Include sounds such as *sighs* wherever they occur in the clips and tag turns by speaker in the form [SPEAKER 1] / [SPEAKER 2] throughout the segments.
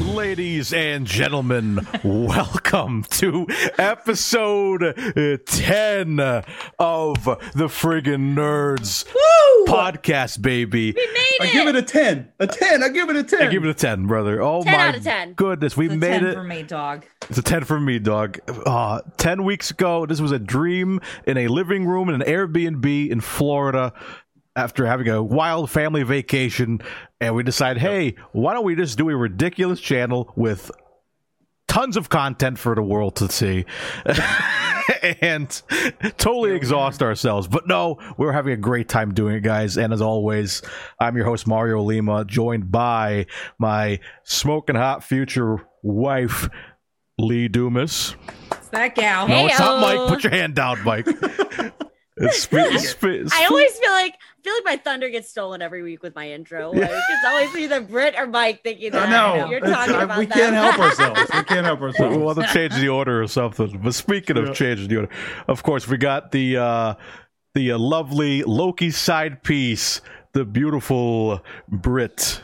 [SPEAKER 1] Ladies and gentlemen, *laughs* welcome to episode uh, 10 of the Friggin' Nerds
[SPEAKER 2] Woo!
[SPEAKER 1] podcast, baby.
[SPEAKER 3] We made
[SPEAKER 2] I
[SPEAKER 3] it.
[SPEAKER 2] give it a 10. A 10. I give it a 10.
[SPEAKER 1] I give it a 10, brother. Oh
[SPEAKER 3] 10
[SPEAKER 1] my
[SPEAKER 3] out of 10.
[SPEAKER 1] goodness, we
[SPEAKER 4] the
[SPEAKER 1] made
[SPEAKER 4] 10
[SPEAKER 1] it.
[SPEAKER 4] for me, dog.
[SPEAKER 1] It's a 10 from me, dog. Uh, 10 weeks ago, this was a dream in a living room in an Airbnb in Florida after having a wild family vacation. And we decide, hey, why don't we just do a ridiculous channel with tons of content for the world to see? *laughs* and totally exhaust ourselves. But no, we're having a great time doing it, guys. And as always, I'm your host, Mario Lima, joined by my smoking hot future wife, Lee Dumas.
[SPEAKER 4] It's that gal.
[SPEAKER 1] No, it's not
[SPEAKER 3] Heyo.
[SPEAKER 1] Mike. Put your hand down, Mike. *laughs* It's spe- spe-
[SPEAKER 3] *laughs* I always feel like I feel like my thunder gets stolen every week with my intro. Like, It's always either Brit or Mike thinking that.
[SPEAKER 2] I know.
[SPEAKER 3] You're
[SPEAKER 2] It's-
[SPEAKER 3] talking
[SPEAKER 2] I-
[SPEAKER 3] about
[SPEAKER 2] we
[SPEAKER 3] that.
[SPEAKER 2] can't
[SPEAKER 3] *laughs*
[SPEAKER 2] help ourselves. We can't help
[SPEAKER 1] We'll
[SPEAKER 2] ourselves.
[SPEAKER 1] we'll have to change the order or something. But speaking of
[SPEAKER 2] Yeah.
[SPEAKER 1] changing the order, of course, we got the uh, the uh, lovely Loki side piece, the beautiful Brit.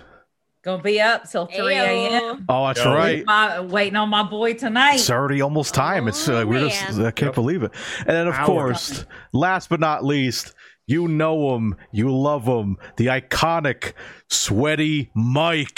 [SPEAKER 4] Gonna be up till 3 a.m.
[SPEAKER 3] *laughs* Ayo.
[SPEAKER 1] Oh, that's
[SPEAKER 2] Yeah.
[SPEAKER 1] right.
[SPEAKER 4] My- Waiting on my boy tonight.
[SPEAKER 1] It's already almost time. it's uh,
[SPEAKER 3] Oh,
[SPEAKER 1] we're just
[SPEAKER 3] man.
[SPEAKER 1] I can't believe it. And then of
[SPEAKER 2] Hours.
[SPEAKER 1] course, last but not least, you know him, you love him, the iconic sweaty Mike.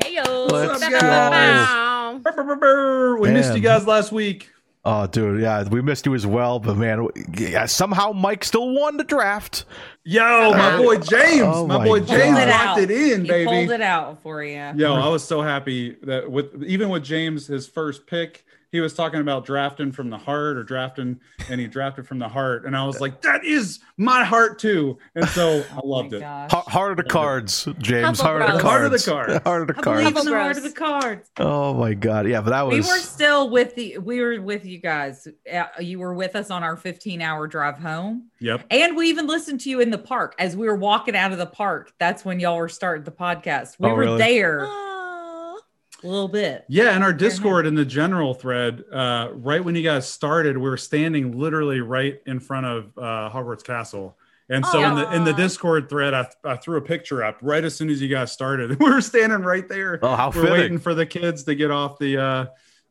[SPEAKER 3] Heyo.
[SPEAKER 1] Let's
[SPEAKER 3] Bow,
[SPEAKER 2] go.
[SPEAKER 3] bow, bow.
[SPEAKER 2] Brr, brr, brr, brr. We missed
[SPEAKER 1] Damn.
[SPEAKER 2] you guys last week.
[SPEAKER 1] Oh, dude, yeah, we missed you as well, but man, yeah, somehow Mike still won the draft.
[SPEAKER 2] Yo, my
[SPEAKER 3] Uh,
[SPEAKER 2] boy James.
[SPEAKER 1] oh
[SPEAKER 2] my
[SPEAKER 1] my
[SPEAKER 2] boy
[SPEAKER 1] God.
[SPEAKER 2] James
[SPEAKER 4] Pulled it
[SPEAKER 2] locked
[SPEAKER 4] out.
[SPEAKER 2] it in,
[SPEAKER 4] He pulled
[SPEAKER 2] baby.
[SPEAKER 4] it out for you.
[SPEAKER 2] Yo, I was so happy that with even with James, his first pick, he was talking about drafting from the heart or drafting, and he drafted from the heart. And I was like, that is my heart too. And so I loved it.
[SPEAKER 4] Gosh.
[SPEAKER 1] Ha- Heart of the cards, James. Heart of the
[SPEAKER 3] Hufflepuff.
[SPEAKER 1] cards.
[SPEAKER 2] Heart of the cards.
[SPEAKER 1] Heart of the
[SPEAKER 4] I believe
[SPEAKER 1] cards.
[SPEAKER 4] in the heart of the cards.
[SPEAKER 1] Oh my god, yeah, but that
[SPEAKER 4] We
[SPEAKER 1] was.
[SPEAKER 4] were still with the. We were with you guys. Uh, You were with us on our 15-hour drive home,
[SPEAKER 2] Yep.
[SPEAKER 4] and we even listened to you in the park as we were walking out of the park. That's when y'all were starting the podcast. We
[SPEAKER 1] Oh,
[SPEAKER 4] were
[SPEAKER 1] really?
[SPEAKER 4] there a
[SPEAKER 3] Oh.
[SPEAKER 4] little bit.
[SPEAKER 2] Yeah, in our Discord in the general thread, uh, right when you guys started, we were standing literally right in front of uh, Hogwarts Castle. And so in the in the
[SPEAKER 3] Aw.
[SPEAKER 2] Discord thread, I, I threw a picture up right as soon as you guys started. *laughs* we were standing right there.
[SPEAKER 1] Oh, how
[SPEAKER 2] we're waiting
[SPEAKER 1] fitting!
[SPEAKER 2] for the kids to get off the uh,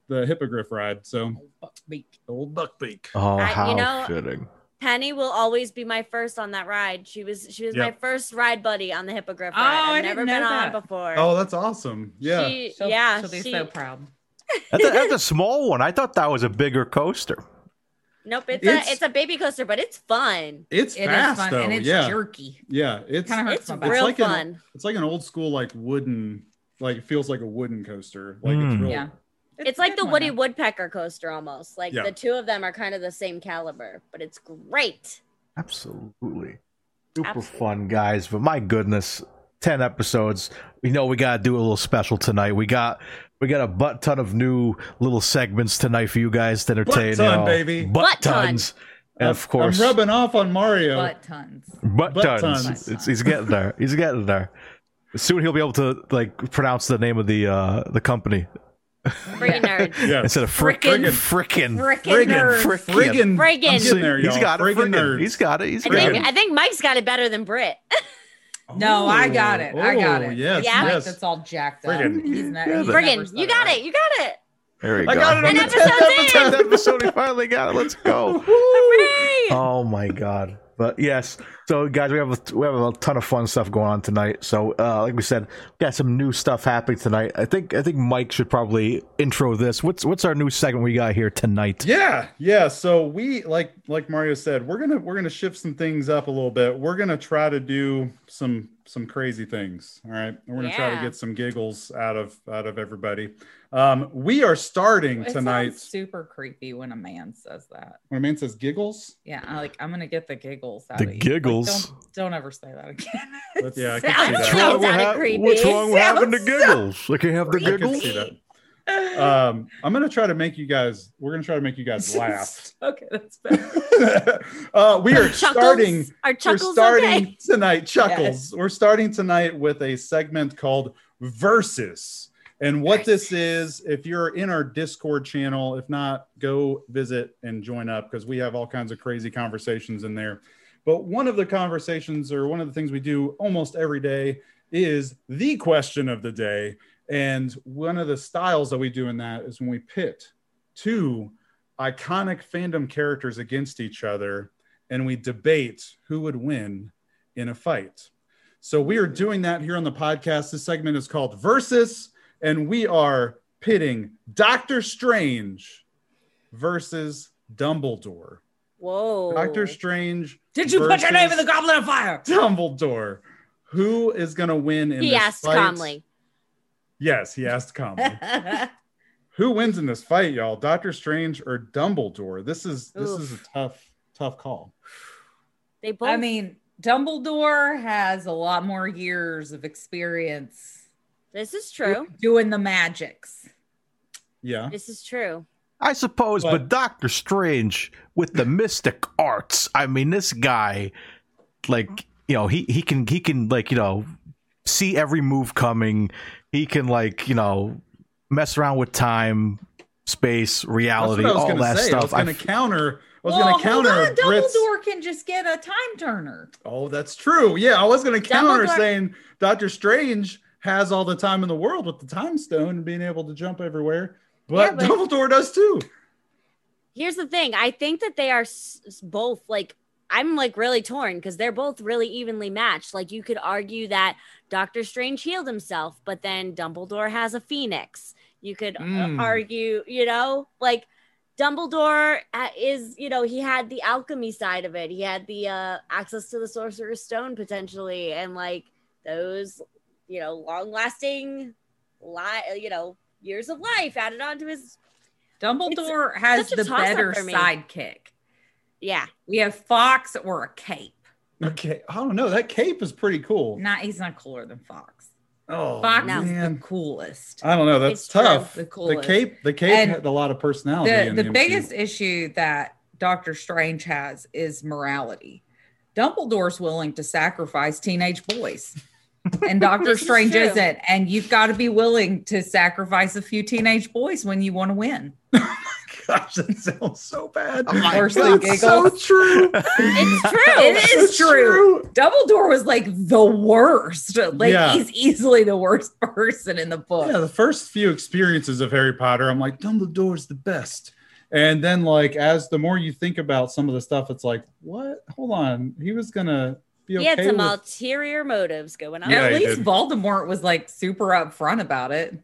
[SPEAKER 2] the hippogriff ride. So old Buckbeak.
[SPEAKER 1] Oh,
[SPEAKER 3] I- you
[SPEAKER 1] how
[SPEAKER 3] know- *laughs*
[SPEAKER 1] fitting!
[SPEAKER 3] Penny will always be my first on that ride. She was she was
[SPEAKER 2] Yeah.
[SPEAKER 3] my first ride buddy on the hippogriff.
[SPEAKER 4] Oh,
[SPEAKER 3] ride. I've
[SPEAKER 4] I
[SPEAKER 3] never
[SPEAKER 4] didn't
[SPEAKER 3] been
[SPEAKER 4] know
[SPEAKER 3] on
[SPEAKER 4] that.
[SPEAKER 3] before.
[SPEAKER 2] Oh, that's awesome. Yeah.
[SPEAKER 3] She,
[SPEAKER 4] She'll,
[SPEAKER 3] yeah,
[SPEAKER 4] she'll be
[SPEAKER 3] she-
[SPEAKER 4] so proud.
[SPEAKER 1] That's a, that's a small one. I thought that was a bigger coaster.
[SPEAKER 3] Nope, it's,
[SPEAKER 2] It's-
[SPEAKER 3] a it's a baby coaster, but it's fun.
[SPEAKER 2] it's
[SPEAKER 4] It is
[SPEAKER 2] fast
[SPEAKER 4] fun
[SPEAKER 2] though.
[SPEAKER 4] and it's
[SPEAKER 2] yeah.
[SPEAKER 4] jerky.
[SPEAKER 2] Yeah. It's
[SPEAKER 4] Kinda hurts
[SPEAKER 3] It's
[SPEAKER 4] my
[SPEAKER 3] real
[SPEAKER 4] back.
[SPEAKER 2] It's like an-
[SPEAKER 3] fun.
[SPEAKER 2] it's like an old school like wooden like it feels like a wooden coaster. Like
[SPEAKER 1] Mm.
[SPEAKER 2] it's real
[SPEAKER 4] Yeah.
[SPEAKER 3] It's like
[SPEAKER 4] good
[SPEAKER 3] the
[SPEAKER 4] one,
[SPEAKER 3] Woody
[SPEAKER 4] though.
[SPEAKER 3] Woodpecker coaster almost. Like
[SPEAKER 2] Yeah.
[SPEAKER 3] the two of them are kind of the same caliber, but it's great.
[SPEAKER 1] Absolutely. Super
[SPEAKER 3] Absolutely.
[SPEAKER 1] fun, guys. But my goodness, 10 episodes. We know we got to do a little special tonight. We got we got a butt ton of new little segments tonight for you guys to entertain.
[SPEAKER 2] Butt ton,
[SPEAKER 1] y'all.
[SPEAKER 2] baby.
[SPEAKER 1] Butt,
[SPEAKER 3] Butt ton.
[SPEAKER 1] tons. And of course,
[SPEAKER 2] I'm rubbing off on Mario.
[SPEAKER 4] Butt tons.
[SPEAKER 1] butt,
[SPEAKER 2] butt
[SPEAKER 1] tons.
[SPEAKER 2] tons.
[SPEAKER 4] Butt
[SPEAKER 1] It's,
[SPEAKER 4] tons.
[SPEAKER 1] he's getting there. He's getting there. Soon he'll be able to like pronounce the name of the uh the company
[SPEAKER 3] Friggin' nerds.
[SPEAKER 1] *laughs*
[SPEAKER 2] yeah.
[SPEAKER 1] instead of frickin'
[SPEAKER 3] Frickin'.
[SPEAKER 1] frickin'
[SPEAKER 4] Frickin'
[SPEAKER 2] Friggin'.
[SPEAKER 4] nerds.
[SPEAKER 1] frickin'.
[SPEAKER 2] friggin'.
[SPEAKER 3] Friggin'.
[SPEAKER 2] I'm getting there, y'all.
[SPEAKER 1] He's got it.
[SPEAKER 2] Friggin'
[SPEAKER 1] Frickin'.
[SPEAKER 2] nerds.
[SPEAKER 1] He's got it. He's
[SPEAKER 3] I
[SPEAKER 1] got it.
[SPEAKER 3] think I think Mike's got it better than Brit.
[SPEAKER 4] No, I got it. I got
[SPEAKER 2] Oh,
[SPEAKER 4] it.
[SPEAKER 2] Yes,
[SPEAKER 3] Yeah.
[SPEAKER 4] Mike
[SPEAKER 2] yes.
[SPEAKER 4] that's all jacked up.
[SPEAKER 2] Friggin'.
[SPEAKER 4] He's not,
[SPEAKER 1] Yeah,
[SPEAKER 4] he's
[SPEAKER 1] but-
[SPEAKER 4] never
[SPEAKER 3] Friggin',
[SPEAKER 4] said
[SPEAKER 3] you got it, you got it.
[SPEAKER 1] There you
[SPEAKER 2] I
[SPEAKER 1] go.
[SPEAKER 2] got it on
[SPEAKER 3] And
[SPEAKER 2] the
[SPEAKER 3] episode's
[SPEAKER 2] 10th
[SPEAKER 3] in.
[SPEAKER 2] episode.
[SPEAKER 1] Tenth *laughs* episode, we finally got it. Let's go.
[SPEAKER 3] Hooray!
[SPEAKER 1] Oh my god! But yes, so guys, we have a, we have a ton of fun stuff going on tonight. So, uh, like we said, we got some new stuff happening tonight. I think I think Mike should probably intro this. What's what's our new segment we got here tonight?
[SPEAKER 2] Yeah, yeah. So we like like Mario said, we're gonna we're gonna shift some things up a little bit. We're gonna try to do some some crazy things. All right, we're gonna try to
[SPEAKER 3] Yeah.
[SPEAKER 2] get some giggles out of out of everybody. Um, we are starting
[SPEAKER 4] It sounds
[SPEAKER 2] tonight.
[SPEAKER 4] super creepy when a man says that.
[SPEAKER 2] When a man says giggles,
[SPEAKER 4] Yeah, I like I'm gonna get the giggles out
[SPEAKER 1] The
[SPEAKER 4] of you. Like,
[SPEAKER 1] giggles?
[SPEAKER 4] don't, don't ever say
[SPEAKER 2] *laughs*
[SPEAKER 4] that again.
[SPEAKER 2] But yeah, I can
[SPEAKER 4] Sounds
[SPEAKER 2] see that.
[SPEAKER 3] Sounds kinda creepy.
[SPEAKER 1] what's wrong with having the
[SPEAKER 4] Sounds
[SPEAKER 1] giggles? I can't have the
[SPEAKER 2] I can
[SPEAKER 1] giggles.
[SPEAKER 2] see that.
[SPEAKER 4] *laughs*
[SPEAKER 2] Um, I'm gonna try to make you guys. We're gonna try to make you
[SPEAKER 3] *laughs*
[SPEAKER 2] guys laugh. *laughs*
[SPEAKER 4] okay, that's better.
[SPEAKER 2] uh, we are
[SPEAKER 3] Chuckles?
[SPEAKER 2] starting.
[SPEAKER 3] Our
[SPEAKER 2] We're
[SPEAKER 3] chuckles
[SPEAKER 2] starting
[SPEAKER 3] okay?
[SPEAKER 2] tonight, Chuckles. We're starting tonight with a segment called Versus. And what this is, if you're in our Discord channel, if not, go visit and join up because we have all kinds of crazy conversations in there. But one of the conversations or one of the things we do almost every day is the question of the day. And one of the styles that we do in that is when we pit two iconic fandom characters against each other and we debate who would win in a fight. So we are doing that here on the podcast. This segment is called Versus, and we are pitting Doctor Strange versus Dumbledore.
[SPEAKER 3] Whoa.
[SPEAKER 2] Doctor Strange
[SPEAKER 4] Did you put your name in the
[SPEAKER 2] versus
[SPEAKER 4] goblet of fire?
[SPEAKER 2] Dumbledore. Who is going to win in
[SPEAKER 3] He
[SPEAKER 2] this
[SPEAKER 3] asked
[SPEAKER 2] fight?
[SPEAKER 3] calmly.
[SPEAKER 2] Yes, he asked
[SPEAKER 4] *laughs*
[SPEAKER 2] calmly.
[SPEAKER 3] That's
[SPEAKER 2] Who wins in this fight, y'all? Doctor Strange or Dumbledore? This is this
[SPEAKER 3] Oof.
[SPEAKER 2] is a tough tough call.
[SPEAKER 3] They
[SPEAKER 4] *laughs*
[SPEAKER 3] both.
[SPEAKER 4] I mean, Dumbledore has a lot more years of experience
[SPEAKER 3] this is true.
[SPEAKER 4] doing the magics.
[SPEAKER 2] Yeah.
[SPEAKER 3] This is true.
[SPEAKER 1] I suppose, but,
[SPEAKER 2] But-
[SPEAKER 1] Doctor Strange with the mystic arts. I mean, this guy, like you know, he he can he can like you know see every move coming. He can like you know mess around with time, space, reality,
[SPEAKER 2] That's what
[SPEAKER 1] all
[SPEAKER 2] gonna
[SPEAKER 1] that
[SPEAKER 2] say. I was
[SPEAKER 1] stuff. I
[SPEAKER 2] going to
[SPEAKER 1] f-
[SPEAKER 2] counter. I was
[SPEAKER 4] well,
[SPEAKER 2] going to counter
[SPEAKER 4] hold on,
[SPEAKER 2] Brit's.
[SPEAKER 4] Dumbledore can just get a time turner.
[SPEAKER 2] Oh, that's true. Yeah, I was going to counter
[SPEAKER 3] Dumbledore-
[SPEAKER 2] saying Doctor Strange has all the time in the world with the time stone and being able to jump everywhere, but,
[SPEAKER 3] Yeah, but-
[SPEAKER 2] Dumbledore does too.
[SPEAKER 3] Here's the thing. I think that they are s- s- both like. I'm like really torn because they're both really evenly matched. Like you could argue that Doctor Strange healed himself, but then Dumbledore has a phoenix. You could uh,
[SPEAKER 2] Mm.
[SPEAKER 3] argue, you know, like Dumbledore uh, is, you know, he had the alchemy side of it. He had the uh, access to the Sorcerer's Stone potentially, and like those, you know, long-lasting, li- you know, years of life added on to his.
[SPEAKER 4] Dumbledore has
[SPEAKER 3] such a
[SPEAKER 4] the
[SPEAKER 3] toss-up
[SPEAKER 4] better
[SPEAKER 3] for me.
[SPEAKER 4] sidekick.
[SPEAKER 3] Yeah,
[SPEAKER 4] We have Fox or a cape.
[SPEAKER 2] Okay, I don't know. That cape is pretty cool.
[SPEAKER 4] Not he's not cooler than Fox.
[SPEAKER 2] Oh
[SPEAKER 4] Fox
[SPEAKER 3] no.
[SPEAKER 4] is the
[SPEAKER 2] man,
[SPEAKER 4] coolest.
[SPEAKER 2] I don't know. That's
[SPEAKER 3] It's true.
[SPEAKER 2] tough.
[SPEAKER 4] The
[SPEAKER 2] The
[SPEAKER 4] coolest.
[SPEAKER 2] cape, the cape
[SPEAKER 4] And
[SPEAKER 2] had a lot of personality.
[SPEAKER 4] the,
[SPEAKER 2] in
[SPEAKER 4] the
[SPEAKER 2] the
[SPEAKER 4] biggest
[SPEAKER 2] MCU.
[SPEAKER 4] issue that Doctor Strange has is morality. Dumbledore's willing to sacrifice teenage
[SPEAKER 2] *laughs*
[SPEAKER 4] boys, and Doctor
[SPEAKER 3] This is
[SPEAKER 4] Strange
[SPEAKER 3] true.
[SPEAKER 4] isn't. And you've got to be willing to sacrifice a few teenage boys when you want to win.
[SPEAKER 2] *laughs* Gosh, that sounds so bad.
[SPEAKER 1] Oh my
[SPEAKER 4] Worse than
[SPEAKER 2] God, it's so
[SPEAKER 4] giggles.
[SPEAKER 2] true.
[SPEAKER 3] it's
[SPEAKER 2] *laughs*
[SPEAKER 3] true.
[SPEAKER 4] It is
[SPEAKER 2] It's
[SPEAKER 4] true. Dumbledore was like the worst. Like
[SPEAKER 2] Yeah.
[SPEAKER 4] he's easily the worst *laughs* person in the book.
[SPEAKER 2] Yeah, the first few experiences of Harry Potter, I'm like, Dumbledore's the best. And then, like, as the more you think about some of the stuff, it's like, what? Hold on, he was gonna be okay.
[SPEAKER 3] he had some
[SPEAKER 2] with-
[SPEAKER 3] ulterior motives going on.
[SPEAKER 2] Yeah,
[SPEAKER 4] At
[SPEAKER 2] he
[SPEAKER 4] least
[SPEAKER 2] did.
[SPEAKER 4] Voldemort was like super upfront about it.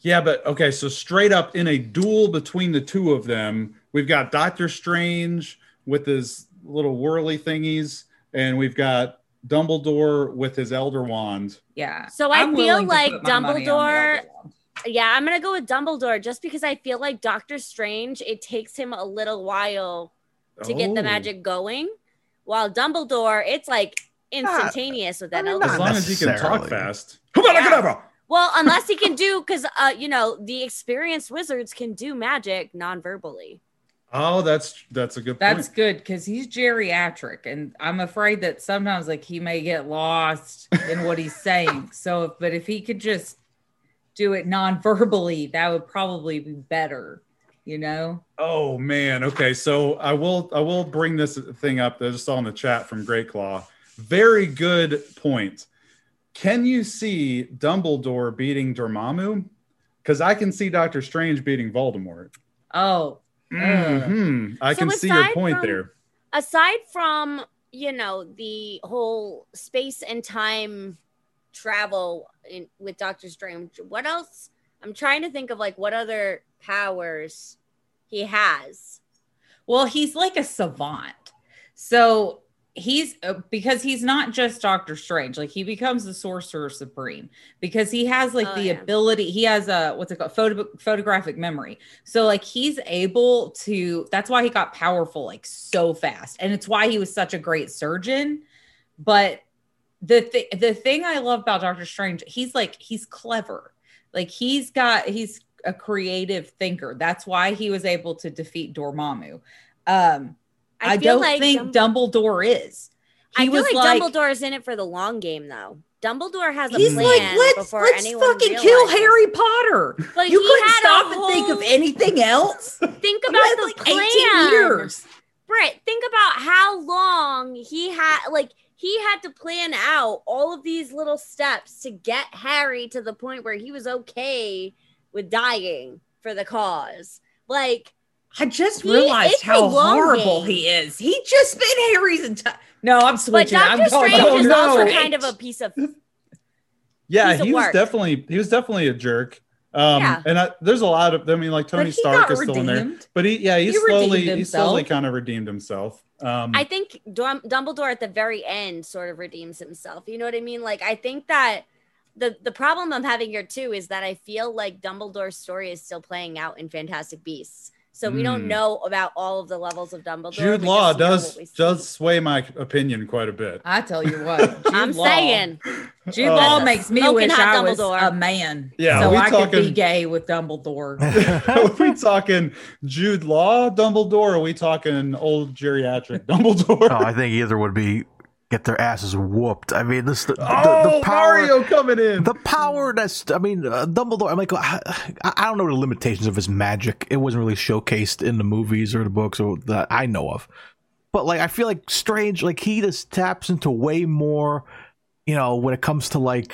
[SPEAKER 2] yeah, but okay. So straight up in a duel between the two of them, we've got Doctor Strange with his little whirly thingies, and we've got Dumbledore with his Elder Wand.
[SPEAKER 4] Yeah.
[SPEAKER 3] So I
[SPEAKER 4] I'm
[SPEAKER 3] feel
[SPEAKER 4] willing to
[SPEAKER 3] like
[SPEAKER 4] put my money on the
[SPEAKER 3] Dumbledore-
[SPEAKER 4] other one.
[SPEAKER 3] Yeah, I'm gonna go with Dumbledore just because I feel like Doctor Strange, it takes him a little while to get the
[SPEAKER 2] Oh.
[SPEAKER 3] magic going. While Dumbledore, it's like
[SPEAKER 4] Ah,
[SPEAKER 3] instantaneous with that
[SPEAKER 1] I mean,
[SPEAKER 3] elder.
[SPEAKER 2] As
[SPEAKER 1] Not
[SPEAKER 2] long as he can talk
[SPEAKER 1] necessarily.
[SPEAKER 2] fast. Hubalakadabra!
[SPEAKER 3] Well, unless he can do because uh, you know, the experienced wizards can do magic non-verbally.
[SPEAKER 2] Oh, that's that's a good
[SPEAKER 4] That's
[SPEAKER 2] point.
[SPEAKER 4] good because he's geriatric, and I'm afraid that sometimes like he may get lost in what he's
[SPEAKER 3] *laughs*
[SPEAKER 4] saying. So, but if he could just do it non-verbally, that would probably be better. You know,
[SPEAKER 2] Oh man. Okay. So I will I will bring this thing up that I just saw in the chat from Great Claw. Very good point. Can you see Dumbledore beating Dormammu? Because I can see Doctor Strange beating Voldemort.
[SPEAKER 4] oh,
[SPEAKER 2] Mhm. I
[SPEAKER 3] So
[SPEAKER 2] can see your
[SPEAKER 3] aside
[SPEAKER 2] point
[SPEAKER 3] from-
[SPEAKER 2] there.
[SPEAKER 3] Aside from, you know, the whole space and time travel in, with Doctor Strange, what else? I'm trying to think of like what other powers he has.
[SPEAKER 4] Well, he's like a savant. So he's uh, because he's not just Doctor Strange. Like he becomes the Sorcerer Supreme because he has like
[SPEAKER 3] Oh,
[SPEAKER 4] the
[SPEAKER 3] yeah.
[SPEAKER 4] ability. He has a what's it called photo, photographic memory. So like he's able to. That's why he got powerful like so fast, and it's why he was such a great surgeon. But the th- the thing I love about Doctor Strange, he's like he's clever. Like he's got he's a creative thinker. That's why he was able to defeat Dormammu. Um, I,
[SPEAKER 3] feel
[SPEAKER 4] don't think Dumbledore is. He
[SPEAKER 3] I feel
[SPEAKER 4] was
[SPEAKER 3] like,
[SPEAKER 4] like,
[SPEAKER 3] Dumbledore is in it for the long game, though. Dumbledore has a
[SPEAKER 4] he's
[SPEAKER 3] plan
[SPEAKER 4] like, let's
[SPEAKER 3] before
[SPEAKER 4] let's
[SPEAKER 3] anyone
[SPEAKER 4] fucking kill
[SPEAKER 3] realizes.
[SPEAKER 4] Harry Potter.
[SPEAKER 3] But
[SPEAKER 4] you
[SPEAKER 3] he
[SPEAKER 4] couldn't
[SPEAKER 3] had a
[SPEAKER 4] stop and think of
[SPEAKER 3] whole-
[SPEAKER 4] anything else.
[SPEAKER 3] Think
[SPEAKER 4] You
[SPEAKER 3] *laughs* about
[SPEAKER 4] had
[SPEAKER 3] the
[SPEAKER 4] like
[SPEAKER 3] plan.
[SPEAKER 4] 18 years.
[SPEAKER 3] Britt, think about how long he had like he had to plan out all of these little steps to get Harry to the point where he was okay with dying for the cause. Like
[SPEAKER 4] I just
[SPEAKER 3] He
[SPEAKER 4] realized
[SPEAKER 3] is
[SPEAKER 4] how
[SPEAKER 3] a long
[SPEAKER 4] horrible
[SPEAKER 3] game.
[SPEAKER 4] he is. He just been Harry's entire. No, I'm
[SPEAKER 3] but
[SPEAKER 4] switching. I'm
[SPEAKER 3] Doctor
[SPEAKER 4] going
[SPEAKER 3] Strange is
[SPEAKER 4] Doctor
[SPEAKER 3] also
[SPEAKER 4] Strange.
[SPEAKER 3] kind of a piece of
[SPEAKER 2] Yeah,
[SPEAKER 3] He's a
[SPEAKER 2] he was
[SPEAKER 3] work.
[SPEAKER 2] definitely he was definitely a jerk. Um,
[SPEAKER 3] Yeah.
[SPEAKER 2] and I, there's a lot of I mean, like
[SPEAKER 4] But
[SPEAKER 2] Tony
[SPEAKER 4] he
[SPEAKER 2] Stark
[SPEAKER 4] got
[SPEAKER 2] is still in there,
[SPEAKER 4] redeemed.
[SPEAKER 2] but he yeah he,
[SPEAKER 4] He redeemed
[SPEAKER 2] slowly he slowly
[SPEAKER 4] himself.
[SPEAKER 2] kind of redeemed himself. Um,
[SPEAKER 3] I think Dum- Dumbledore at the very end sort of redeems himself. You know what I mean? Like I think that the the problem I'm having here too is that I feel like Dumbledore's story is still playing out in Fantastic Beasts. So we
[SPEAKER 2] Hmm.
[SPEAKER 3] don't know about all of the levels of Dumbledore.
[SPEAKER 2] Jude
[SPEAKER 3] We
[SPEAKER 2] Law
[SPEAKER 3] just know
[SPEAKER 2] does
[SPEAKER 3] what we see.
[SPEAKER 2] does sway my opinion quite a bit.
[SPEAKER 4] I tell you
[SPEAKER 3] *laughs*
[SPEAKER 4] what, Jude
[SPEAKER 3] I'm
[SPEAKER 4] Law-
[SPEAKER 3] saying
[SPEAKER 4] Jude
[SPEAKER 2] Uh,
[SPEAKER 4] Law makes me
[SPEAKER 3] Smoking
[SPEAKER 4] wish
[SPEAKER 3] hot
[SPEAKER 4] I was
[SPEAKER 3] Dumbledore.
[SPEAKER 4] a man.
[SPEAKER 2] Yeah,
[SPEAKER 4] so
[SPEAKER 2] we
[SPEAKER 4] I could be
[SPEAKER 2] talking-
[SPEAKER 4] gay with Dumbledore.
[SPEAKER 2] *laughs* are we talking Jude Law Dumbledore? Or are we talking old geriatric Dumbledore?
[SPEAKER 1] Oh, I think either would be get their asses whooped. I mean, this the, the-
[SPEAKER 2] *laughs*
[SPEAKER 1] the,
[SPEAKER 2] Oh,
[SPEAKER 1] power.
[SPEAKER 2] Mario coming in.
[SPEAKER 1] The power that's, I mean, uh, Dumbledore, I'm like, I, I don't know the limitations of his magic. It wasn't really showcased in the movies or the books or that I know of. But, like, I feel like Strange, like, he just taps into way more, you know, when it comes to, like,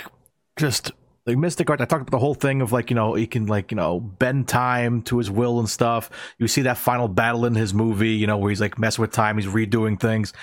[SPEAKER 1] just, like, Mystic Art. I talked about the whole thing of, like, you know, he can, like, you know, bend time to his will and stuff. You see that final battle in his movie, you know, where he's, like, messing with time, he's redoing things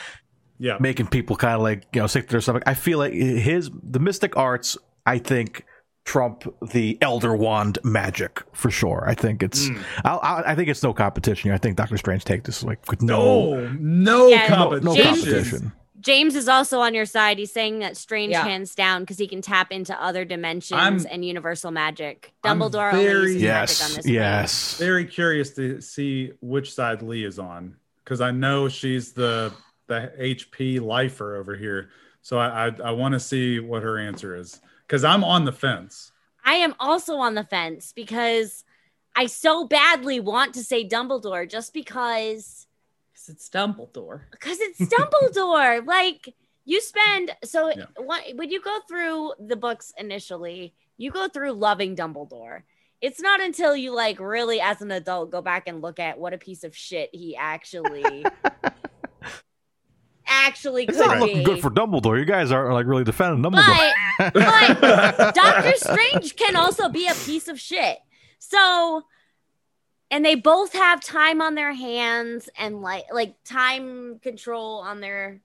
[SPEAKER 2] yeah,
[SPEAKER 1] making people kind of like you know sick to their stomach. I feel like his the mystic arts. I think trump the elder wand magic for sure. I think it's
[SPEAKER 2] Mm.
[SPEAKER 1] I, I, I think it's no competition here. I think Doctor Strange take this like with no
[SPEAKER 2] no, Oh, no
[SPEAKER 3] Yeah,
[SPEAKER 1] no,
[SPEAKER 2] competition.
[SPEAKER 1] no
[SPEAKER 3] James is-
[SPEAKER 1] competition.
[SPEAKER 3] James is also on your side. He's saying that Strange
[SPEAKER 4] Yeah.
[SPEAKER 3] hands down because he can tap into other dimensions
[SPEAKER 2] I'm-
[SPEAKER 3] and universal magic.
[SPEAKER 2] I'm
[SPEAKER 3] Dumbledore
[SPEAKER 2] very-
[SPEAKER 3] only uses magic on
[SPEAKER 1] Yes,
[SPEAKER 3] this. plane.
[SPEAKER 1] yes.
[SPEAKER 2] Very curious to see which side Lee is on because I know she's the the HP lifer over here. So I I, I want to see what her answer is because I'm on the fence.
[SPEAKER 3] I am also on the fence because I so badly want to say Dumbledore just because
[SPEAKER 4] 'Cause it's Dumbledore.
[SPEAKER 3] because it's Dumbledore. like you spend so
[SPEAKER 2] Yeah.
[SPEAKER 3] what, when you go through the books initially, you go through loving Dumbledore. It's not until you like really as an adult go back and look at what a piece of shit he actually actually
[SPEAKER 1] It's
[SPEAKER 3] could
[SPEAKER 1] not looking
[SPEAKER 3] be.
[SPEAKER 1] good for Dumbledore. You guys aren't like really defending Dumbledore.
[SPEAKER 3] but
[SPEAKER 2] *laughs*
[SPEAKER 3] But Doctor Strange can also be a piece of shit. So, and they both have time on their hands and like like time control on their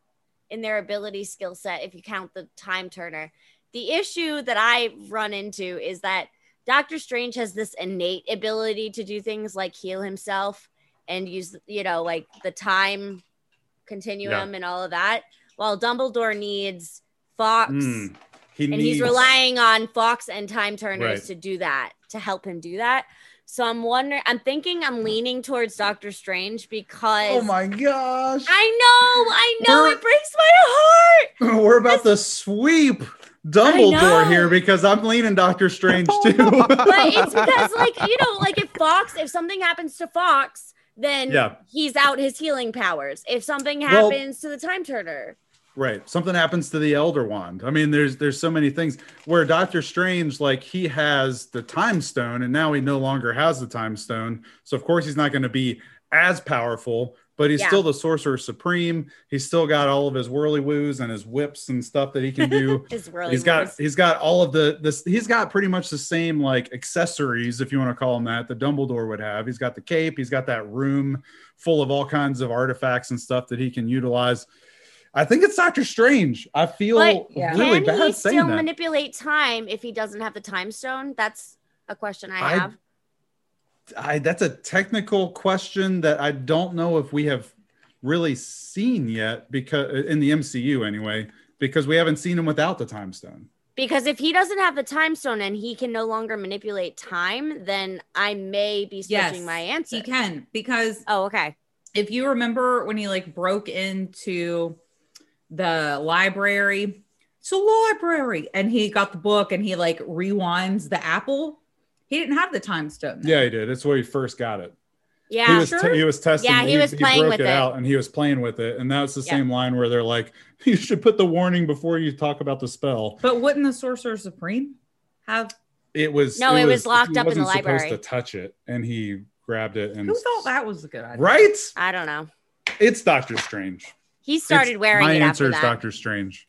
[SPEAKER 3] in their ability skill set if you count the time turner. The issue that I run into is that Doctor Strange has this innate ability to do things like heal himself and use, you know, like the time continuum and all of that, while Dumbledore needs Fox
[SPEAKER 2] Mm, he
[SPEAKER 3] and
[SPEAKER 2] needs
[SPEAKER 3] he's relying on Fox and Time Turners
[SPEAKER 2] Right.
[SPEAKER 3] to do that to help him do that. So I'm wondering. I'm thinking I'm leaning towards Doctor Strange because
[SPEAKER 2] Oh my gosh!
[SPEAKER 3] I know, I know,
[SPEAKER 2] We're-
[SPEAKER 3] it breaks my
[SPEAKER 2] *laughs*
[SPEAKER 3] heart.
[SPEAKER 2] We're about to sweep
[SPEAKER 3] I
[SPEAKER 2] Dumbledore
[SPEAKER 3] know.
[SPEAKER 2] here because I'm leaning Doctor *laughs* Strange too.
[SPEAKER 3] But it's because, like you know, like if Fox, if something happens to Fox, then
[SPEAKER 2] Yeah.
[SPEAKER 3] he's out his healing powers. If something
[SPEAKER 2] Well-
[SPEAKER 3] happens to the Time Turner,
[SPEAKER 2] Right. Something happens to the Elder Wand. I mean, there's there's so many things where Doctor Strange, like he has the Time Stone, and now he no longer has the Time Stone. So of course he's not going to be as powerful, but he's
[SPEAKER 3] Yeah.
[SPEAKER 2] still the Sorcerer Supreme. He's still got all of his whirlywoos and his whips and stuff that he can
[SPEAKER 3] *laughs*
[SPEAKER 2] do.
[SPEAKER 3] is really
[SPEAKER 2] he's got
[SPEAKER 3] worse.
[SPEAKER 2] he's got all of the this he's got pretty much the same like accessories if you want to call them that that dumbledore would have he's got the cape he's got that room full of all kinds of artifacts and stuff that he can utilize i think it's doctor strange i feel
[SPEAKER 3] But
[SPEAKER 4] yeah.
[SPEAKER 2] really
[SPEAKER 3] Can he
[SPEAKER 2] bad
[SPEAKER 3] still
[SPEAKER 2] saying that
[SPEAKER 3] manipulate time if he doesn't have the Time Stone? That's a question I
[SPEAKER 2] I-
[SPEAKER 3] have.
[SPEAKER 2] I, that's a technical question that i don't know if we have really seen yet because in the mcu anyway because we haven't seen him without the time stone
[SPEAKER 3] Because if he doesn't have the time stone and he can no longer manipulate time, then I may be switching
[SPEAKER 4] Yes,
[SPEAKER 3] my answer.
[SPEAKER 4] He can because
[SPEAKER 3] Oh, okay.
[SPEAKER 4] if you remember when he like broke into the library it's a library. And he got the book and he like rewinds the apple. He didn't have the time stone. then.
[SPEAKER 2] Yeah, he did. It's where he first got it.
[SPEAKER 3] Yeah.
[SPEAKER 2] he was
[SPEAKER 4] sure.
[SPEAKER 2] he was testing.
[SPEAKER 3] Yeah, he was playing
[SPEAKER 2] broke
[SPEAKER 3] with
[SPEAKER 2] it,
[SPEAKER 3] it.
[SPEAKER 2] out, and he was playing with it, and that's the
[SPEAKER 3] Yeah.
[SPEAKER 2] same line where they're like, *laughs* "You should put the warning before you talk about the spell."
[SPEAKER 4] But wouldn't the Sorcerer Supreme have
[SPEAKER 2] It was
[SPEAKER 3] No, it was locked
[SPEAKER 2] he
[SPEAKER 3] up in the
[SPEAKER 2] wasn't supposed
[SPEAKER 3] library.
[SPEAKER 2] To touch it, and he grabbed it, and
[SPEAKER 4] who thought that was a good idea?
[SPEAKER 2] Right?
[SPEAKER 3] I don't know.
[SPEAKER 2] It's Doctor Strange.
[SPEAKER 3] He
[SPEAKER 2] It's-
[SPEAKER 3] started wearing
[SPEAKER 2] My
[SPEAKER 3] it
[SPEAKER 2] answer
[SPEAKER 3] after
[SPEAKER 2] is
[SPEAKER 3] that.
[SPEAKER 2] Doctor Strange.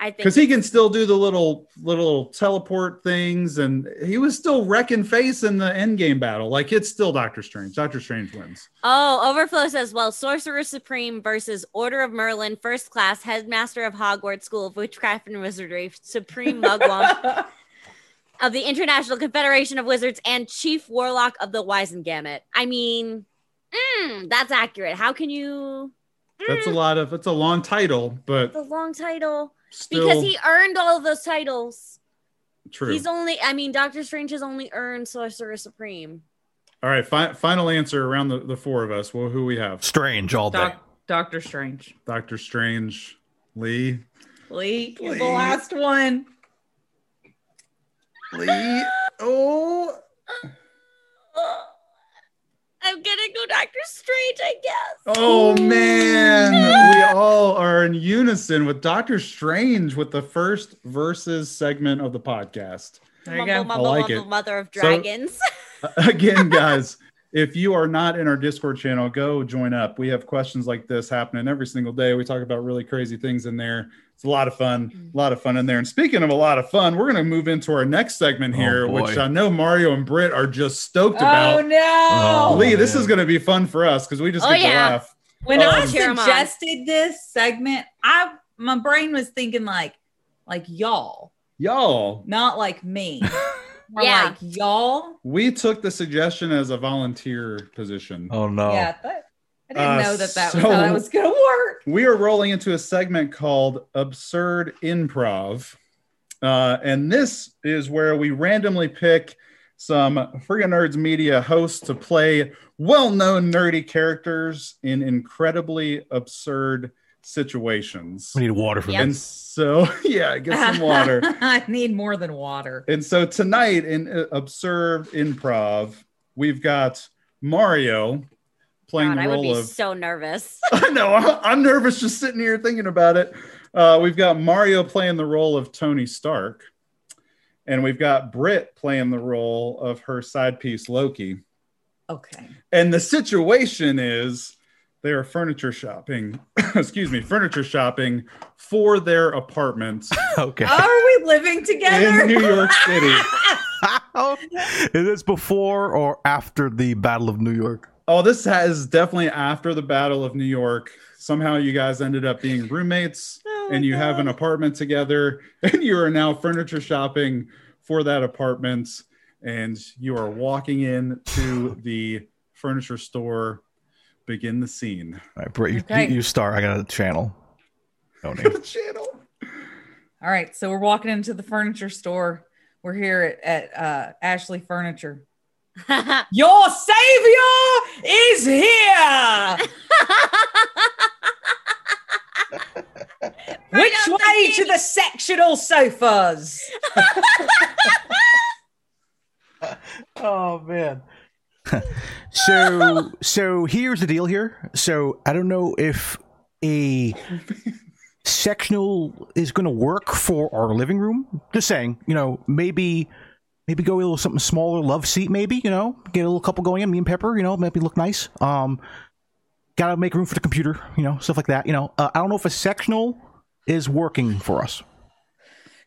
[SPEAKER 3] I think
[SPEAKER 2] because he can still do the little little teleport things, and he was still wrecking face in the end game battle. Like it's still Doctor Strange. Doctor Strange wins.
[SPEAKER 3] Oh, Overflow says, well, Sorcerer Supreme versus Order of Merlin, First Class, Headmaster of Hogwarts School of Witchcraft and Wizardry, Supreme Mugwump of the International Confederation of Wizards, and Chief Warlock of the Wizengamot. I mean, mm, that's accurate. How can you?
[SPEAKER 2] That's
[SPEAKER 3] Mm.
[SPEAKER 2] a lot of. That's a long title, but
[SPEAKER 3] The long title.
[SPEAKER 2] still
[SPEAKER 3] Because he earned all of those titles.
[SPEAKER 2] true.
[SPEAKER 3] He's only, I mean, Doctor Strange has only earned Sorcerer Supreme.
[SPEAKER 2] All right, fi- final answer around the, the four of us. Well, who we have?
[SPEAKER 1] Strange all day.
[SPEAKER 4] Doc- Doctor Strange.
[SPEAKER 2] Doctor Strange, Lee,
[SPEAKER 4] Lee, you're
[SPEAKER 2] Please.
[SPEAKER 4] the last one.
[SPEAKER 2] Lee. Oh,
[SPEAKER 3] *gasps* I'm going to go Doctor Strange, I guess.
[SPEAKER 2] oh
[SPEAKER 3] *laughs*
[SPEAKER 2] man! we all are in unison with Doctor Strange with the first verses segment of the podcast.
[SPEAKER 4] There you
[SPEAKER 3] Mumble,
[SPEAKER 4] go.
[SPEAKER 3] mumble,
[SPEAKER 2] like
[SPEAKER 3] mumble,
[SPEAKER 2] it.
[SPEAKER 3] mother of
[SPEAKER 2] So-
[SPEAKER 3] dragons.
[SPEAKER 2] again guys if you are not in our discord channel go join up we have questions like this happening every single day we talk about really crazy things in there it's a lot of fun a lot of fun in there and speaking of a lot of fun we're going to move into our next segment
[SPEAKER 1] Oh,
[SPEAKER 2] here
[SPEAKER 1] boy.
[SPEAKER 2] which i know mario and britt are just stoked
[SPEAKER 4] Oh
[SPEAKER 2] about
[SPEAKER 4] no.
[SPEAKER 1] Oh,
[SPEAKER 2] lee this
[SPEAKER 1] man.
[SPEAKER 2] is going to be fun for us because we just
[SPEAKER 3] Oh,
[SPEAKER 2] get
[SPEAKER 3] yeah.
[SPEAKER 2] to laugh
[SPEAKER 4] when
[SPEAKER 2] Oh.
[SPEAKER 4] I
[SPEAKER 3] Cheer 'em on.
[SPEAKER 4] suggested this segment, I my brain was thinking like like y'all,
[SPEAKER 2] y'all
[SPEAKER 4] not like me. More
[SPEAKER 3] Yeah.
[SPEAKER 4] like y'all.
[SPEAKER 2] we took the suggestion as a volunteer position
[SPEAKER 1] Oh no.
[SPEAKER 4] Yeah, but I didn't
[SPEAKER 2] Uh,
[SPEAKER 4] know that that
[SPEAKER 2] so-
[SPEAKER 4] was how that was gonna work.
[SPEAKER 2] we are rolling into a segment called absurd improv uh, and this is where we randomly pick some free nerds media hosts to play well-known nerdy characters in incredibly absurd situations
[SPEAKER 1] We need water for
[SPEAKER 3] Yep.
[SPEAKER 2] and so *laughs* yeah *laughs* get
[SPEAKER 3] *laughs*
[SPEAKER 2] some water
[SPEAKER 4] *laughs* I need more than water.
[SPEAKER 2] and so tonight in uh, absurd improv we've got mario playing
[SPEAKER 3] God,
[SPEAKER 2] the
[SPEAKER 3] I would
[SPEAKER 2] role
[SPEAKER 3] be
[SPEAKER 2] of
[SPEAKER 3] so *laughs* nervous.
[SPEAKER 2] *laughs* I know. I'm- I'm nervous just sitting here thinking about it. Uh, we've got Mario playing the role of Tony Stark, and we've got Britt playing the role of her side piece Loki. *laughs*
[SPEAKER 4] Okay.
[SPEAKER 2] And the situation is they are furniture shopping. *coughs* excuse me, furniture shopping for their apartments
[SPEAKER 1] this. *laughs* Okay.
[SPEAKER 4] Are we living together?
[SPEAKER 2] in New York City.
[SPEAKER 1] *laughs* Is this before or after the Battle of New York?
[SPEAKER 2] Oh, this has definitely after the Battle of New York. Somehow you guys ended up being roommates.
[SPEAKER 4] Oh my
[SPEAKER 2] and you have
[SPEAKER 4] God.
[SPEAKER 2] an apartment together *laughs* and you are now furniture shopping for that apartment and you are walking in to the furniture store begin the scene
[SPEAKER 1] All right, Britt, you,
[SPEAKER 4] Okay.
[SPEAKER 1] you, you start. I got a channel. Tony.
[SPEAKER 2] channel
[SPEAKER 4] All right, so we're walking into the furniture store. We're here at, at uh, Ashley Furniture. Your savior is here. Which way to the sectional sofas?
[SPEAKER 1] *laughs* Oh man. *laughs* so so here's the deal here. So I don't know if a sectional is going to work for our living room. Just saying, you know, maybe maybe go a little something smaller, love seat maybe, you know, get a little couple going in, me and Pepper, you know, maybe look nice. Um got to make room for the computer, you know, stuff like that, you know. Uh, I don't know if a sectional is working for us.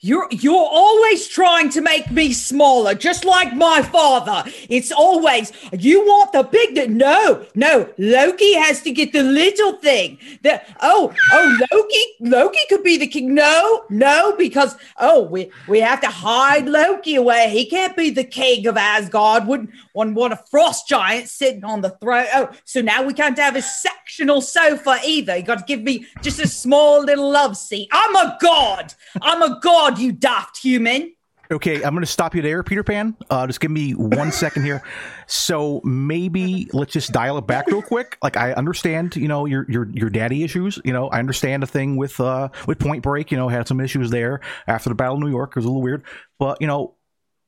[SPEAKER 4] You're you're always trying to make me smaller, just like my father. It's always you want the big. th- No, no. Loki has to get the little thing. The oh oh Loki Loki could be the king. No, no, because oh we we have to hide Loki away. He can't be the king of Asgard. Wouldn't one want a frost giant sitting on the throne? Oh, so now we can't have a sectional sofa either. You got to give me just a small little love seat. I'm a god. I'm a god, you daft human.
[SPEAKER 1] Okay, I'm going to stop you there, Peter Pan. Uh, just give me one second here. So maybe let's just dial it back real quick. Like I understand, you know, your your your daddy issues. You know, I understand the thing with uh with Point Break. You know, had some issues there after the Battle of New York. It was a little weird, but you know,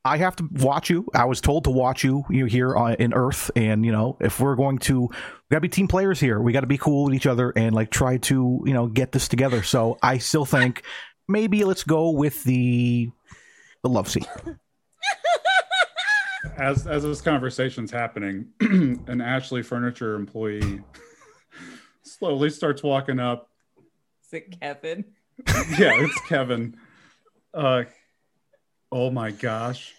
[SPEAKER 1] I have to watch you. I was told to watch you. You here on, in Earth, and you know, if we're going to, we gotta be team players here. We gotta be cool with each other and like try to, you know, get this together. So I still think maybe let's go with the the love scene.
[SPEAKER 2] as as this conversation's happening, *clears throat* an Ashley Furniture employee *laughs* slowly starts walking up.
[SPEAKER 4] Is it Kevin?
[SPEAKER 2] *laughs* Yeah, it's Kevin. Uh, oh my gosh,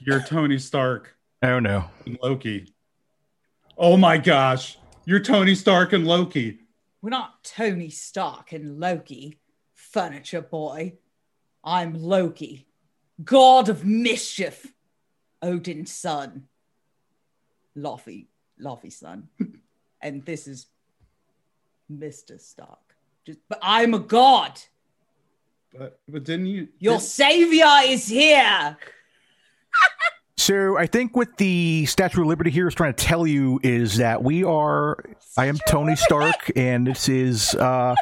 [SPEAKER 2] you're Tony Stark
[SPEAKER 1] Oh no!
[SPEAKER 2] and Loki. Oh my gosh, you're Tony Stark and Loki.
[SPEAKER 4] We're not Tony Stark and Loki, furniture boy. I'm Loki, god of mischief, Odin's son, Lofi, Lofi's son. *laughs* and this is Mr. Stark. Just, but I'm a god.
[SPEAKER 2] But but didn't you?
[SPEAKER 4] Your savior is here.
[SPEAKER 1] So I think what the Statue of Liberty here is trying to tell you is that we are. I am Tony Stark, and this is uh,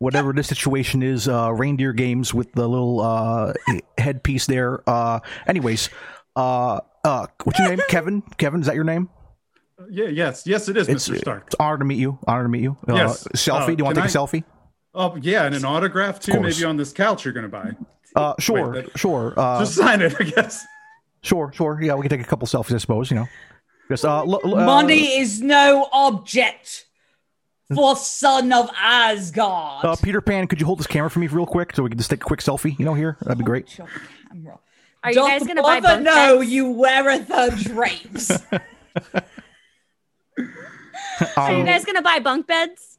[SPEAKER 1] whatever this situation is. Uh, reindeer games with the little uh, headpiece there. Uh, anyways, uh, uh, what's your name? Kevin. Kevin, is that your name?
[SPEAKER 2] yeah, yes, yes, it is,
[SPEAKER 1] It's,
[SPEAKER 2] Mr. Stark.
[SPEAKER 1] it's honor to meet you. Honor to meet you. Uh,
[SPEAKER 2] Yes.
[SPEAKER 1] Selfie.
[SPEAKER 2] Uh,
[SPEAKER 1] Do you want to
[SPEAKER 2] can
[SPEAKER 1] take a selfie?
[SPEAKER 2] Oh yeah, and an autograph too.
[SPEAKER 1] course.
[SPEAKER 2] Maybe on this couch you're gonna buy.
[SPEAKER 1] Uh, sure,
[SPEAKER 2] Wait, that-
[SPEAKER 1] sure. Uh,
[SPEAKER 2] Just sign it, I guess.
[SPEAKER 1] Sure, sure. Yeah, we can take a couple selfies, I suppose. You know, just uh, lo- lo- uh,
[SPEAKER 4] Money is no object for son of Asgard.
[SPEAKER 1] Uh, Peter Pan, could you hold this camera for me real quick so we can just take a quick selfie? You know, here that'd be great.
[SPEAKER 4] Put your camera.
[SPEAKER 3] Are you guys gonna buy bunk
[SPEAKER 4] No,
[SPEAKER 3] beds?
[SPEAKER 4] you weareth her drapes.
[SPEAKER 3] Are you
[SPEAKER 1] Um,
[SPEAKER 3] guys gonna buy
[SPEAKER 4] *laughs*
[SPEAKER 3] bunk beds?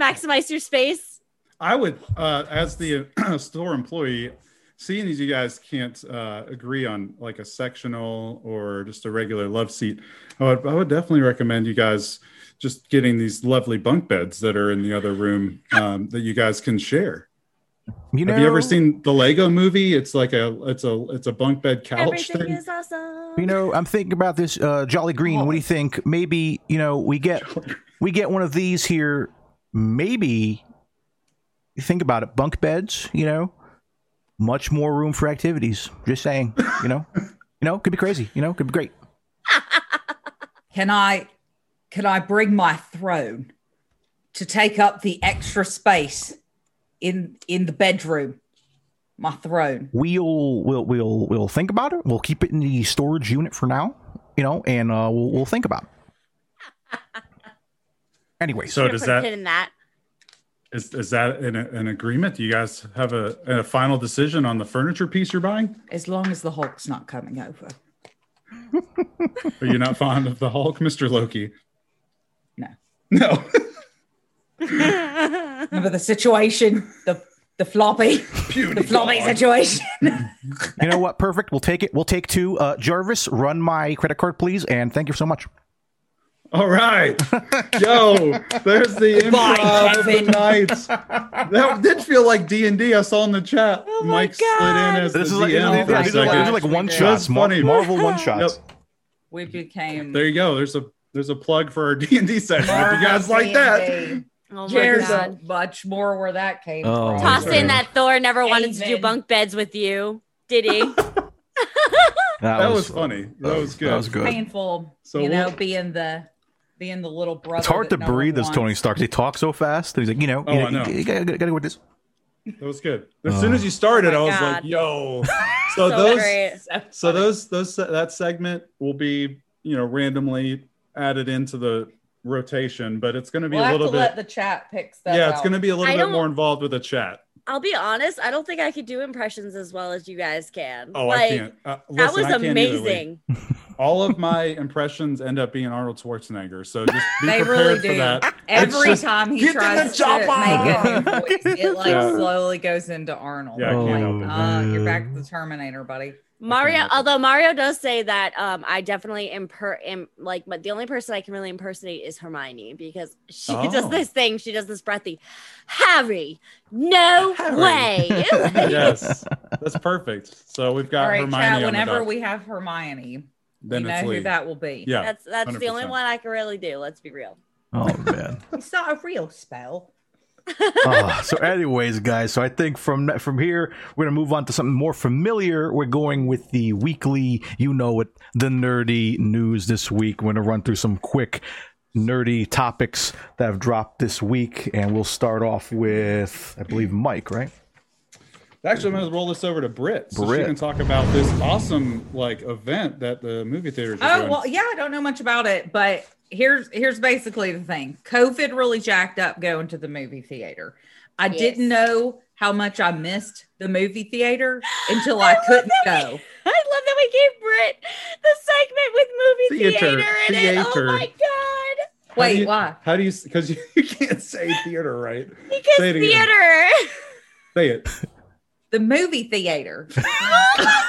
[SPEAKER 3] Maximize your space.
[SPEAKER 2] I would, uh, as the *clears throat* store employee, seeing as you guys can't uh, agree on like a sectional or just a regular love seat, I would, I would definitely recommend you guys just getting these lovely bunk beds that are in the other room um, that you guys can share.
[SPEAKER 1] you know,
[SPEAKER 2] Have you ever seen the Lego Movie? It's like a it's a it's a bunk bed couch
[SPEAKER 3] Everything
[SPEAKER 2] thing.
[SPEAKER 3] is awesome.
[SPEAKER 1] You know, I'm thinking about this uh, Jolly Green. What do you think? Maybe you know we get we get one of these here. Maybe you think about it, bunk beds. You know, much more room for activities. Just saying. You know, you know, could be crazy. You know, could be great.
[SPEAKER 4] *laughs* can I can I bring my throne to take up the extra space in in the bedroom? My throne.
[SPEAKER 1] we'll we'll we'll we'll think about it. We'll keep it in the storage unit for now, you know, and uh, we'll we'll think about it.
[SPEAKER 2] *laughs*
[SPEAKER 1] Anyways,
[SPEAKER 2] So
[SPEAKER 3] Gonna
[SPEAKER 2] does
[SPEAKER 3] put a
[SPEAKER 2] that
[SPEAKER 3] pin in that?
[SPEAKER 2] is, is that an, an agreement? Do you guys have a, a final decision on the furniture piece you're buying?
[SPEAKER 4] As long as the Hulk's not coming over.
[SPEAKER 3] *laughs*
[SPEAKER 2] Are you not fond of the Hulk, Mr. Loki?
[SPEAKER 4] No.
[SPEAKER 2] No. *laughs*
[SPEAKER 4] Remember the situation? The the floppy. the floppy situation. *laughs*
[SPEAKER 1] you know what? Perfect. We'll take it. We'll take two. Uh, Jarvis, run my credit card, please, and thank you so much.
[SPEAKER 2] All right. Yo, there's the
[SPEAKER 4] Bye,
[SPEAKER 2] improv of the
[SPEAKER 4] Kevin.
[SPEAKER 2] night. That did feel like D&D. I saw in the chat.
[SPEAKER 4] my
[SPEAKER 2] Mike slid in
[SPEAKER 4] God.
[SPEAKER 2] as
[SPEAKER 1] This
[SPEAKER 2] the
[SPEAKER 1] is like,
[SPEAKER 2] DM
[SPEAKER 4] these
[SPEAKER 2] for
[SPEAKER 4] are-
[SPEAKER 2] a
[SPEAKER 4] these are like-
[SPEAKER 2] second.
[SPEAKER 4] these are like
[SPEAKER 1] one
[SPEAKER 4] That's
[SPEAKER 1] shots, Mar-
[SPEAKER 2] funny.
[SPEAKER 1] Marvel one *laughs* shots.
[SPEAKER 2] Yep.
[SPEAKER 4] We became
[SPEAKER 2] There you go. There's a there's a plug for our *laughs* D&D session. If you guys like that.
[SPEAKER 3] Oh my
[SPEAKER 4] There's
[SPEAKER 3] god.
[SPEAKER 4] much more where that came
[SPEAKER 1] Oh,
[SPEAKER 4] from.
[SPEAKER 3] Toss
[SPEAKER 2] Sorry.
[SPEAKER 3] in that Thor never wanted to do
[SPEAKER 4] Amen.
[SPEAKER 3] bunk beds with you, did he?
[SPEAKER 2] That was funny. That was good.
[SPEAKER 1] That was good.
[SPEAKER 4] painful.
[SPEAKER 2] So
[SPEAKER 4] you know,
[SPEAKER 2] we'll-
[SPEAKER 4] being the being the little brother.
[SPEAKER 1] It's hard to
[SPEAKER 4] that no
[SPEAKER 1] breathe
[SPEAKER 4] one
[SPEAKER 1] as Tony
[SPEAKER 4] wants.
[SPEAKER 1] Stark. 'cause He talks so fast. He's like, you know,
[SPEAKER 2] Oh,
[SPEAKER 1] you,
[SPEAKER 2] I know.
[SPEAKER 1] you, you gotta, gotta go with this.
[SPEAKER 2] That was good. As
[SPEAKER 1] Uh,
[SPEAKER 2] soon as you started,
[SPEAKER 3] Oh
[SPEAKER 2] I
[SPEAKER 3] my
[SPEAKER 2] was
[SPEAKER 3] God.
[SPEAKER 2] like, yo. So,
[SPEAKER 3] So
[SPEAKER 2] those
[SPEAKER 3] great.
[SPEAKER 2] so those those that segment will be you know randomly added into the rotation but it's going to be
[SPEAKER 4] We'll
[SPEAKER 2] a
[SPEAKER 4] have to
[SPEAKER 2] little bit
[SPEAKER 4] let the chat pick stuff.
[SPEAKER 2] yeah it's
[SPEAKER 4] out.
[SPEAKER 2] going to be a little
[SPEAKER 3] I
[SPEAKER 2] bit
[SPEAKER 3] don't-
[SPEAKER 2] more involved with the chat
[SPEAKER 3] *laughs* I'll be honest, I don't think I could do impressions as well as you guys can.
[SPEAKER 2] oh
[SPEAKER 3] Like,
[SPEAKER 2] i can't uh,
[SPEAKER 3] That
[SPEAKER 2] listen, I
[SPEAKER 3] was
[SPEAKER 2] can't either, Lee.
[SPEAKER 3] amazing.
[SPEAKER 2] all of my *laughs* impressions end up being arnold schwarzenegger so just
[SPEAKER 3] *laughs*
[SPEAKER 2] be
[SPEAKER 4] They
[SPEAKER 2] prepared
[SPEAKER 4] really
[SPEAKER 2] for
[SPEAKER 4] do.
[SPEAKER 2] that It's
[SPEAKER 4] Every
[SPEAKER 2] just-
[SPEAKER 4] time he
[SPEAKER 2] get to
[SPEAKER 4] tries
[SPEAKER 2] the
[SPEAKER 4] to
[SPEAKER 2] chopper!
[SPEAKER 4] make a new voice, it
[SPEAKER 2] *laughs*
[SPEAKER 4] like
[SPEAKER 2] Yeah.
[SPEAKER 4] slowly goes into Arnold.
[SPEAKER 2] Yeah, I can't
[SPEAKER 4] Like,
[SPEAKER 2] help it.
[SPEAKER 4] uh, you're back to the Terminator, buddy.
[SPEAKER 3] Mario,
[SPEAKER 2] imagine.
[SPEAKER 3] although Mario does say that um, I definitely imper Im- like, but the only person I can really impersonate is Hermione because she *laughs*
[SPEAKER 2] Oh.
[SPEAKER 3] does this thing. She does this breathy, Harry. No
[SPEAKER 1] Harry.
[SPEAKER 2] *laughs*
[SPEAKER 3] way.
[SPEAKER 2] yes, that's perfect. So we've got
[SPEAKER 4] All right,
[SPEAKER 2] Hermione on
[SPEAKER 4] chat.
[SPEAKER 2] the
[SPEAKER 4] Whenever
[SPEAKER 2] dock.
[SPEAKER 4] we have Hermione,
[SPEAKER 2] then
[SPEAKER 4] you
[SPEAKER 2] it's
[SPEAKER 4] know who
[SPEAKER 2] Lee.
[SPEAKER 4] that will be.
[SPEAKER 2] yeah,
[SPEAKER 3] that's that's the only
[SPEAKER 2] 100%.
[SPEAKER 3] one I can really do. Let's be real.
[SPEAKER 1] Oh man.
[SPEAKER 4] It's not a real spell.
[SPEAKER 1] Ah, so, anyways, guys, so I think from from here we're gonna move on to something more familiar. We're going with the weekly, you know it, the nerdy news this week. We're gonna run through some quick nerdy topics that have dropped this week, and we'll start off with I believe Mike, right?
[SPEAKER 2] Actually, I'm gonna roll this over to Brit so she
[SPEAKER 1] Brit.
[SPEAKER 2] can talk about this awesome like event that the movie theaters are
[SPEAKER 4] Oh
[SPEAKER 2] doing.
[SPEAKER 4] well, yeah, I don't know much about it, but here's here's basically the thing. COVID really jacked up going to the movie theater. I
[SPEAKER 3] Yes.
[SPEAKER 4] didn't know how much I missed the movie theater until I, couldn't go.
[SPEAKER 3] *laughs* I love that we gave Brit the segment with movie
[SPEAKER 2] Theater,
[SPEAKER 3] theater, in it.
[SPEAKER 2] theater.
[SPEAKER 3] Oh my god!
[SPEAKER 2] How do
[SPEAKER 4] Wait,
[SPEAKER 2] you-
[SPEAKER 4] why?
[SPEAKER 2] How do you? Because you, you *laughs* can't say theater right.
[SPEAKER 3] Because
[SPEAKER 2] Say it again.
[SPEAKER 3] theater. *laughs*
[SPEAKER 2] Say it.
[SPEAKER 4] The movie
[SPEAKER 2] *laughs*
[SPEAKER 4] theater.
[SPEAKER 3] Oh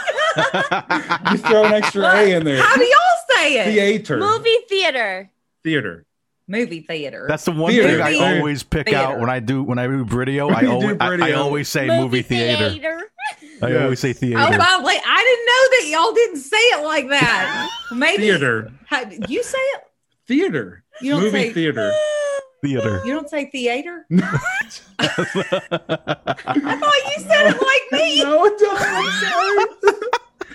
[SPEAKER 2] You throw an extra A in there.
[SPEAKER 4] How do y'all say it?
[SPEAKER 2] Theater.
[SPEAKER 3] movie theater.
[SPEAKER 2] Theater.
[SPEAKER 4] Movie theater.
[SPEAKER 1] That's the one
[SPEAKER 2] Theater.
[SPEAKER 1] thing I
[SPEAKER 4] Theater.
[SPEAKER 1] always pick
[SPEAKER 4] Theater.
[SPEAKER 1] out when I do when I do Britio. I
[SPEAKER 2] When you
[SPEAKER 1] always
[SPEAKER 2] do
[SPEAKER 1] I, I
[SPEAKER 2] Britio.
[SPEAKER 1] always say movie, theater. I
[SPEAKER 2] Yes.
[SPEAKER 1] always say theater.
[SPEAKER 4] Oh my! Wait, I didn't know that y'all didn't say it
[SPEAKER 2] *laughs*
[SPEAKER 4] like that. Maybe
[SPEAKER 2] Theater.
[SPEAKER 4] How, you say it.
[SPEAKER 2] Theater.
[SPEAKER 4] You don't
[SPEAKER 2] movie
[SPEAKER 4] say-
[SPEAKER 2] theater.
[SPEAKER 1] theater. *laughs*
[SPEAKER 4] *gasps* You don't say theater.
[SPEAKER 1] I
[SPEAKER 4] I thought you said it like me.
[SPEAKER 2] *laughs* No, don't. I'm sorry.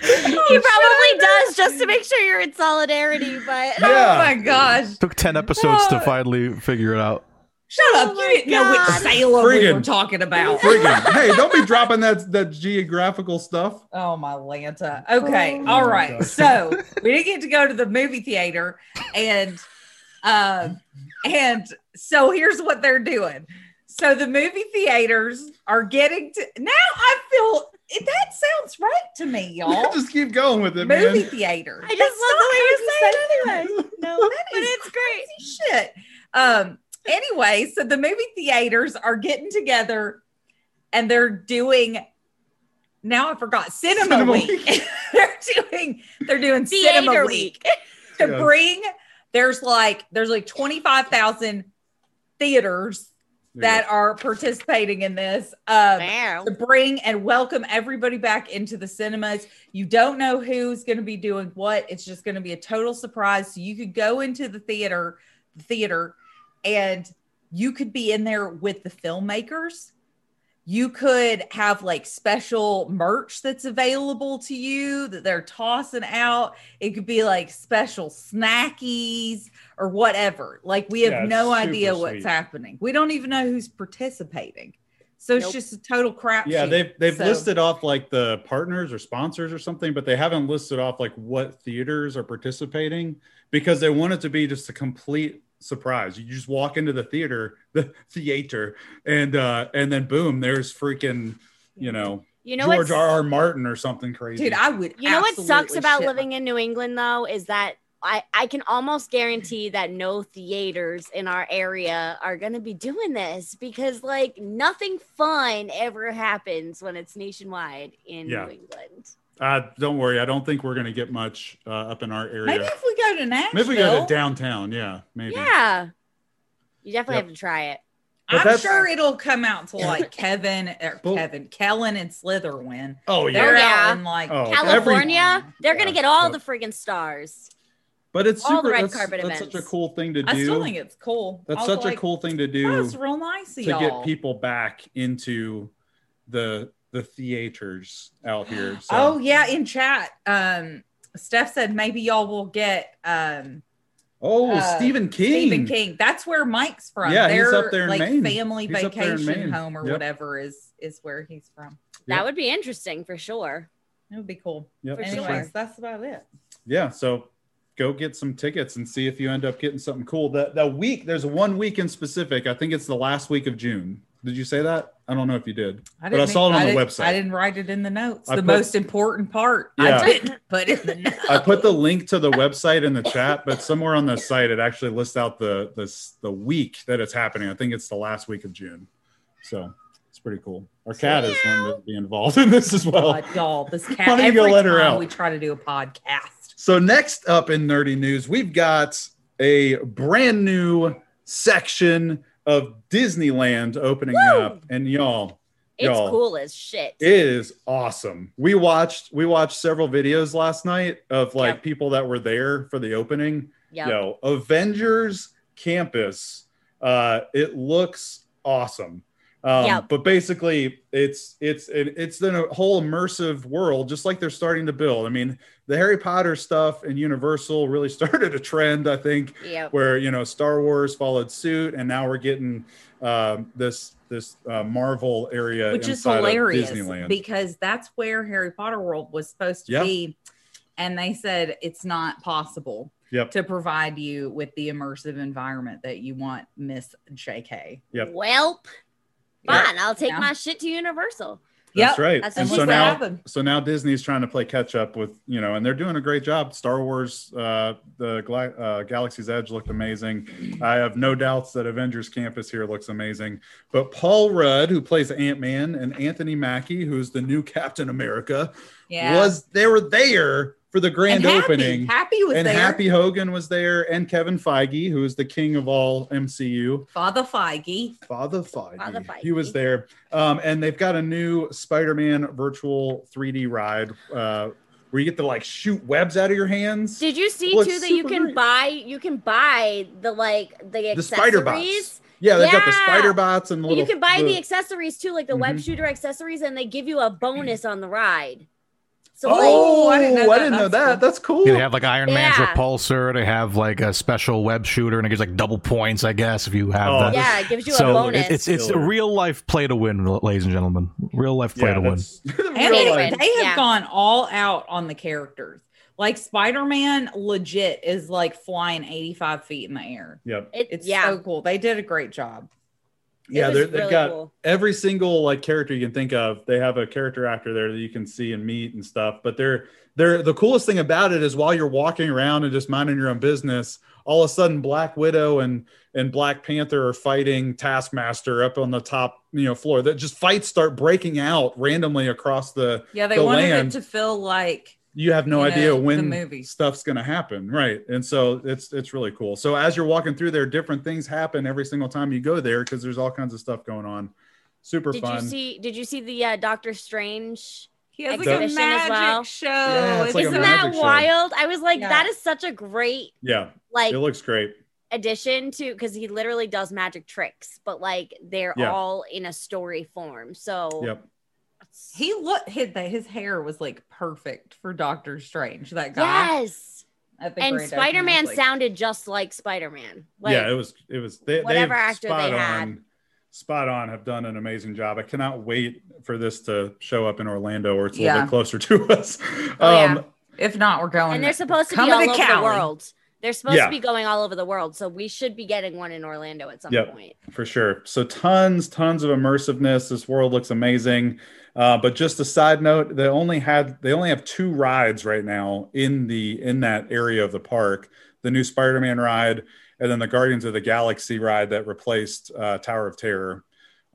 [SPEAKER 3] He probably does just to make sure you're in solidarity, but
[SPEAKER 4] Oh my
[SPEAKER 2] Yeah.
[SPEAKER 4] gosh.
[SPEAKER 1] Took ten episodes to
[SPEAKER 4] Oh.
[SPEAKER 1] finally figure it out.
[SPEAKER 4] Shut up.
[SPEAKER 3] Oh
[SPEAKER 4] you
[SPEAKER 3] my
[SPEAKER 4] didn't know
[SPEAKER 3] God.
[SPEAKER 4] which sailor we were
[SPEAKER 2] Friggin-
[SPEAKER 4] talking
[SPEAKER 3] *laughs*
[SPEAKER 2] *laughs*
[SPEAKER 4] about.
[SPEAKER 2] Friggin'. Hey, don't be dropping that that geographical stuff.
[SPEAKER 4] Oh my Lanta. Okay.
[SPEAKER 2] Oh
[SPEAKER 4] All
[SPEAKER 2] my
[SPEAKER 4] right.
[SPEAKER 2] gosh.
[SPEAKER 4] So we didn't get to go to the movie theater. And um and so here's what they're doing. So the movie theaters are getting to now I feel that sounds right to me, y'all.
[SPEAKER 2] Just keep going with it,
[SPEAKER 4] movie
[SPEAKER 2] man.
[SPEAKER 4] theater.
[SPEAKER 3] *laughs* I just
[SPEAKER 4] That's
[SPEAKER 3] love the way
[SPEAKER 4] not
[SPEAKER 3] you
[SPEAKER 4] how
[SPEAKER 3] say
[SPEAKER 4] it
[SPEAKER 3] it anyway.
[SPEAKER 2] *laughs*
[SPEAKER 3] No,
[SPEAKER 4] That
[SPEAKER 3] but
[SPEAKER 4] is
[SPEAKER 3] it's great.
[SPEAKER 4] shit. Um, anyway, so the movie theaters are getting together and they're doing now I forgot cinema,
[SPEAKER 2] Cinema
[SPEAKER 4] week. *laughs* they're doing they're doing cinema
[SPEAKER 3] Theater
[SPEAKER 4] week,
[SPEAKER 3] week.
[SPEAKER 4] to
[SPEAKER 2] Yes.
[SPEAKER 4] bring there's like there's like 25,000 theaters that are participating in this. Um,
[SPEAKER 3] Wow.
[SPEAKER 4] to bring and welcome everybody back into the cinemas. You don't know who's going to be doing what. It's just going to be a total surprise. So you could go into the theater, the theater, and you could be in there with the filmmakers. You could have like special merch that's available to you that they're tossing out. It could be like special snackies or whatever. Like we have
[SPEAKER 2] Yeah, it's
[SPEAKER 4] no
[SPEAKER 2] super
[SPEAKER 4] idea what's
[SPEAKER 2] sweet.
[SPEAKER 4] happening. We don't even know who's participating. So it's
[SPEAKER 3] Nope.
[SPEAKER 4] just a total crap.
[SPEAKER 2] yeah, they've they've
[SPEAKER 4] So-
[SPEAKER 2] listed off like the partners or sponsors or something, but they haven't listed off like what theaters are participating because they want it to be just a complete surprise. You just walk into the theater, *laughs* the theater, and uh and then boom, there's freaking you know,
[SPEAKER 3] You know
[SPEAKER 2] George
[SPEAKER 3] what's
[SPEAKER 2] R. R. Martin or something crazy.
[SPEAKER 4] Dude, I would.
[SPEAKER 3] you know what sucks
[SPEAKER 4] absolutely
[SPEAKER 3] about
[SPEAKER 4] shit
[SPEAKER 3] living in New England though is that I, I can almost guarantee that no theaters in our area are going to be doing this because like nothing fun ever happens when it's nationwide in
[SPEAKER 2] Yeah.
[SPEAKER 3] New England.
[SPEAKER 2] uh, don't worry, I don't think we're gonna get much uh, up in our area.
[SPEAKER 4] Maybe if we go to Nashville,
[SPEAKER 2] Maybe we go to downtown, yeah, maybe.
[SPEAKER 3] Yeah. You definitely
[SPEAKER 2] Yep.
[SPEAKER 3] have to try it.
[SPEAKER 2] But
[SPEAKER 4] I'm
[SPEAKER 2] that's-
[SPEAKER 4] sure it'll come out to
[SPEAKER 2] *laughs*
[SPEAKER 4] like Kevin, or
[SPEAKER 2] Well-
[SPEAKER 4] Kevin, Kellen, and Slitherwin.
[SPEAKER 2] Oh yeah,
[SPEAKER 4] They're
[SPEAKER 3] yeah.
[SPEAKER 4] out in like
[SPEAKER 2] Oh,
[SPEAKER 3] California, they're going
[SPEAKER 2] Yeah,
[SPEAKER 3] to get all
[SPEAKER 2] but-
[SPEAKER 3] the friggin' stars.
[SPEAKER 2] but it's
[SPEAKER 3] all
[SPEAKER 2] super.
[SPEAKER 3] the red
[SPEAKER 2] that's,
[SPEAKER 3] carpet
[SPEAKER 2] that's
[SPEAKER 3] events.
[SPEAKER 2] such a cool thing to do.
[SPEAKER 4] I still think it's cool. I
[SPEAKER 2] That's
[SPEAKER 4] was
[SPEAKER 2] such
[SPEAKER 4] like,
[SPEAKER 2] a cool thing to do
[SPEAKER 4] "Oh, It's real nice
[SPEAKER 2] to
[SPEAKER 4] of y'all.
[SPEAKER 2] get people back into the the theaters out here. So.
[SPEAKER 4] Oh yeah, in chat, um, Steph said maybe y'all will get um,
[SPEAKER 2] oh,
[SPEAKER 4] uh,
[SPEAKER 2] Stephen King.
[SPEAKER 4] Stephen King. That's where Mike's from.
[SPEAKER 2] Yeah, he's
[SPEAKER 4] Their,
[SPEAKER 2] up there in
[SPEAKER 4] like
[SPEAKER 2] Maine.
[SPEAKER 4] family
[SPEAKER 2] He's up there in
[SPEAKER 4] vacation
[SPEAKER 2] Maine.
[SPEAKER 4] home or
[SPEAKER 2] Yep.
[SPEAKER 4] whatever is is where he's from.
[SPEAKER 2] Yep.
[SPEAKER 3] That would be interesting for sure.
[SPEAKER 4] It would be cool.
[SPEAKER 2] Yep.
[SPEAKER 3] For
[SPEAKER 4] Anyways,
[SPEAKER 3] sure.
[SPEAKER 4] that's about it.
[SPEAKER 2] Yeah, so go get some tickets and see if you end up getting something cool. That that week, there's one week in specific. I think it's the last week of June. Did you say that? I don't know if you did.
[SPEAKER 4] I
[SPEAKER 2] But I saw it on the
[SPEAKER 4] didn't-
[SPEAKER 2] website.
[SPEAKER 4] I didn't write it in the notes.
[SPEAKER 2] I
[SPEAKER 4] the
[SPEAKER 2] put-
[SPEAKER 4] most important part.
[SPEAKER 2] Yeah.
[SPEAKER 4] I didn't put in
[SPEAKER 2] *laughs*
[SPEAKER 4] the notes.
[SPEAKER 2] I put the link to the website in the chat, but somewhere on the site it actually lists out the this the week that it's happening. I think it's the last week of June. So it's pretty cool. Our cat is going to be involved in this as well.
[SPEAKER 4] God, y'all, this cat.
[SPEAKER 2] Why don't you
[SPEAKER 4] every
[SPEAKER 2] go let her
[SPEAKER 4] time
[SPEAKER 2] out?
[SPEAKER 4] we try to do a podcast.
[SPEAKER 2] So next up in nerdy news, we've got a brand new section of Disneyland opening
[SPEAKER 3] Woo!
[SPEAKER 2] up, and y'all,
[SPEAKER 3] It's
[SPEAKER 2] Y'all.
[SPEAKER 3] cool as shit.
[SPEAKER 2] it is awesome. We watched we watched several videos last night of like
[SPEAKER 3] Yeah.
[SPEAKER 2] people that were there for the opening.
[SPEAKER 3] yeah.
[SPEAKER 2] Yo, Avengers Campus. Uh, it looks awesome. Um,
[SPEAKER 3] Yeah.
[SPEAKER 2] But basically, it's it's it- it's in a whole immersive world, just like they're starting to build. I mean, the Harry Potter stuff and Universal really *laughs* started a trend, I think,
[SPEAKER 3] Yeah.
[SPEAKER 2] where you know Star Wars followed suit, and now we're getting um this this uh, Marvel area,
[SPEAKER 4] which is
[SPEAKER 2] Uh, inside of
[SPEAKER 4] hilarious
[SPEAKER 2] Disneyland.
[SPEAKER 4] because that's where Harry Potter World was supposed to
[SPEAKER 2] Yep.
[SPEAKER 4] be. And they said it's not possible
[SPEAKER 2] Yep.
[SPEAKER 4] to provide you with the immersive environment that you want, Miss JK.
[SPEAKER 2] Yep.
[SPEAKER 3] Well,
[SPEAKER 2] Yep.
[SPEAKER 3] fine. I'll take
[SPEAKER 4] Yeah.
[SPEAKER 3] my shit to Universal.
[SPEAKER 2] That's right.
[SPEAKER 4] That's
[SPEAKER 2] and
[SPEAKER 3] what
[SPEAKER 2] so
[SPEAKER 3] we
[SPEAKER 2] now,
[SPEAKER 3] said.
[SPEAKER 4] happened.
[SPEAKER 2] so now Disney's trying to play catch up with you know, and they're doing a great job. Star Wars, uh, the Gla- uh, Galaxy's Edge looked amazing. I have no doubts that Avengers Campus here looks amazing. But Paul Rudd, who plays Ant Man, and Anthony Mackie, who's the new *laughs* Captain America,
[SPEAKER 4] Yeah.
[SPEAKER 2] was they were there for the grand
[SPEAKER 4] And Happy-
[SPEAKER 2] opening.
[SPEAKER 4] Happy was
[SPEAKER 2] and
[SPEAKER 4] there.
[SPEAKER 2] Happy Hogan was there, and Kevin Feige, who is the king of all MCU.
[SPEAKER 4] Father Feige.
[SPEAKER 2] Father Feige.
[SPEAKER 3] Father Feige.
[SPEAKER 2] He was there. Um, and they've got a new Spider-Man virtual 3D ride uh, where you get to like shoot webs out of your hands.
[SPEAKER 3] Did you see
[SPEAKER 2] Well, it's
[SPEAKER 3] too that you
[SPEAKER 2] super
[SPEAKER 3] can
[SPEAKER 2] nice.
[SPEAKER 3] buy you can buy the like the
[SPEAKER 2] The spider
[SPEAKER 3] accessories?
[SPEAKER 2] bots. Yeah, they've got the
[SPEAKER 3] Yeah.
[SPEAKER 2] spider bots and the little.
[SPEAKER 3] you can buy the,
[SPEAKER 2] the-
[SPEAKER 3] accessories too, like the web
[SPEAKER 2] Mhm.
[SPEAKER 3] shooter accessories, and they give you a bonus on the ride. So
[SPEAKER 2] Oh, I didn't know that.
[SPEAKER 4] That's cool.
[SPEAKER 2] That's cool.
[SPEAKER 1] Yeah, they have like Iron Man's
[SPEAKER 3] Yeah.
[SPEAKER 1] repulsor. They have like a special web shooter, and it gives like double points, I guess, if you have
[SPEAKER 2] Oh,
[SPEAKER 1] that.
[SPEAKER 3] like, yeah, it gives you
[SPEAKER 1] so
[SPEAKER 3] a bonus.
[SPEAKER 1] it- it's it's a
[SPEAKER 2] Killer.
[SPEAKER 1] real life play to win, ladies and gentlemen. Real life play
[SPEAKER 2] Yeah,
[SPEAKER 1] to win.
[SPEAKER 2] that's- *laughs* real
[SPEAKER 4] And they,
[SPEAKER 2] life.
[SPEAKER 3] Right.
[SPEAKER 4] they have
[SPEAKER 3] Yeah.
[SPEAKER 4] gone all out on the characters. Like Spider Man legit is like flying 85 feet in the air.
[SPEAKER 2] Yep.
[SPEAKER 3] It-
[SPEAKER 4] It's
[SPEAKER 3] yeah,
[SPEAKER 4] so cool. They did a great job.
[SPEAKER 3] it
[SPEAKER 2] Yeah,
[SPEAKER 3] was
[SPEAKER 2] they're- they've
[SPEAKER 3] really
[SPEAKER 2] got
[SPEAKER 3] cool.
[SPEAKER 2] every single like character you can think of they have a character actor there that you can see and meet and stuff but they're they're the coolest thing about it is while you're walking around and just minding your own business all of a sudden black widow and and black panther are fighting taskmaster up on the top you know floor that just fights start breaking out randomly across the
[SPEAKER 4] Yeah, they
[SPEAKER 2] The
[SPEAKER 4] wanted
[SPEAKER 2] land.
[SPEAKER 4] it to feel like
[SPEAKER 2] you have no
[SPEAKER 4] You
[SPEAKER 2] idea
[SPEAKER 4] know, the
[SPEAKER 2] when
[SPEAKER 4] movie.
[SPEAKER 2] stuff's going to happen right and so it's it's really cool so as you're walking through there different things happen every single time you go there because there's all kinds of stuff going on super
[SPEAKER 3] Did
[SPEAKER 2] fun
[SPEAKER 3] you see? Did you see the uh, Doctor Strange?
[SPEAKER 4] he has like a
[SPEAKER 3] Exhibition as
[SPEAKER 4] magic
[SPEAKER 3] well.
[SPEAKER 4] show.
[SPEAKER 2] Yeah, it's like a
[SPEAKER 3] Isn't
[SPEAKER 2] magic
[SPEAKER 3] that
[SPEAKER 2] show.
[SPEAKER 3] wild? I was like,
[SPEAKER 4] Yeah.
[SPEAKER 3] that is such a great
[SPEAKER 2] yeah
[SPEAKER 3] like
[SPEAKER 2] it looks great.
[SPEAKER 3] addition to because he literally does magic tricks, but like they're
[SPEAKER 2] Yeah.
[SPEAKER 3] all in a story form. So
[SPEAKER 2] Yep.
[SPEAKER 4] he looked his, his hair was like perfect for Doctor Strange. That guy
[SPEAKER 3] yes,
[SPEAKER 4] at the
[SPEAKER 3] and
[SPEAKER 4] grand opening
[SPEAKER 3] Spider Man
[SPEAKER 4] was like-
[SPEAKER 3] sounded just like Spider Man. Like,
[SPEAKER 2] yeah, it was. It was. They,
[SPEAKER 3] whatever
[SPEAKER 2] they've
[SPEAKER 3] actor they
[SPEAKER 2] spot
[SPEAKER 3] had.
[SPEAKER 2] on, spot on, have done an amazing job. I cannot wait for this to show up in Orlando, or it's a little
[SPEAKER 4] Yeah.
[SPEAKER 2] bit closer *laughs* to us.
[SPEAKER 3] Oh,
[SPEAKER 2] um,
[SPEAKER 4] If not, we're going.
[SPEAKER 3] and they're supposed to be
[SPEAKER 4] Come
[SPEAKER 3] all
[SPEAKER 4] to
[SPEAKER 3] over
[SPEAKER 4] Cali.
[SPEAKER 3] the world. They're supposed
[SPEAKER 2] Yeah.
[SPEAKER 3] to be going all over the world, so we should be getting one in Orlando at some
[SPEAKER 2] Yep.
[SPEAKER 3] point.
[SPEAKER 2] for sure. So tons, tons of immersiveness. This world looks amazing. Uh, but just a side note, they only had they only have two rides right now in the in that area of the park. The new Spider-Man ride, and then the Guardians of the Galaxy ride that replaced uh, Tower of Terror.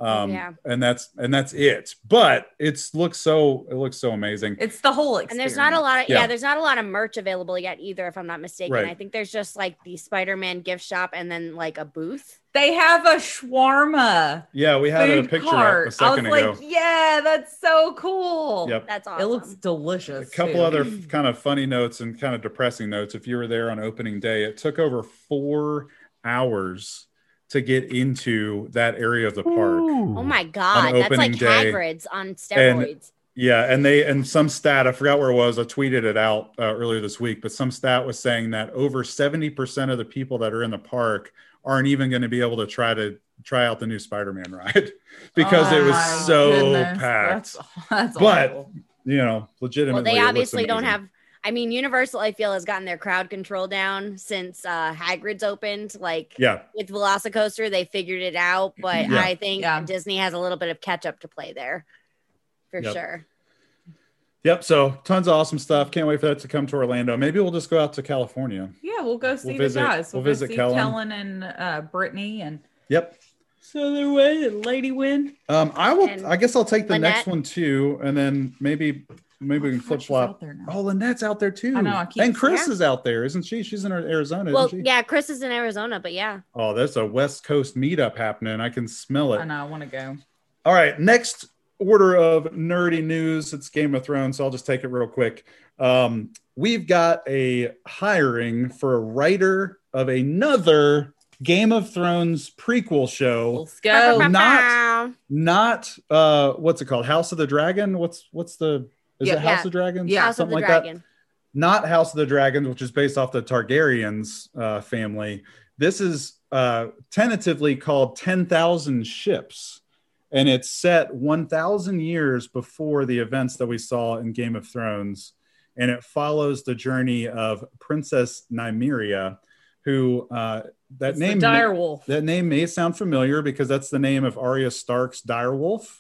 [SPEAKER 2] Um,
[SPEAKER 3] Yeah.
[SPEAKER 2] and that's and that's it. But it's looks so it looks so amazing.
[SPEAKER 4] It's the whole experience.
[SPEAKER 3] And there's not a lot of yeah.
[SPEAKER 2] Yeah.
[SPEAKER 3] there's not a lot of merch available yet either, if I'm not mistaken.
[SPEAKER 2] Right.
[SPEAKER 3] I think there's just like the Spider Man gift shop and then like a booth.
[SPEAKER 4] They have a shawarma
[SPEAKER 2] Yeah, we had a
[SPEAKER 4] food
[SPEAKER 2] picture up a
[SPEAKER 4] cart. I was
[SPEAKER 2] second ago.
[SPEAKER 4] like, yeah, that's so cool.
[SPEAKER 2] Yep.
[SPEAKER 3] That's
[SPEAKER 4] It
[SPEAKER 3] awesome.
[SPEAKER 4] looks
[SPEAKER 2] a
[SPEAKER 4] delicious.
[SPEAKER 2] couple
[SPEAKER 4] too.
[SPEAKER 2] other kind of funny notes and kind of depressing notes. If you were there on opening day, it took over four hours to get into that area of the park.
[SPEAKER 3] Oh my god, that's like
[SPEAKER 2] opening day.
[SPEAKER 3] Hagrid's on steroids.
[SPEAKER 2] Yeah, and they and some stat I forgot where it was. I tweeted it out uh, earlier this week, but some stat was saying that over seventy percent of the people that are in the park aren't even going to be able to try to try out the new Spider-Man *laughs* ride because it
[SPEAKER 4] Oh
[SPEAKER 2] was
[SPEAKER 4] my
[SPEAKER 2] so
[SPEAKER 4] goodness,
[SPEAKER 2] packed.
[SPEAKER 4] That's, that's *laughs*
[SPEAKER 2] But-
[SPEAKER 4] awful.
[SPEAKER 2] You know,
[SPEAKER 3] well,
[SPEAKER 2] legitimately.
[SPEAKER 3] they
[SPEAKER 2] it looks
[SPEAKER 3] obviously don't
[SPEAKER 2] amazing.
[SPEAKER 3] have. I mean, Universal, I feel, has gotten their crowd control down since uh, Hagrid's opened. Like
[SPEAKER 2] Yeah,
[SPEAKER 3] with Velocicoaster, they figured it out, but
[SPEAKER 2] Yeah.
[SPEAKER 3] I think
[SPEAKER 4] Yeah.
[SPEAKER 3] Disney has a little bit of catch up to play there, for
[SPEAKER 2] Yep.
[SPEAKER 3] sure.
[SPEAKER 2] yep. So tons of awesome stuff. Can't wait for that to come to Orlando. Maybe we'll just go out to California.
[SPEAKER 4] yeah, we'll go see
[SPEAKER 2] visit-
[SPEAKER 4] the guys.
[SPEAKER 2] we'll
[SPEAKER 4] go
[SPEAKER 2] visit
[SPEAKER 4] see
[SPEAKER 2] Kellen.
[SPEAKER 4] Kellen and uh, Brittany and
[SPEAKER 2] Yep.
[SPEAKER 4] Southern Wind and Lady Wind.
[SPEAKER 2] Um, I will.
[SPEAKER 3] And
[SPEAKER 2] I guess I'll take the next
[SPEAKER 3] Lynette?
[SPEAKER 2] one too, and then maybe maybe we can flip flop. Oh, Lynette's out there too.
[SPEAKER 4] I know, I keep-
[SPEAKER 2] and Chris is out there, isn't she? She's in Arizona.
[SPEAKER 3] Well,
[SPEAKER 2] isn't she?
[SPEAKER 3] yeah, Chris is in Arizona, but yeah.
[SPEAKER 2] Oh, there's a West Coast meetup happening. I can smell
[SPEAKER 4] I
[SPEAKER 2] it.
[SPEAKER 4] know. I want to go.
[SPEAKER 2] All right, next order of nerdy news. It's Game of Thrones, so I'll just take it real quick. Um, we've got a hiring for a writer of another Game of Thrones prequel show.
[SPEAKER 4] Let's go.
[SPEAKER 2] Not- Not uh, what's it called? House of the Dragon. What's what's the is
[SPEAKER 4] Yeah.
[SPEAKER 2] it House
[SPEAKER 3] Yeah.
[SPEAKER 2] of Dragons?
[SPEAKER 4] Yeah.
[SPEAKER 3] House
[SPEAKER 2] something
[SPEAKER 3] of the
[SPEAKER 2] like that
[SPEAKER 3] Dragon.
[SPEAKER 2] not House of the Dragons, which is based off the Targaryens uh, family. This is uh, tentatively called 10,000 Ships, and it's set 1,000 years before the events that we saw in Game of Thrones. And it follows the journey of Princess Nymeria, who uh, that
[SPEAKER 4] It's the
[SPEAKER 2] name
[SPEAKER 4] dire wolf.
[SPEAKER 2] that name may sound familiar because that's the name of Arya Stark's direwolf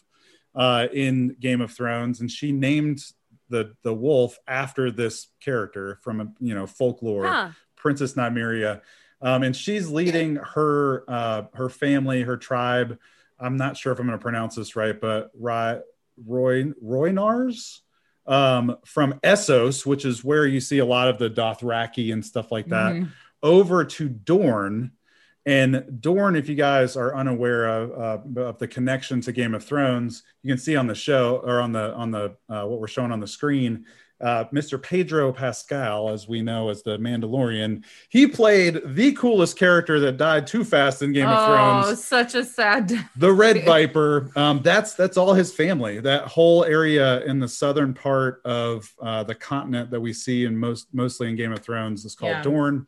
[SPEAKER 2] uh, in Game of Thrones, and she named the the wolf after this character from a you know folklore,
[SPEAKER 3] Huh.
[SPEAKER 2] Princess Nymeria, um, and she's leading her uh, her family, her tribe. I'm not sure if I'm going to pronounce this right, but Roy Roy Roynars um, from Essos, which is where you see a lot of the Dothraki and stuff like that
[SPEAKER 4] Mhm.
[SPEAKER 2] over to Dorne. And Dorne, if you guys are unaware of, uh, of the connection to Game of Thrones, you can see on the show or on the on the uh, what we're showing on the screen, uh, Mr. Pedro Pascal, as we know as the Mandalorian, he played the coolest character that died too fast in Game of
[SPEAKER 4] oh,
[SPEAKER 2] Thrones
[SPEAKER 4] such a sad.
[SPEAKER 2] the red viper um, that's that's all his family that whole area in the southern part of uh, the continent that we see in most mostly in game of thrones is called
[SPEAKER 4] Yeah.
[SPEAKER 2] dorn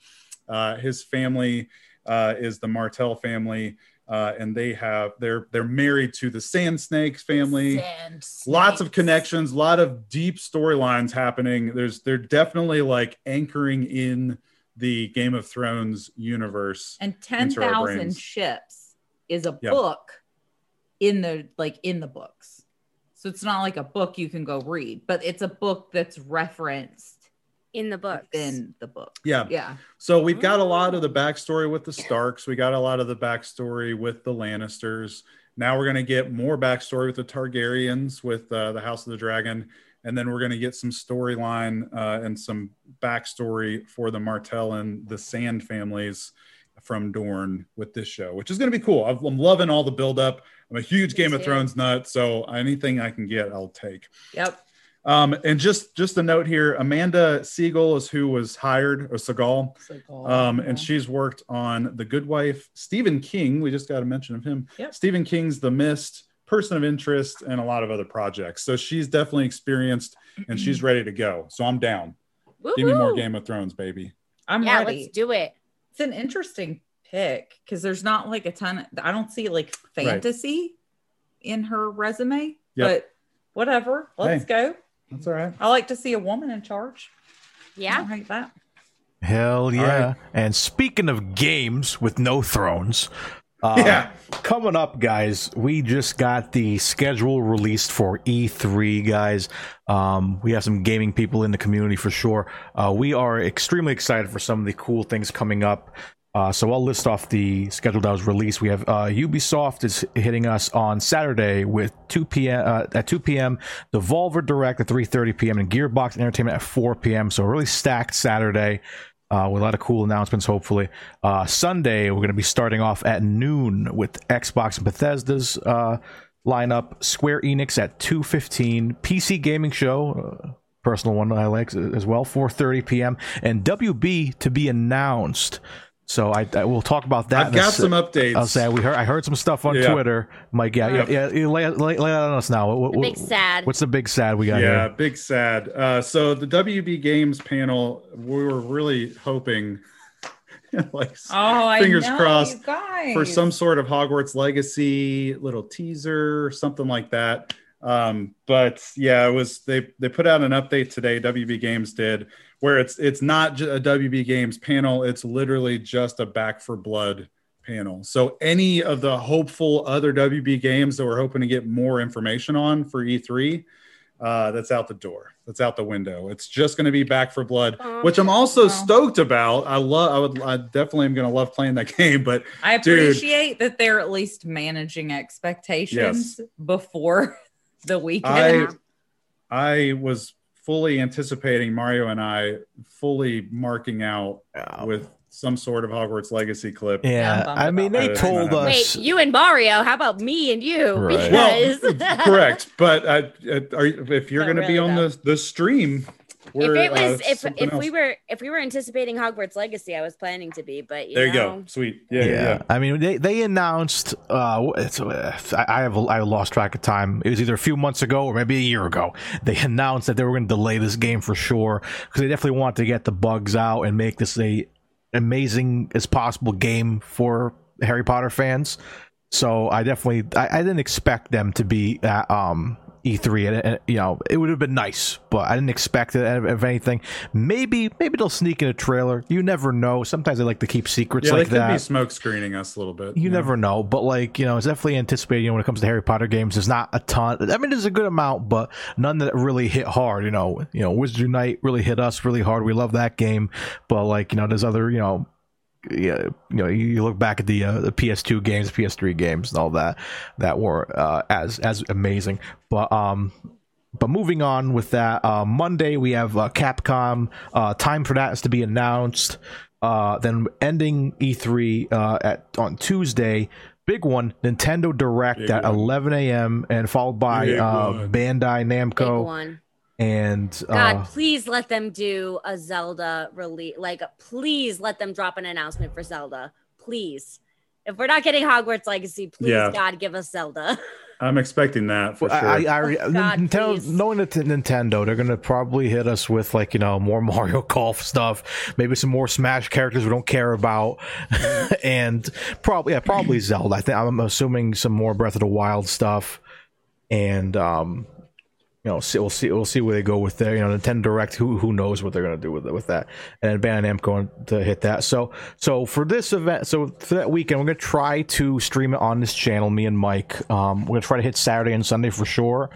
[SPEAKER 2] uh, his family uh, is the martell family uh, and they have they're they're married to the sand snakes family
[SPEAKER 4] Sand
[SPEAKER 2] lots of
[SPEAKER 4] snakes.
[SPEAKER 2] connections a lot of deep storylines happening there's they're definitely like anchoring in the game of thrones universe
[SPEAKER 4] And ten
[SPEAKER 2] into our
[SPEAKER 4] thousand
[SPEAKER 2] brains.
[SPEAKER 4] ships is a
[SPEAKER 2] Yeah.
[SPEAKER 4] book in the like in the books. So it's not like a book you can go read, but it's a book that's referenced
[SPEAKER 3] in the books.
[SPEAKER 4] in the book.
[SPEAKER 2] yeah
[SPEAKER 4] Yeah.
[SPEAKER 2] So we've got a lot of the backstory with the Starks. We got a lot of the backstory with the Lannisters. Now we're going to get more backstory with the Targaryens, with uh, the House of the Dragon, and then we're going to get some storyline uh, and some backstory for the Martell and the Sand families from Dorne with this show, which is going to be cool. I've- I'm loving all the buildup. I'm a huge Game of
[SPEAKER 3] too.
[SPEAKER 2] Thrones nut, so anything I can get, I'll take.
[SPEAKER 4] Yep.
[SPEAKER 2] Um, and just just a note here: Amanda Siegel is who was hired, or Seagal
[SPEAKER 4] Oh,
[SPEAKER 2] um, and she's worked on The Good Wife, Stephen King. We just got a mention of him.
[SPEAKER 4] Yep.
[SPEAKER 2] Stephen King's The Mist, Person of Interest, and a lot of other projects. So she's definitely experienced and she's ready to go. So I'm down. Give me more
[SPEAKER 3] Woo-hoo.
[SPEAKER 2] Game of Thrones, baby.
[SPEAKER 4] I'm
[SPEAKER 3] yeah,
[SPEAKER 4] ready.
[SPEAKER 3] let's do it.
[SPEAKER 4] it's an interesting pick because there's not like a ton. Of, I don't see like
[SPEAKER 2] Right.
[SPEAKER 4] fantasy in her resume,
[SPEAKER 2] Yep.
[SPEAKER 4] but whatever. Let's go.
[SPEAKER 2] That's all right.
[SPEAKER 4] I like to see a woman in charge. I
[SPEAKER 3] Yeah.
[SPEAKER 4] don't hate that.
[SPEAKER 1] Hell yeah.
[SPEAKER 2] right.
[SPEAKER 1] And speaking of games with no thrones, uh,
[SPEAKER 2] yeah.
[SPEAKER 1] coming up, guys, we just got the schedule released for E3, guys. Um, we have some gaming people in the community for sure. Uh, we are extremely excited for some of the cool things coming up. Uh, so I'll list off the schedule that was released. We have uh, Ubisoft is hitting us on Saturday with 2 p.m. Uh, at 2 p.m. Devolver Direct at 3:30 p.m. and Gearbox Entertainment at 4 p.m. So a really stacked Saturday uh, with a lot of cool announcements, hopefully. Uh, Sunday, we're going to be starting off at noon with Xbox and Bethesda's uh, lineup. Square Enix at 2.15. PC Gaming Show, uh, personal one I like as well, 4.30 p.m. And WB to be announced. So I, I will talk about that.
[SPEAKER 2] I've
[SPEAKER 1] in a
[SPEAKER 2] got
[SPEAKER 1] se-
[SPEAKER 2] some updates.
[SPEAKER 1] I'll say we heard. I heard some stuff on
[SPEAKER 2] Yeah.
[SPEAKER 1] Twitter, Mike. Yeah, yeah,
[SPEAKER 2] Yep.
[SPEAKER 1] yeah. you Lay, lay, lay out on us now. What,
[SPEAKER 3] The
[SPEAKER 1] what-
[SPEAKER 3] big sad.
[SPEAKER 1] What's the big sad we got
[SPEAKER 2] yeah,
[SPEAKER 1] here?
[SPEAKER 2] big sad. Uh, so the WB Games panel, we were really hoping, *laughs* like,
[SPEAKER 4] Oh, I
[SPEAKER 2] Fingers
[SPEAKER 4] know,
[SPEAKER 2] crossed
[SPEAKER 4] you guys.
[SPEAKER 2] for some sort of Hogwarts Legacy little teaser, something like that. Um, but yeah, it was they they put out an update today. WB Games did where it's it's not ju- a WB Games panel. It's literally just a Back for Blood panel. So any of the hopeful other WB games that we're hoping to get more information on for E3. E uh, that's out the door. That's out the window. It's just going to be Back for Blood,
[SPEAKER 3] Um,
[SPEAKER 2] which I'm also stoked about. I love. I would. I definitely am going to love playing that *laughs* game. But
[SPEAKER 4] I
[SPEAKER 2] Dude.
[SPEAKER 4] appreciate that they're at least managing expectations before *laughs* the weekend.
[SPEAKER 2] I I was fully anticipating Mario and I fully marking out with some sort of Hogwarts Legacy clip.
[SPEAKER 3] *laughs*
[SPEAKER 1] yeah,
[SPEAKER 4] I'm bummed
[SPEAKER 1] I mean,
[SPEAKER 4] about
[SPEAKER 1] they
[SPEAKER 2] that.
[SPEAKER 1] told
[SPEAKER 2] Wait,
[SPEAKER 1] us.
[SPEAKER 3] Wait, you and Mario. How about me and you?
[SPEAKER 1] Right.
[SPEAKER 2] Well,
[SPEAKER 3] Because
[SPEAKER 2] correct. But I, I- are, you- if you're
[SPEAKER 3] But
[SPEAKER 2] going to be
[SPEAKER 3] really,
[SPEAKER 2] on
[SPEAKER 3] though.
[SPEAKER 2] the the stream,
[SPEAKER 3] *laughs* if
[SPEAKER 2] we're,
[SPEAKER 3] it was
[SPEAKER 2] uh,
[SPEAKER 3] if
[SPEAKER 2] something
[SPEAKER 3] if we
[SPEAKER 2] else.
[SPEAKER 3] were if we were anticipating Hogwarts Legacy, I was planning to be, but you
[SPEAKER 2] there, you
[SPEAKER 3] know,
[SPEAKER 2] go. Sweet.
[SPEAKER 1] Yeah.
[SPEAKER 2] Yeah, yeah. yeah.
[SPEAKER 1] I mean they, they announced. Uh, it's, uh, I I have I lost track of time. It was either a few months ago or maybe a year ago. They announced that they were going to delay this game for sure because they definitely want to get the bugs out and make this a amazing as possible game for Harry Potter fans. So I definitely I, I didn't expect them to be at um, E3. And, and, you know, it would have been nice, but I didn't expect it. If if anything, maybe maybe they'll sneak in a trailer. You never know. Sometimes they like to keep secrets
[SPEAKER 2] they
[SPEAKER 1] like
[SPEAKER 2] could
[SPEAKER 1] that.
[SPEAKER 2] be smoke screening us a little bit.
[SPEAKER 1] You
[SPEAKER 2] know?
[SPEAKER 1] never know, but like you know, it's definitely anticipated. You know, when it comes to Harry Potter games, there's not a ton. I mean, there's a good amount, but none that really hit hard. You know, you know, Wizardry Night really hit us really hard. We love that game, but like you know, there's other you know, yeah, you know, you- you look back at the uh, the PS2 games, PS3 games, and all that that were uh, as as amazing. But um, but moving on with that, uh, Monday we have uh, Capcom. Uh, time for that is to be announced. Uh, then ending E3 uh, at on Tuesday. Big one, Nintendo Direct
[SPEAKER 2] Big
[SPEAKER 1] at
[SPEAKER 2] one.
[SPEAKER 1] 11 a.m. and followed by
[SPEAKER 2] Big
[SPEAKER 1] uh,
[SPEAKER 2] one.
[SPEAKER 1] Bandai
[SPEAKER 3] big
[SPEAKER 1] Namco
[SPEAKER 3] one.
[SPEAKER 1] and
[SPEAKER 3] God,
[SPEAKER 1] uh,
[SPEAKER 3] please let them do a Zelda release. Like, please let them drop an announcement for Zelda. Please. If we're not getting Hogwarts Legacy, please,
[SPEAKER 2] Yeah.
[SPEAKER 3] God, give us Zelda.
[SPEAKER 2] I'm expecting that for
[SPEAKER 1] Well,
[SPEAKER 2] sure.
[SPEAKER 1] I, I, already-
[SPEAKER 3] Oh, God,
[SPEAKER 1] Nintendo,
[SPEAKER 3] please.
[SPEAKER 1] knowing that the Nintendo, they're gonna probably hit us with like you know more *laughs* Mario Golf stuff, maybe some more Smash characters we don't care about, *laughs* and probably yeah, probably Zelda. I think I'm assuming some more Breath of the Wild stuff, and um, you know, see, we'll see we'll see where they go with there. You know, Nintendo Direct, who who knows what they're gonna do with with that, and Bandai Namco to hit that. So so for this event, so for that weekend, we're gonna try to stream it on this channel. Me and Mike, um, we're gonna try to hit Saturday and Sunday for sure.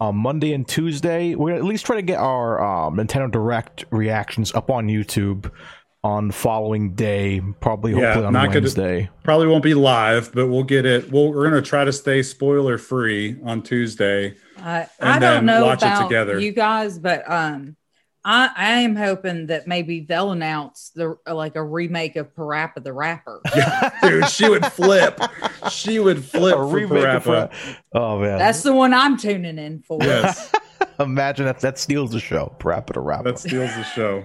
[SPEAKER 1] Um, Monday and Tuesday, we're gonna at least try to get our um, Nintendo Direct reactions up on YouTube on the following day, probably
[SPEAKER 2] Yeah,
[SPEAKER 1] hopefully on
[SPEAKER 2] not gonna-
[SPEAKER 1] Wednesday.
[SPEAKER 2] Probably won't be live, but we'll get it. We'll, we're going to try to stay spoiler free on Tuesday.
[SPEAKER 4] I,
[SPEAKER 2] and
[SPEAKER 4] I
[SPEAKER 2] then
[SPEAKER 4] don't know
[SPEAKER 2] watch it
[SPEAKER 4] about
[SPEAKER 2] together.
[SPEAKER 4] you guys, but um, I I am hoping that maybe they'll announce the like a remake of Parappa the Rapper.
[SPEAKER 2] *laughs* Dude, she would flip. She would flip
[SPEAKER 1] A
[SPEAKER 2] *laughs* for
[SPEAKER 1] remake of
[SPEAKER 2] Parappa.
[SPEAKER 1] Parappa. Oh man,
[SPEAKER 4] That's the one I'm tuning in for. *laughs*
[SPEAKER 2] Yes,
[SPEAKER 1] imagine that that steals the show, Parappa to Rapper.
[SPEAKER 2] that steals the show.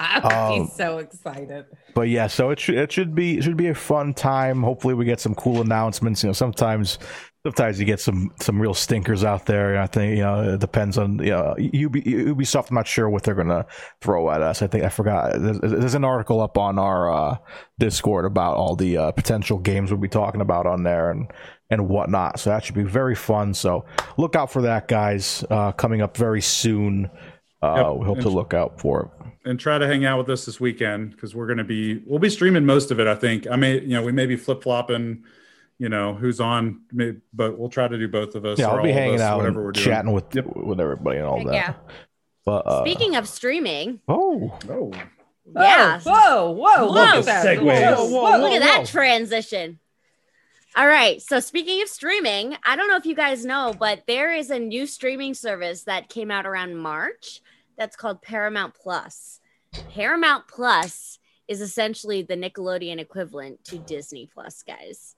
[SPEAKER 4] I'm
[SPEAKER 1] Um,
[SPEAKER 4] so excited. Oh,
[SPEAKER 1] but yeah, so it should it should be it should be a fun time. Hopefully, we get some cool announcements. You know, sometimes sometimes you get some some real stinkers out there. And I think you know it depends on you know Ubi, Ubisoft. I'm not sure what they're gonna throw at us. I think I forgot. There's, there's an article up on our uh, Discord about all the uh, potential games we'll be talking about on there and and whatnot. So that should be very fun. So look out for that, guys. Uh, coming up very soon. Uh,
[SPEAKER 2] Yep.
[SPEAKER 1] We hope to look out for it.
[SPEAKER 2] and try to hang out with us this weekend because we're going to be we'll be streaming most of it. I think I may you know we may be flip flopping, you know who's on, may- but we'll try to do both of us.
[SPEAKER 1] yeah,
[SPEAKER 2] or
[SPEAKER 1] I'll be
[SPEAKER 2] all of
[SPEAKER 1] hanging
[SPEAKER 2] us,
[SPEAKER 1] out,
[SPEAKER 2] whatever
[SPEAKER 1] and
[SPEAKER 2] we're doing.
[SPEAKER 1] chatting with
[SPEAKER 2] Yep.
[SPEAKER 1] with everybody and all
[SPEAKER 3] Heck
[SPEAKER 1] that.
[SPEAKER 3] yeah.
[SPEAKER 1] But uh,
[SPEAKER 3] Speaking of streaming,
[SPEAKER 1] oh,
[SPEAKER 2] Oh,
[SPEAKER 3] yeah.
[SPEAKER 4] Whoa, whoa, whoa!
[SPEAKER 3] Love
[SPEAKER 4] Look at
[SPEAKER 2] the
[SPEAKER 4] that.
[SPEAKER 2] segues.
[SPEAKER 4] Whoa,
[SPEAKER 1] Whoa, whoa,
[SPEAKER 4] whoa.
[SPEAKER 3] Look at
[SPEAKER 1] whoa.
[SPEAKER 3] that transition. All right. So, speaking of streaming, I don't know if you guys know, but there is a new streaming service that came out around March that's called Paramount Plus. Paramount Plus is essentially the Nickelodeon equivalent to Disney Plus, guys.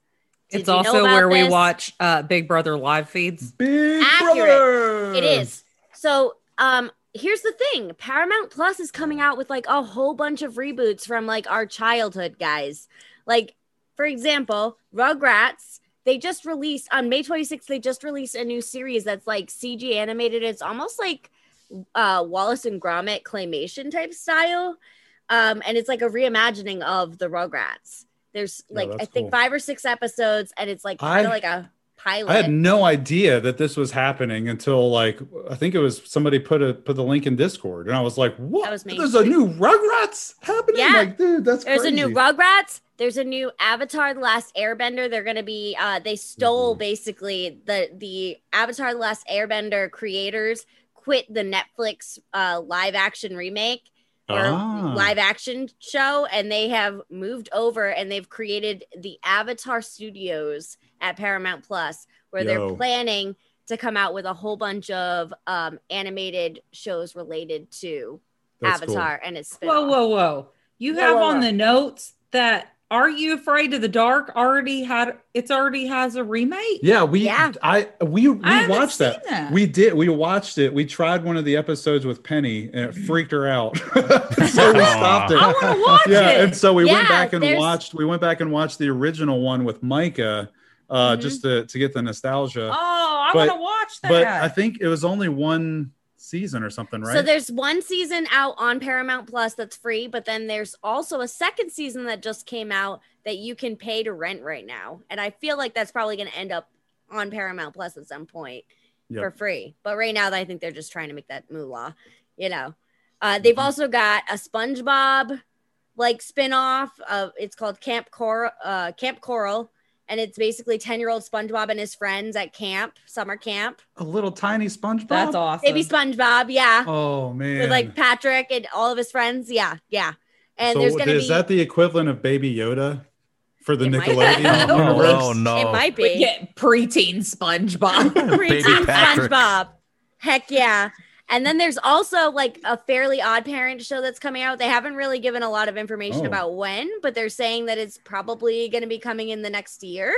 [SPEAKER 3] Did
[SPEAKER 4] It's
[SPEAKER 3] you know
[SPEAKER 4] also
[SPEAKER 3] about
[SPEAKER 4] where we
[SPEAKER 3] this?
[SPEAKER 4] watch uh, Big Brother live feeds.
[SPEAKER 2] big
[SPEAKER 3] Accurate.
[SPEAKER 2] brother!
[SPEAKER 3] It is. So, um, here's the thing: Paramount Plus is coming out with like a whole bunch of reboots from like our childhood, guys. Like, for example, Rugrats. They just released on May 26th. They just released a new series that's like CG animated. It's almost like uh, Wallace and Gromit claymation type style, um, and it's like a reimagining of the Rugrats. There's
[SPEAKER 2] Yeah,
[SPEAKER 3] like I
[SPEAKER 2] that's
[SPEAKER 3] think
[SPEAKER 2] cool.
[SPEAKER 3] five or six episodes, and it's like
[SPEAKER 2] I-
[SPEAKER 3] kind of like a pilot.
[SPEAKER 2] I had no idea that this was happening until like I think it was somebody put a put the link in Discord, and I was like, "What?
[SPEAKER 3] That was me.
[SPEAKER 2] There's a new Rugrats happening?
[SPEAKER 3] Yeah.
[SPEAKER 2] Like, dude, that's
[SPEAKER 3] There's
[SPEAKER 2] crazy.
[SPEAKER 3] a new Rugrats. There's a new Avatar: The Last Airbender. They're gonna be. Uh, they stole
[SPEAKER 2] Mhm.
[SPEAKER 3] basically the the Avatar: The Last Airbender creators quit the Netflix uh, live action remake or
[SPEAKER 2] Ah.
[SPEAKER 3] live action show, and they have moved over and they've created the Avatar Studios at Paramount Plus, where
[SPEAKER 2] Yo.
[SPEAKER 3] they're planning to come out with a whole bunch of um, animated shows related to
[SPEAKER 2] That's cool.
[SPEAKER 3] Avatar and its spin
[SPEAKER 4] Whoa, whoa, whoa. You
[SPEAKER 3] Whoa,
[SPEAKER 4] have
[SPEAKER 3] whoa,
[SPEAKER 4] on
[SPEAKER 3] whoa.
[SPEAKER 4] the notes that Are You Afraid of the Dark already had it's already has a remake?
[SPEAKER 2] Yeah, we
[SPEAKER 3] Yeah.
[SPEAKER 2] I we we
[SPEAKER 4] I haven't
[SPEAKER 2] watched
[SPEAKER 4] seen
[SPEAKER 2] that.
[SPEAKER 4] that.
[SPEAKER 2] We did. We watched it. We tried one of the episodes with Penny and it freaked her out. *laughs* so we stopped it.
[SPEAKER 4] I want to
[SPEAKER 2] *laughs*
[SPEAKER 4] watch
[SPEAKER 2] yeah,
[SPEAKER 4] it.
[SPEAKER 2] and so we went
[SPEAKER 3] Yeah,
[SPEAKER 2] back and
[SPEAKER 3] there's-
[SPEAKER 2] watched we went back and watched the original one with Micah uh
[SPEAKER 3] Mhm.
[SPEAKER 2] just to to get the nostalgia.
[SPEAKER 4] oh, I
[SPEAKER 2] But-
[SPEAKER 4] want to watch that.
[SPEAKER 2] but I think it was only one season or something, right?
[SPEAKER 3] So there's one season out on Paramount Plus that's free, but then there's also a second season that just came out that you can pay to rent right now. And I feel like that's probably going to end up on Paramount Plus at some point
[SPEAKER 2] Yep.
[SPEAKER 3] for free. But right now, I think they're just trying to make that moolah, you know. Uh, they've
[SPEAKER 2] Mhm.
[SPEAKER 3] also got a SpongeBob like spinoff of it's called Camp Coral, uh, Camp Coral, and it's basically ten year old SpongeBob and his friends at camp, summer camp,
[SPEAKER 2] a little tiny SpongeBob.
[SPEAKER 4] That's awesome.
[SPEAKER 3] baby SpongeBob, yeah
[SPEAKER 2] Oh man.
[SPEAKER 3] with like Patrick and all of his friends. Yeah, yeah. And
[SPEAKER 2] so
[SPEAKER 3] there's gonna
[SPEAKER 2] is
[SPEAKER 3] be
[SPEAKER 2] that the equivalent of Baby Yoda for the
[SPEAKER 3] It might
[SPEAKER 1] *laughs*
[SPEAKER 3] be.
[SPEAKER 2] Nickelodeon
[SPEAKER 3] Oh,
[SPEAKER 2] universe?
[SPEAKER 1] no, no.
[SPEAKER 3] it might
[SPEAKER 2] *laughs*
[SPEAKER 4] we
[SPEAKER 3] be
[SPEAKER 4] get preteen SpongeBob.
[SPEAKER 3] preteen
[SPEAKER 1] Patrick.
[SPEAKER 3] SpongeBob. Heck yeah. And then there's also like a fairly odd parent show that's coming out. They haven't really given a lot of information
[SPEAKER 2] Oh.
[SPEAKER 3] about when, but they're saying that it's probably going to be coming in the next year.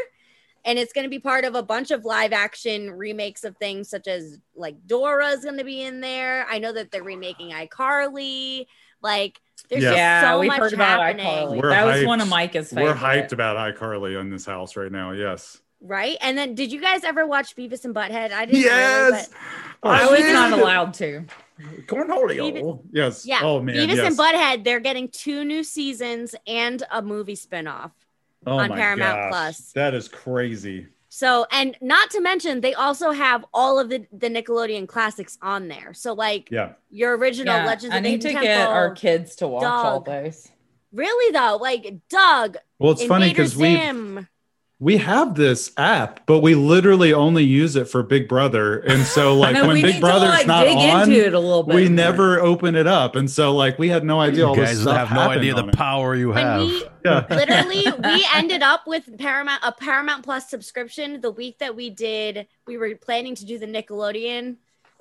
[SPEAKER 3] And it's going to be part of a bunch of live action remakes of things such as like Dora's going to be in there. I know that they're remaking iCarly. Like
[SPEAKER 2] *laughs*
[SPEAKER 3] there's
[SPEAKER 2] Yeah.
[SPEAKER 3] just
[SPEAKER 4] yeah,
[SPEAKER 3] so
[SPEAKER 4] we've
[SPEAKER 3] much
[SPEAKER 4] heard about
[SPEAKER 3] happening.
[SPEAKER 4] iCarly.
[SPEAKER 2] We're
[SPEAKER 4] That was
[SPEAKER 2] hyped.
[SPEAKER 4] one of Micah's
[SPEAKER 2] We're
[SPEAKER 4] favorites.
[SPEAKER 2] hyped about iCarly in this house right now. Yes.
[SPEAKER 3] Right? And then did you guys ever watch Beavis and Butthead? I didn't really,
[SPEAKER 2] Yes. Oh,
[SPEAKER 3] but
[SPEAKER 4] I was not allowed to.
[SPEAKER 2] Cornholio. Yes.
[SPEAKER 3] yeah.
[SPEAKER 2] Oh man.
[SPEAKER 3] Beavis
[SPEAKER 2] yes.
[SPEAKER 3] and Butthead, they're getting two new seasons and a movie spinoff.
[SPEAKER 2] oh,
[SPEAKER 3] on
[SPEAKER 2] my
[SPEAKER 3] Paramount
[SPEAKER 2] gosh.
[SPEAKER 3] Plus.
[SPEAKER 2] That is crazy.
[SPEAKER 3] So, and not to mention, they also have all of the, the Nickelodeon classics on there. So, like
[SPEAKER 2] Yeah.
[SPEAKER 3] your original
[SPEAKER 4] Yeah,
[SPEAKER 3] Legends
[SPEAKER 4] I
[SPEAKER 3] of
[SPEAKER 4] need to
[SPEAKER 3] Aiden
[SPEAKER 4] get
[SPEAKER 3] Temple.
[SPEAKER 4] our kids to watch all
[SPEAKER 3] Dog.
[SPEAKER 4] those.
[SPEAKER 3] really though, like Doug,
[SPEAKER 2] Well, it's funny
[SPEAKER 3] Invader
[SPEAKER 2] because we
[SPEAKER 3] Zim.
[SPEAKER 2] we have this app, but we literally only use it for Big Brother, and
[SPEAKER 3] *laughs*
[SPEAKER 2] so like
[SPEAKER 4] No,
[SPEAKER 2] when
[SPEAKER 4] we
[SPEAKER 2] Big
[SPEAKER 4] need
[SPEAKER 2] Brother's
[SPEAKER 4] to, like,
[SPEAKER 2] not
[SPEAKER 4] dig
[SPEAKER 2] on,
[SPEAKER 4] into it a little bit.
[SPEAKER 2] we
[SPEAKER 4] more.
[SPEAKER 2] never open it up, and so like we had no idea.
[SPEAKER 1] You
[SPEAKER 2] All this
[SPEAKER 1] guys
[SPEAKER 2] stuff
[SPEAKER 1] have no
[SPEAKER 2] happened
[SPEAKER 1] idea
[SPEAKER 2] on
[SPEAKER 1] the
[SPEAKER 2] it.
[SPEAKER 1] power you
[SPEAKER 3] When
[SPEAKER 1] have.
[SPEAKER 3] we
[SPEAKER 2] Yeah.
[SPEAKER 1] *laughs*
[SPEAKER 3] literally we ended up with paramount a paramount plus subscription the week that we did we were planning to do the nickelodeon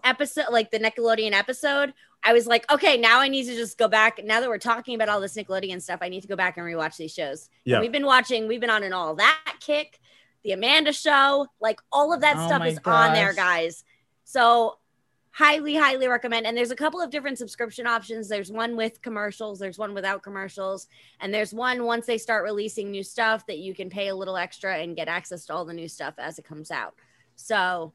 [SPEAKER 3] episode like the nickelodeon episode i was like okay now i need to just go back now that we're talking about all this nickelodeon stuff i need to go back and rewatch these shows And
[SPEAKER 2] Yeah.
[SPEAKER 3] we've been watching we've been on an all that kick the amanda show like all of that
[SPEAKER 4] Oh
[SPEAKER 3] stuff
[SPEAKER 4] my
[SPEAKER 3] is on there
[SPEAKER 4] gosh.
[SPEAKER 3] guys so highly highly recommend and there's a couple of different subscription options there's one with commercials there's one without commercials and there's one once they start releasing new stuff that you can pay a little extra and get access to all the new stuff as it comes out so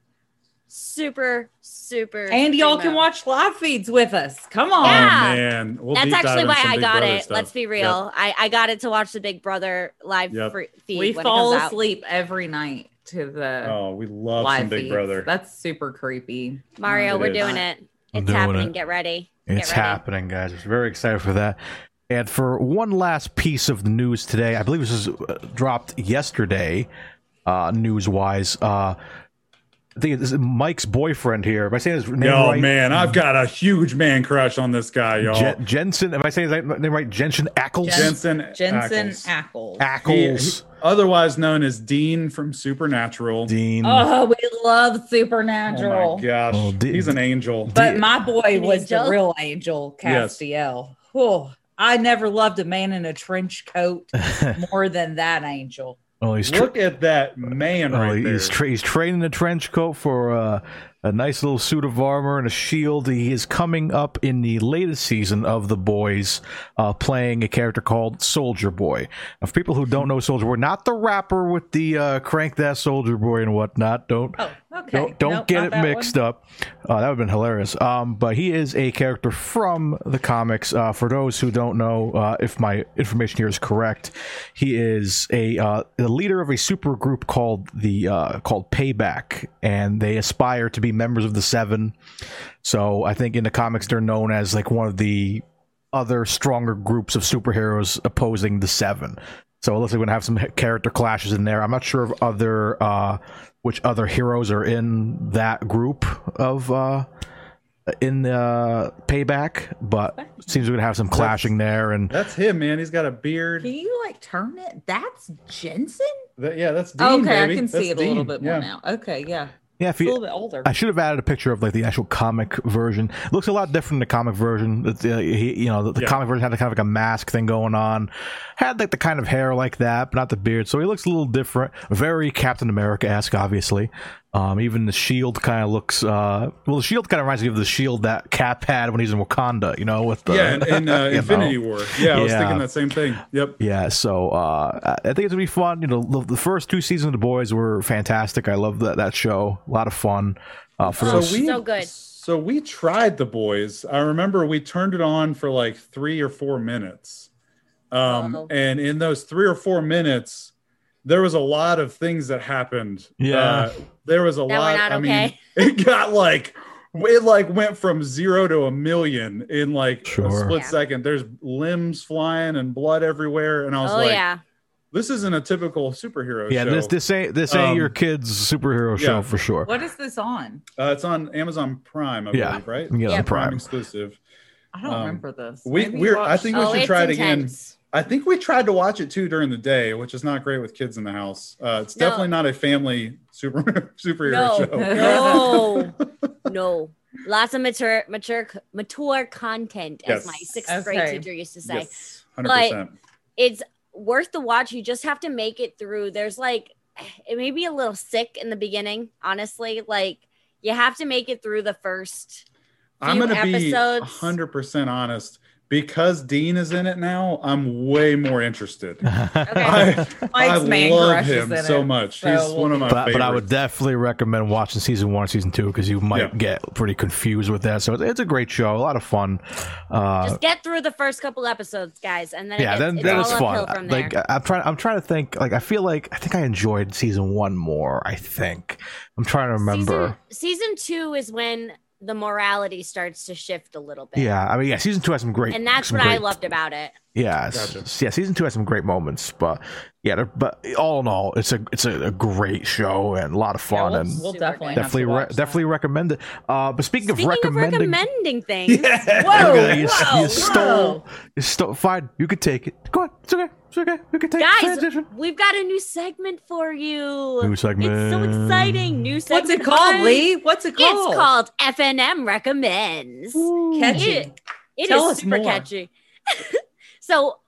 [SPEAKER 3] super super
[SPEAKER 4] And y'all
[SPEAKER 3] primo.
[SPEAKER 4] can watch live feeds with us. Come on.
[SPEAKER 2] Oh
[SPEAKER 3] Yeah.
[SPEAKER 2] man, We'll
[SPEAKER 3] that's
[SPEAKER 2] deep dive
[SPEAKER 3] actually
[SPEAKER 2] into
[SPEAKER 3] why
[SPEAKER 2] some
[SPEAKER 3] i
[SPEAKER 2] Big
[SPEAKER 3] got
[SPEAKER 2] Brother
[SPEAKER 3] it
[SPEAKER 2] stuff.
[SPEAKER 3] let's be real I, I got it to watch the big brother live
[SPEAKER 2] Yep.
[SPEAKER 3] free feed
[SPEAKER 4] We
[SPEAKER 3] when
[SPEAKER 4] fall
[SPEAKER 3] it comes
[SPEAKER 4] asleep every night to
[SPEAKER 2] Yep.
[SPEAKER 4] the
[SPEAKER 2] Oh, we love
[SPEAKER 4] live
[SPEAKER 2] some Big
[SPEAKER 4] feeds.
[SPEAKER 2] Brother.
[SPEAKER 4] That's super creepy.
[SPEAKER 3] out mario
[SPEAKER 2] It
[SPEAKER 3] we're
[SPEAKER 2] is.
[SPEAKER 3] doing it
[SPEAKER 1] I'm
[SPEAKER 3] it's
[SPEAKER 1] doing
[SPEAKER 3] happening
[SPEAKER 1] it.
[SPEAKER 3] get ready
[SPEAKER 1] It's
[SPEAKER 3] Get ready.
[SPEAKER 1] happening, guys. It's very excited for that. And for one last piece of news today, I believe this was uh, dropped yesterday, uh, news wise. Uh, I think this is Mike's boyfriend here. Am I saying his name
[SPEAKER 2] Yo,
[SPEAKER 1] right?
[SPEAKER 2] man, I've got a huge man crush on this guy, y'all.
[SPEAKER 1] Je- Jensen. Am I saying his name right? Jensen Ackles.
[SPEAKER 4] Jen-
[SPEAKER 2] Jensen.
[SPEAKER 4] Jensen
[SPEAKER 2] Ackles.
[SPEAKER 4] Ackles.
[SPEAKER 2] He-
[SPEAKER 1] Ackles.
[SPEAKER 2] otherwise known as Dean from Supernatural.
[SPEAKER 1] Dean.
[SPEAKER 4] Oh, we love
[SPEAKER 2] Oh
[SPEAKER 4] Supernatural.
[SPEAKER 2] my gosh,
[SPEAKER 1] Oh, Dean.
[SPEAKER 2] he's an angel.
[SPEAKER 4] but my boy
[SPEAKER 3] An
[SPEAKER 4] was the
[SPEAKER 3] angel.
[SPEAKER 4] real angel,
[SPEAKER 2] Yes.
[SPEAKER 4] Castiel. Oh, I never loved a man in a trench
[SPEAKER 2] *laughs*
[SPEAKER 4] coat more than that angel.
[SPEAKER 1] oh, he's tra-
[SPEAKER 2] Look at that man
[SPEAKER 1] oh,
[SPEAKER 2] right there.
[SPEAKER 1] he's, tra- he's training a trench coat for uh, a nice little suit of armor and a shield. He is coming up in the latest season of The Boys, uh, playing a character called Soldier Boy. Now, for people who don't know Soldier Boy, not the rapper with the uh, crank that Soldier Boy and whatnot. Don't
[SPEAKER 4] Oh, okay.
[SPEAKER 1] Don't, don't
[SPEAKER 4] Nope,
[SPEAKER 1] get
[SPEAKER 4] not
[SPEAKER 1] it
[SPEAKER 4] that
[SPEAKER 1] mixed
[SPEAKER 4] one.
[SPEAKER 1] up. Uh, that would have been hilarious. Um, but he is a character from the comics. Uh, for those who don't know, uh, if my information here is correct, he is a uh, the leader of a super group called the uh, called Payback, and they aspire to be members of the Seven. So I think in the comics they're known as like one of the other stronger groups of superheroes opposing the Seven. So it looks like we're gonna have some h- character clashes in there. I'm not sure of other uh, which other heroes are in that group of uh, in uh, Payback, but seems we're gonna have some clashing there. And
[SPEAKER 2] That's him, man. He's got a beard.
[SPEAKER 4] Can you like turn it? That's Jensen.
[SPEAKER 2] That- yeah, that's Dean,
[SPEAKER 4] okay,
[SPEAKER 2] baby.
[SPEAKER 4] I can
[SPEAKER 2] That's
[SPEAKER 4] see it a little
[SPEAKER 2] Dean.
[SPEAKER 4] bit more
[SPEAKER 2] yeah.
[SPEAKER 4] now. Okay, yeah,
[SPEAKER 1] yeah, if
[SPEAKER 4] it's a
[SPEAKER 1] you,
[SPEAKER 4] little bit older.
[SPEAKER 1] I should have added a picture of like the actual comic version. It looks a lot different than the comic version. It's, uh, he, you know, the, the
[SPEAKER 2] Yeah.
[SPEAKER 1] comic version had kind of like a mask thing going on, had like the kind of hair like that, but not the beard. So he looks a little different. Very Captain America esque, obviously. Um, even the shield kind of looks. Uh, well, the shield kind of reminds me of the shield that Cap had when he's in Wakanda. You know, with the
[SPEAKER 2] Yeah, and, and
[SPEAKER 1] *laughs*
[SPEAKER 2] uh,
[SPEAKER 1] you know.
[SPEAKER 2] Infinity War. Yeah, I was
[SPEAKER 1] Yeah.
[SPEAKER 2] thinking that same thing. Yep.
[SPEAKER 1] Yeah, so uh, I I think it's gonna be fun. You know, the, the first two seasons of The Boys were fantastic. I love that that show. A lot of fun. Uh, for
[SPEAKER 3] So
[SPEAKER 1] those,
[SPEAKER 3] we- Oh, So good.
[SPEAKER 2] So we tried the boys. I remember we turned it on for like three or four minutes. Um,
[SPEAKER 3] Oh.
[SPEAKER 2] And in those three or four minutes, there was a lot of things that happened. Uh,
[SPEAKER 1] Yeah.
[SPEAKER 2] there was a
[SPEAKER 3] were
[SPEAKER 2] lot.
[SPEAKER 3] not
[SPEAKER 2] I mean,
[SPEAKER 3] okay.
[SPEAKER 2] *laughs* it got like it like went from zero to a million in like a
[SPEAKER 1] Sure.
[SPEAKER 2] split
[SPEAKER 3] Yeah.
[SPEAKER 2] second. There's limbs flying and blood everywhere, and I was
[SPEAKER 3] Oh
[SPEAKER 2] like,
[SPEAKER 3] yeah.
[SPEAKER 2] "This isn't a typical superhero
[SPEAKER 1] yeah,
[SPEAKER 2] show."
[SPEAKER 1] this this ain't this ain't
[SPEAKER 2] Um,
[SPEAKER 1] your kids' superhero
[SPEAKER 2] yeah.
[SPEAKER 1] show for sure.
[SPEAKER 4] what is this on?
[SPEAKER 2] uh, it's on Amazon Prime, I
[SPEAKER 1] Yeah.
[SPEAKER 2] believe, right?
[SPEAKER 1] Yeah,
[SPEAKER 4] Yeah,
[SPEAKER 1] the Prime.
[SPEAKER 2] exclusive.
[SPEAKER 4] I don't
[SPEAKER 2] Um,
[SPEAKER 4] remember this.
[SPEAKER 2] we-
[SPEAKER 4] Maybe
[SPEAKER 2] we're- I
[SPEAKER 4] watch-
[SPEAKER 2] think we
[SPEAKER 3] Oh,
[SPEAKER 2] should
[SPEAKER 3] it's
[SPEAKER 2] try it again.
[SPEAKER 3] intense.
[SPEAKER 2] I think we tried to watch it too during the day, which is not great with kids in the house. Uh, it's
[SPEAKER 3] No.
[SPEAKER 2] definitely not a family super *laughs* superhero
[SPEAKER 3] No,
[SPEAKER 2] show.
[SPEAKER 3] *laughs*
[SPEAKER 2] *laughs*
[SPEAKER 3] no, no. Lots of mature, mature, c- mature content, as
[SPEAKER 2] Yes.
[SPEAKER 3] my sixth
[SPEAKER 4] Okay.
[SPEAKER 3] grade teacher used to say.
[SPEAKER 2] Yes, hundred percent.
[SPEAKER 3] It's worth the watch. You just have to make it through. There's like, *sighs* it may be a little sick in the beginning, honestly. Like, you have to make it through the first.
[SPEAKER 2] I'm
[SPEAKER 3] few
[SPEAKER 2] gonna be
[SPEAKER 3] episodes.
[SPEAKER 2] hundred percent honest because Dean is in it now. I'm way more interested.
[SPEAKER 1] *laughs*
[SPEAKER 2] I, I
[SPEAKER 4] Mike's man
[SPEAKER 2] love
[SPEAKER 4] crush is
[SPEAKER 2] him
[SPEAKER 4] in
[SPEAKER 2] so
[SPEAKER 4] it,
[SPEAKER 2] much.
[SPEAKER 4] so
[SPEAKER 2] He's one of my
[SPEAKER 1] but,
[SPEAKER 2] favorites.
[SPEAKER 1] but I would definitely recommend watching season one, and season two, because you might
[SPEAKER 2] Yeah.
[SPEAKER 1] get pretty confused with that. So it's, it's a great show, a lot of fun. Uh,
[SPEAKER 3] Just get through the first couple episodes, guys, and then it
[SPEAKER 1] yeah,
[SPEAKER 3] gets-
[SPEAKER 1] then
[SPEAKER 3] it's
[SPEAKER 1] then
[SPEAKER 3] all
[SPEAKER 1] it's
[SPEAKER 3] uphill
[SPEAKER 1] fun.
[SPEAKER 3] From there.
[SPEAKER 1] Like I- I'm trying, I'm trying to think. Like I feel like I think I enjoyed season one more. I think I'm trying to remember.
[SPEAKER 3] Season, season two is when the morality starts to shift a little bit.
[SPEAKER 1] yeah, I mean, yeah, season two has some great.
[SPEAKER 3] And that's
[SPEAKER 1] some
[SPEAKER 3] what I
[SPEAKER 1] great-
[SPEAKER 3] loved about it.
[SPEAKER 1] Yeah, s-
[SPEAKER 2] Gotcha.
[SPEAKER 1] yeah. Season two has some great moments, but yeah, they're- but all in all, it's a it's a, a great show and a lot of
[SPEAKER 4] Yeah,
[SPEAKER 1] fun
[SPEAKER 4] we'll-
[SPEAKER 1] and
[SPEAKER 4] we'll
[SPEAKER 3] Super
[SPEAKER 4] definitely
[SPEAKER 3] good.
[SPEAKER 4] have to
[SPEAKER 1] definitely re-
[SPEAKER 4] watch that.
[SPEAKER 1] definitely recommend it. Uh, but speaking,
[SPEAKER 3] Speaking
[SPEAKER 1] of recommending, *laughs*
[SPEAKER 3] of recommending things,
[SPEAKER 2] Yeah.
[SPEAKER 4] Whoa,
[SPEAKER 1] Look at that, you, s-
[SPEAKER 4] whoa,
[SPEAKER 1] you stole,
[SPEAKER 4] whoa.
[SPEAKER 1] you stole. Fine, you could take it. Go on, it's okay, it's okay. You can take
[SPEAKER 3] Guys,
[SPEAKER 1] it. Transition.
[SPEAKER 3] We've got a new segment for you.
[SPEAKER 1] New segment.
[SPEAKER 3] It's so exciting. New segment.
[SPEAKER 4] What's it called,
[SPEAKER 3] on-
[SPEAKER 4] Lee? What's it called?
[SPEAKER 3] It's called FNM Recommends.
[SPEAKER 4] Catchy.
[SPEAKER 3] It, it
[SPEAKER 4] Tell
[SPEAKER 3] is
[SPEAKER 4] us
[SPEAKER 3] super
[SPEAKER 4] more.
[SPEAKER 3] catchy. *laughs* so,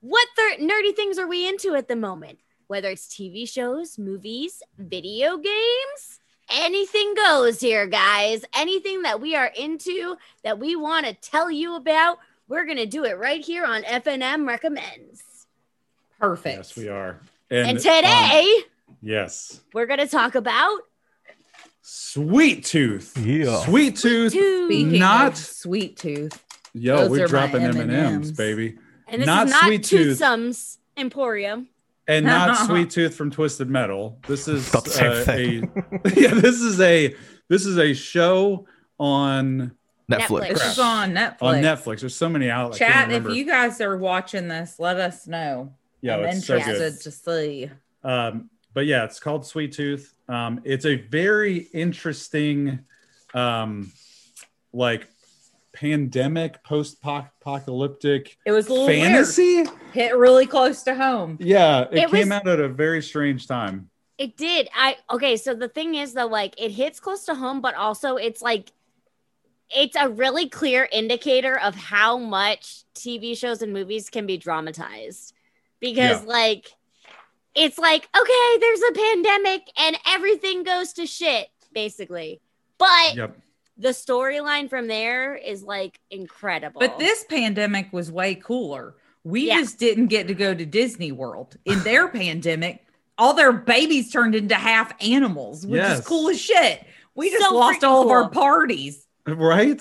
[SPEAKER 3] what thir- nerdy things are we into at the moment? Whether it's TV shows, movies, video games, anything goes here, guys. Anything that we are into that we want to tell you about, we're going to do it right here on FNM Recommends.
[SPEAKER 4] Perfect.
[SPEAKER 2] Yes, we are.
[SPEAKER 3] And
[SPEAKER 2] um,
[SPEAKER 3] today,
[SPEAKER 2] yes,
[SPEAKER 3] we're going to talk about
[SPEAKER 2] Sweet Tooth.
[SPEAKER 1] Yeah.
[SPEAKER 2] Sweet Tooth.
[SPEAKER 3] two.
[SPEAKER 4] Speaking
[SPEAKER 2] Not-
[SPEAKER 4] of sweet tooth.
[SPEAKER 2] Yo,
[SPEAKER 4] Those
[SPEAKER 2] we're
[SPEAKER 4] are my
[SPEAKER 2] dropping M and M's,
[SPEAKER 4] M&Ms.
[SPEAKER 2] baby,
[SPEAKER 3] And this
[SPEAKER 2] Not
[SPEAKER 3] is not
[SPEAKER 2] Sweet Tooth.
[SPEAKER 3] Toothsome's Emporium.
[SPEAKER 4] *laughs*
[SPEAKER 2] and not Sweet Tooth from Twisted Metal. This is
[SPEAKER 1] Thought the same
[SPEAKER 2] uh, a
[SPEAKER 1] thing.
[SPEAKER 2] *laughs* yeah. This is a this is a show on
[SPEAKER 1] Netflix.
[SPEAKER 4] This
[SPEAKER 2] Crap.
[SPEAKER 4] is on Netflix.
[SPEAKER 2] on Netflix. There's so many outlets. I can't
[SPEAKER 4] Chat, if
[SPEAKER 2] remember.
[SPEAKER 4] you guys are watching this, let us know.
[SPEAKER 2] yeah,
[SPEAKER 4] I'm
[SPEAKER 2] it's so good.
[SPEAKER 4] interested to see.
[SPEAKER 2] Um, but yeah, it's called Sweet Tooth. Um, it's a very interesting, um, like pandemic, post apocalyptic
[SPEAKER 4] It was a little weird.
[SPEAKER 2] fantasy.
[SPEAKER 4] Hit really close to home.
[SPEAKER 2] Yeah, it,
[SPEAKER 3] It
[SPEAKER 2] came
[SPEAKER 3] was-
[SPEAKER 2] out at a very strange time.
[SPEAKER 3] It did. I okay. So the thing is, though, like it hits close to home, but also it's like it's a really clear indicator of how much TV shows and movies can be dramatized because,
[SPEAKER 2] Yeah.
[SPEAKER 3] like, it's like okay, there's a pandemic and everything goes to shit, basically. But
[SPEAKER 2] Yep.
[SPEAKER 3] the storyline from there is like incredible.
[SPEAKER 4] But this pandemic was way cooler. We
[SPEAKER 3] Yeah.
[SPEAKER 4] just didn't get to go to Disney World. In
[SPEAKER 3] *laughs*
[SPEAKER 4] their pandemic, all their babies turned into half animals, which
[SPEAKER 2] Yes.
[SPEAKER 4] is cool as shit. We just
[SPEAKER 3] So
[SPEAKER 4] lost
[SPEAKER 3] freaking
[SPEAKER 4] all of our
[SPEAKER 3] cool.
[SPEAKER 4] parties.
[SPEAKER 2] Right?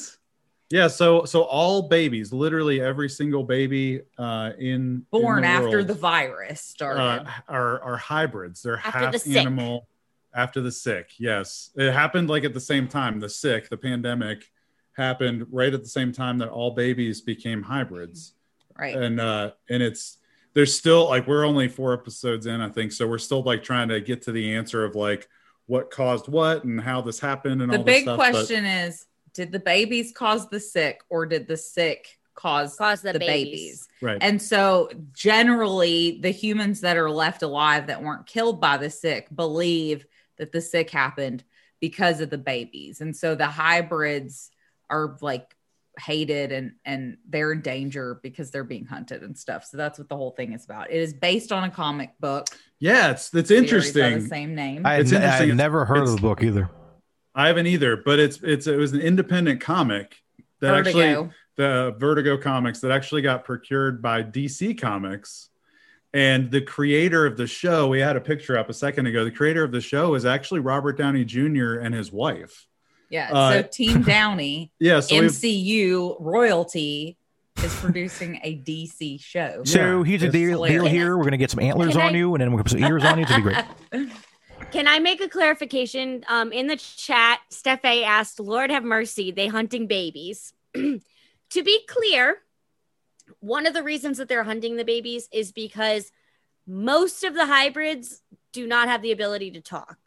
[SPEAKER 2] Yeah, so so all babies, literally every single baby uh in
[SPEAKER 4] Born
[SPEAKER 2] in the
[SPEAKER 4] after
[SPEAKER 2] world,
[SPEAKER 4] the virus started.
[SPEAKER 2] uh, are are hybrids. They're
[SPEAKER 3] After
[SPEAKER 2] half
[SPEAKER 3] the sick.
[SPEAKER 2] animal after the sick. Yes. It happened like at the same time. The sick, the pandemic happened right at the same time that all babies became hybrids.
[SPEAKER 4] right.
[SPEAKER 2] And uh and it's there's still like we're only four episodes in, I think. So we're still like trying to get to the answer of like what caused what and how this happened and
[SPEAKER 4] the
[SPEAKER 2] all
[SPEAKER 4] big
[SPEAKER 2] this stuff. but-
[SPEAKER 4] question is did the babies cause the sick or did the sick cause
[SPEAKER 3] Cause the,
[SPEAKER 4] the babies?
[SPEAKER 3] babies.
[SPEAKER 2] Right.
[SPEAKER 4] And so generally, the humans that are left alive that weren't killed by the sick believe that the sick happened because of the babies. And so the hybrids are like hated and and they're in danger because they're being hunted and stuff. So that's what the whole thing is about. It is based on a comic book.
[SPEAKER 2] Yeah, it's it's
[SPEAKER 4] series by The
[SPEAKER 2] interesting.
[SPEAKER 4] same name.
[SPEAKER 1] I had,
[SPEAKER 2] It's
[SPEAKER 1] I had
[SPEAKER 2] interesting, it's-
[SPEAKER 1] never heard of
[SPEAKER 2] it's-
[SPEAKER 1] the book either.
[SPEAKER 2] I haven't either, but it's it's it was an independent comic that
[SPEAKER 4] Vertigo.
[SPEAKER 2] actually the Vertigo comics that actually got procured by DC Comics. And the creator of the show, we had a picture up a second ago. The creator of the show is actually Robert Downey Jr. and his wife.
[SPEAKER 4] yeah.
[SPEAKER 2] uh,
[SPEAKER 4] so
[SPEAKER 2] *laughs*
[SPEAKER 4] Team Downey,
[SPEAKER 2] Yeah, so we've-
[SPEAKER 4] MCU royalty is producing a DC show.
[SPEAKER 1] So
[SPEAKER 2] Yeah,
[SPEAKER 1] here's a
[SPEAKER 2] it's
[SPEAKER 1] deal, deal
[SPEAKER 4] hilarious.
[SPEAKER 1] here. We're gonna get some antlers
[SPEAKER 3] Can
[SPEAKER 1] on
[SPEAKER 3] I-
[SPEAKER 1] you, and then we're gonna put some ears on you. It's gonna be
[SPEAKER 4] *laughs*
[SPEAKER 1] great.
[SPEAKER 3] Can I make a clarification? Um, in the chat, Stefe asked, Lord have mercy, they hunting babies. *clears throat* to be clear, one of the reasons that they're hunting the babies is because most of the hybrids do not have the ability to talk.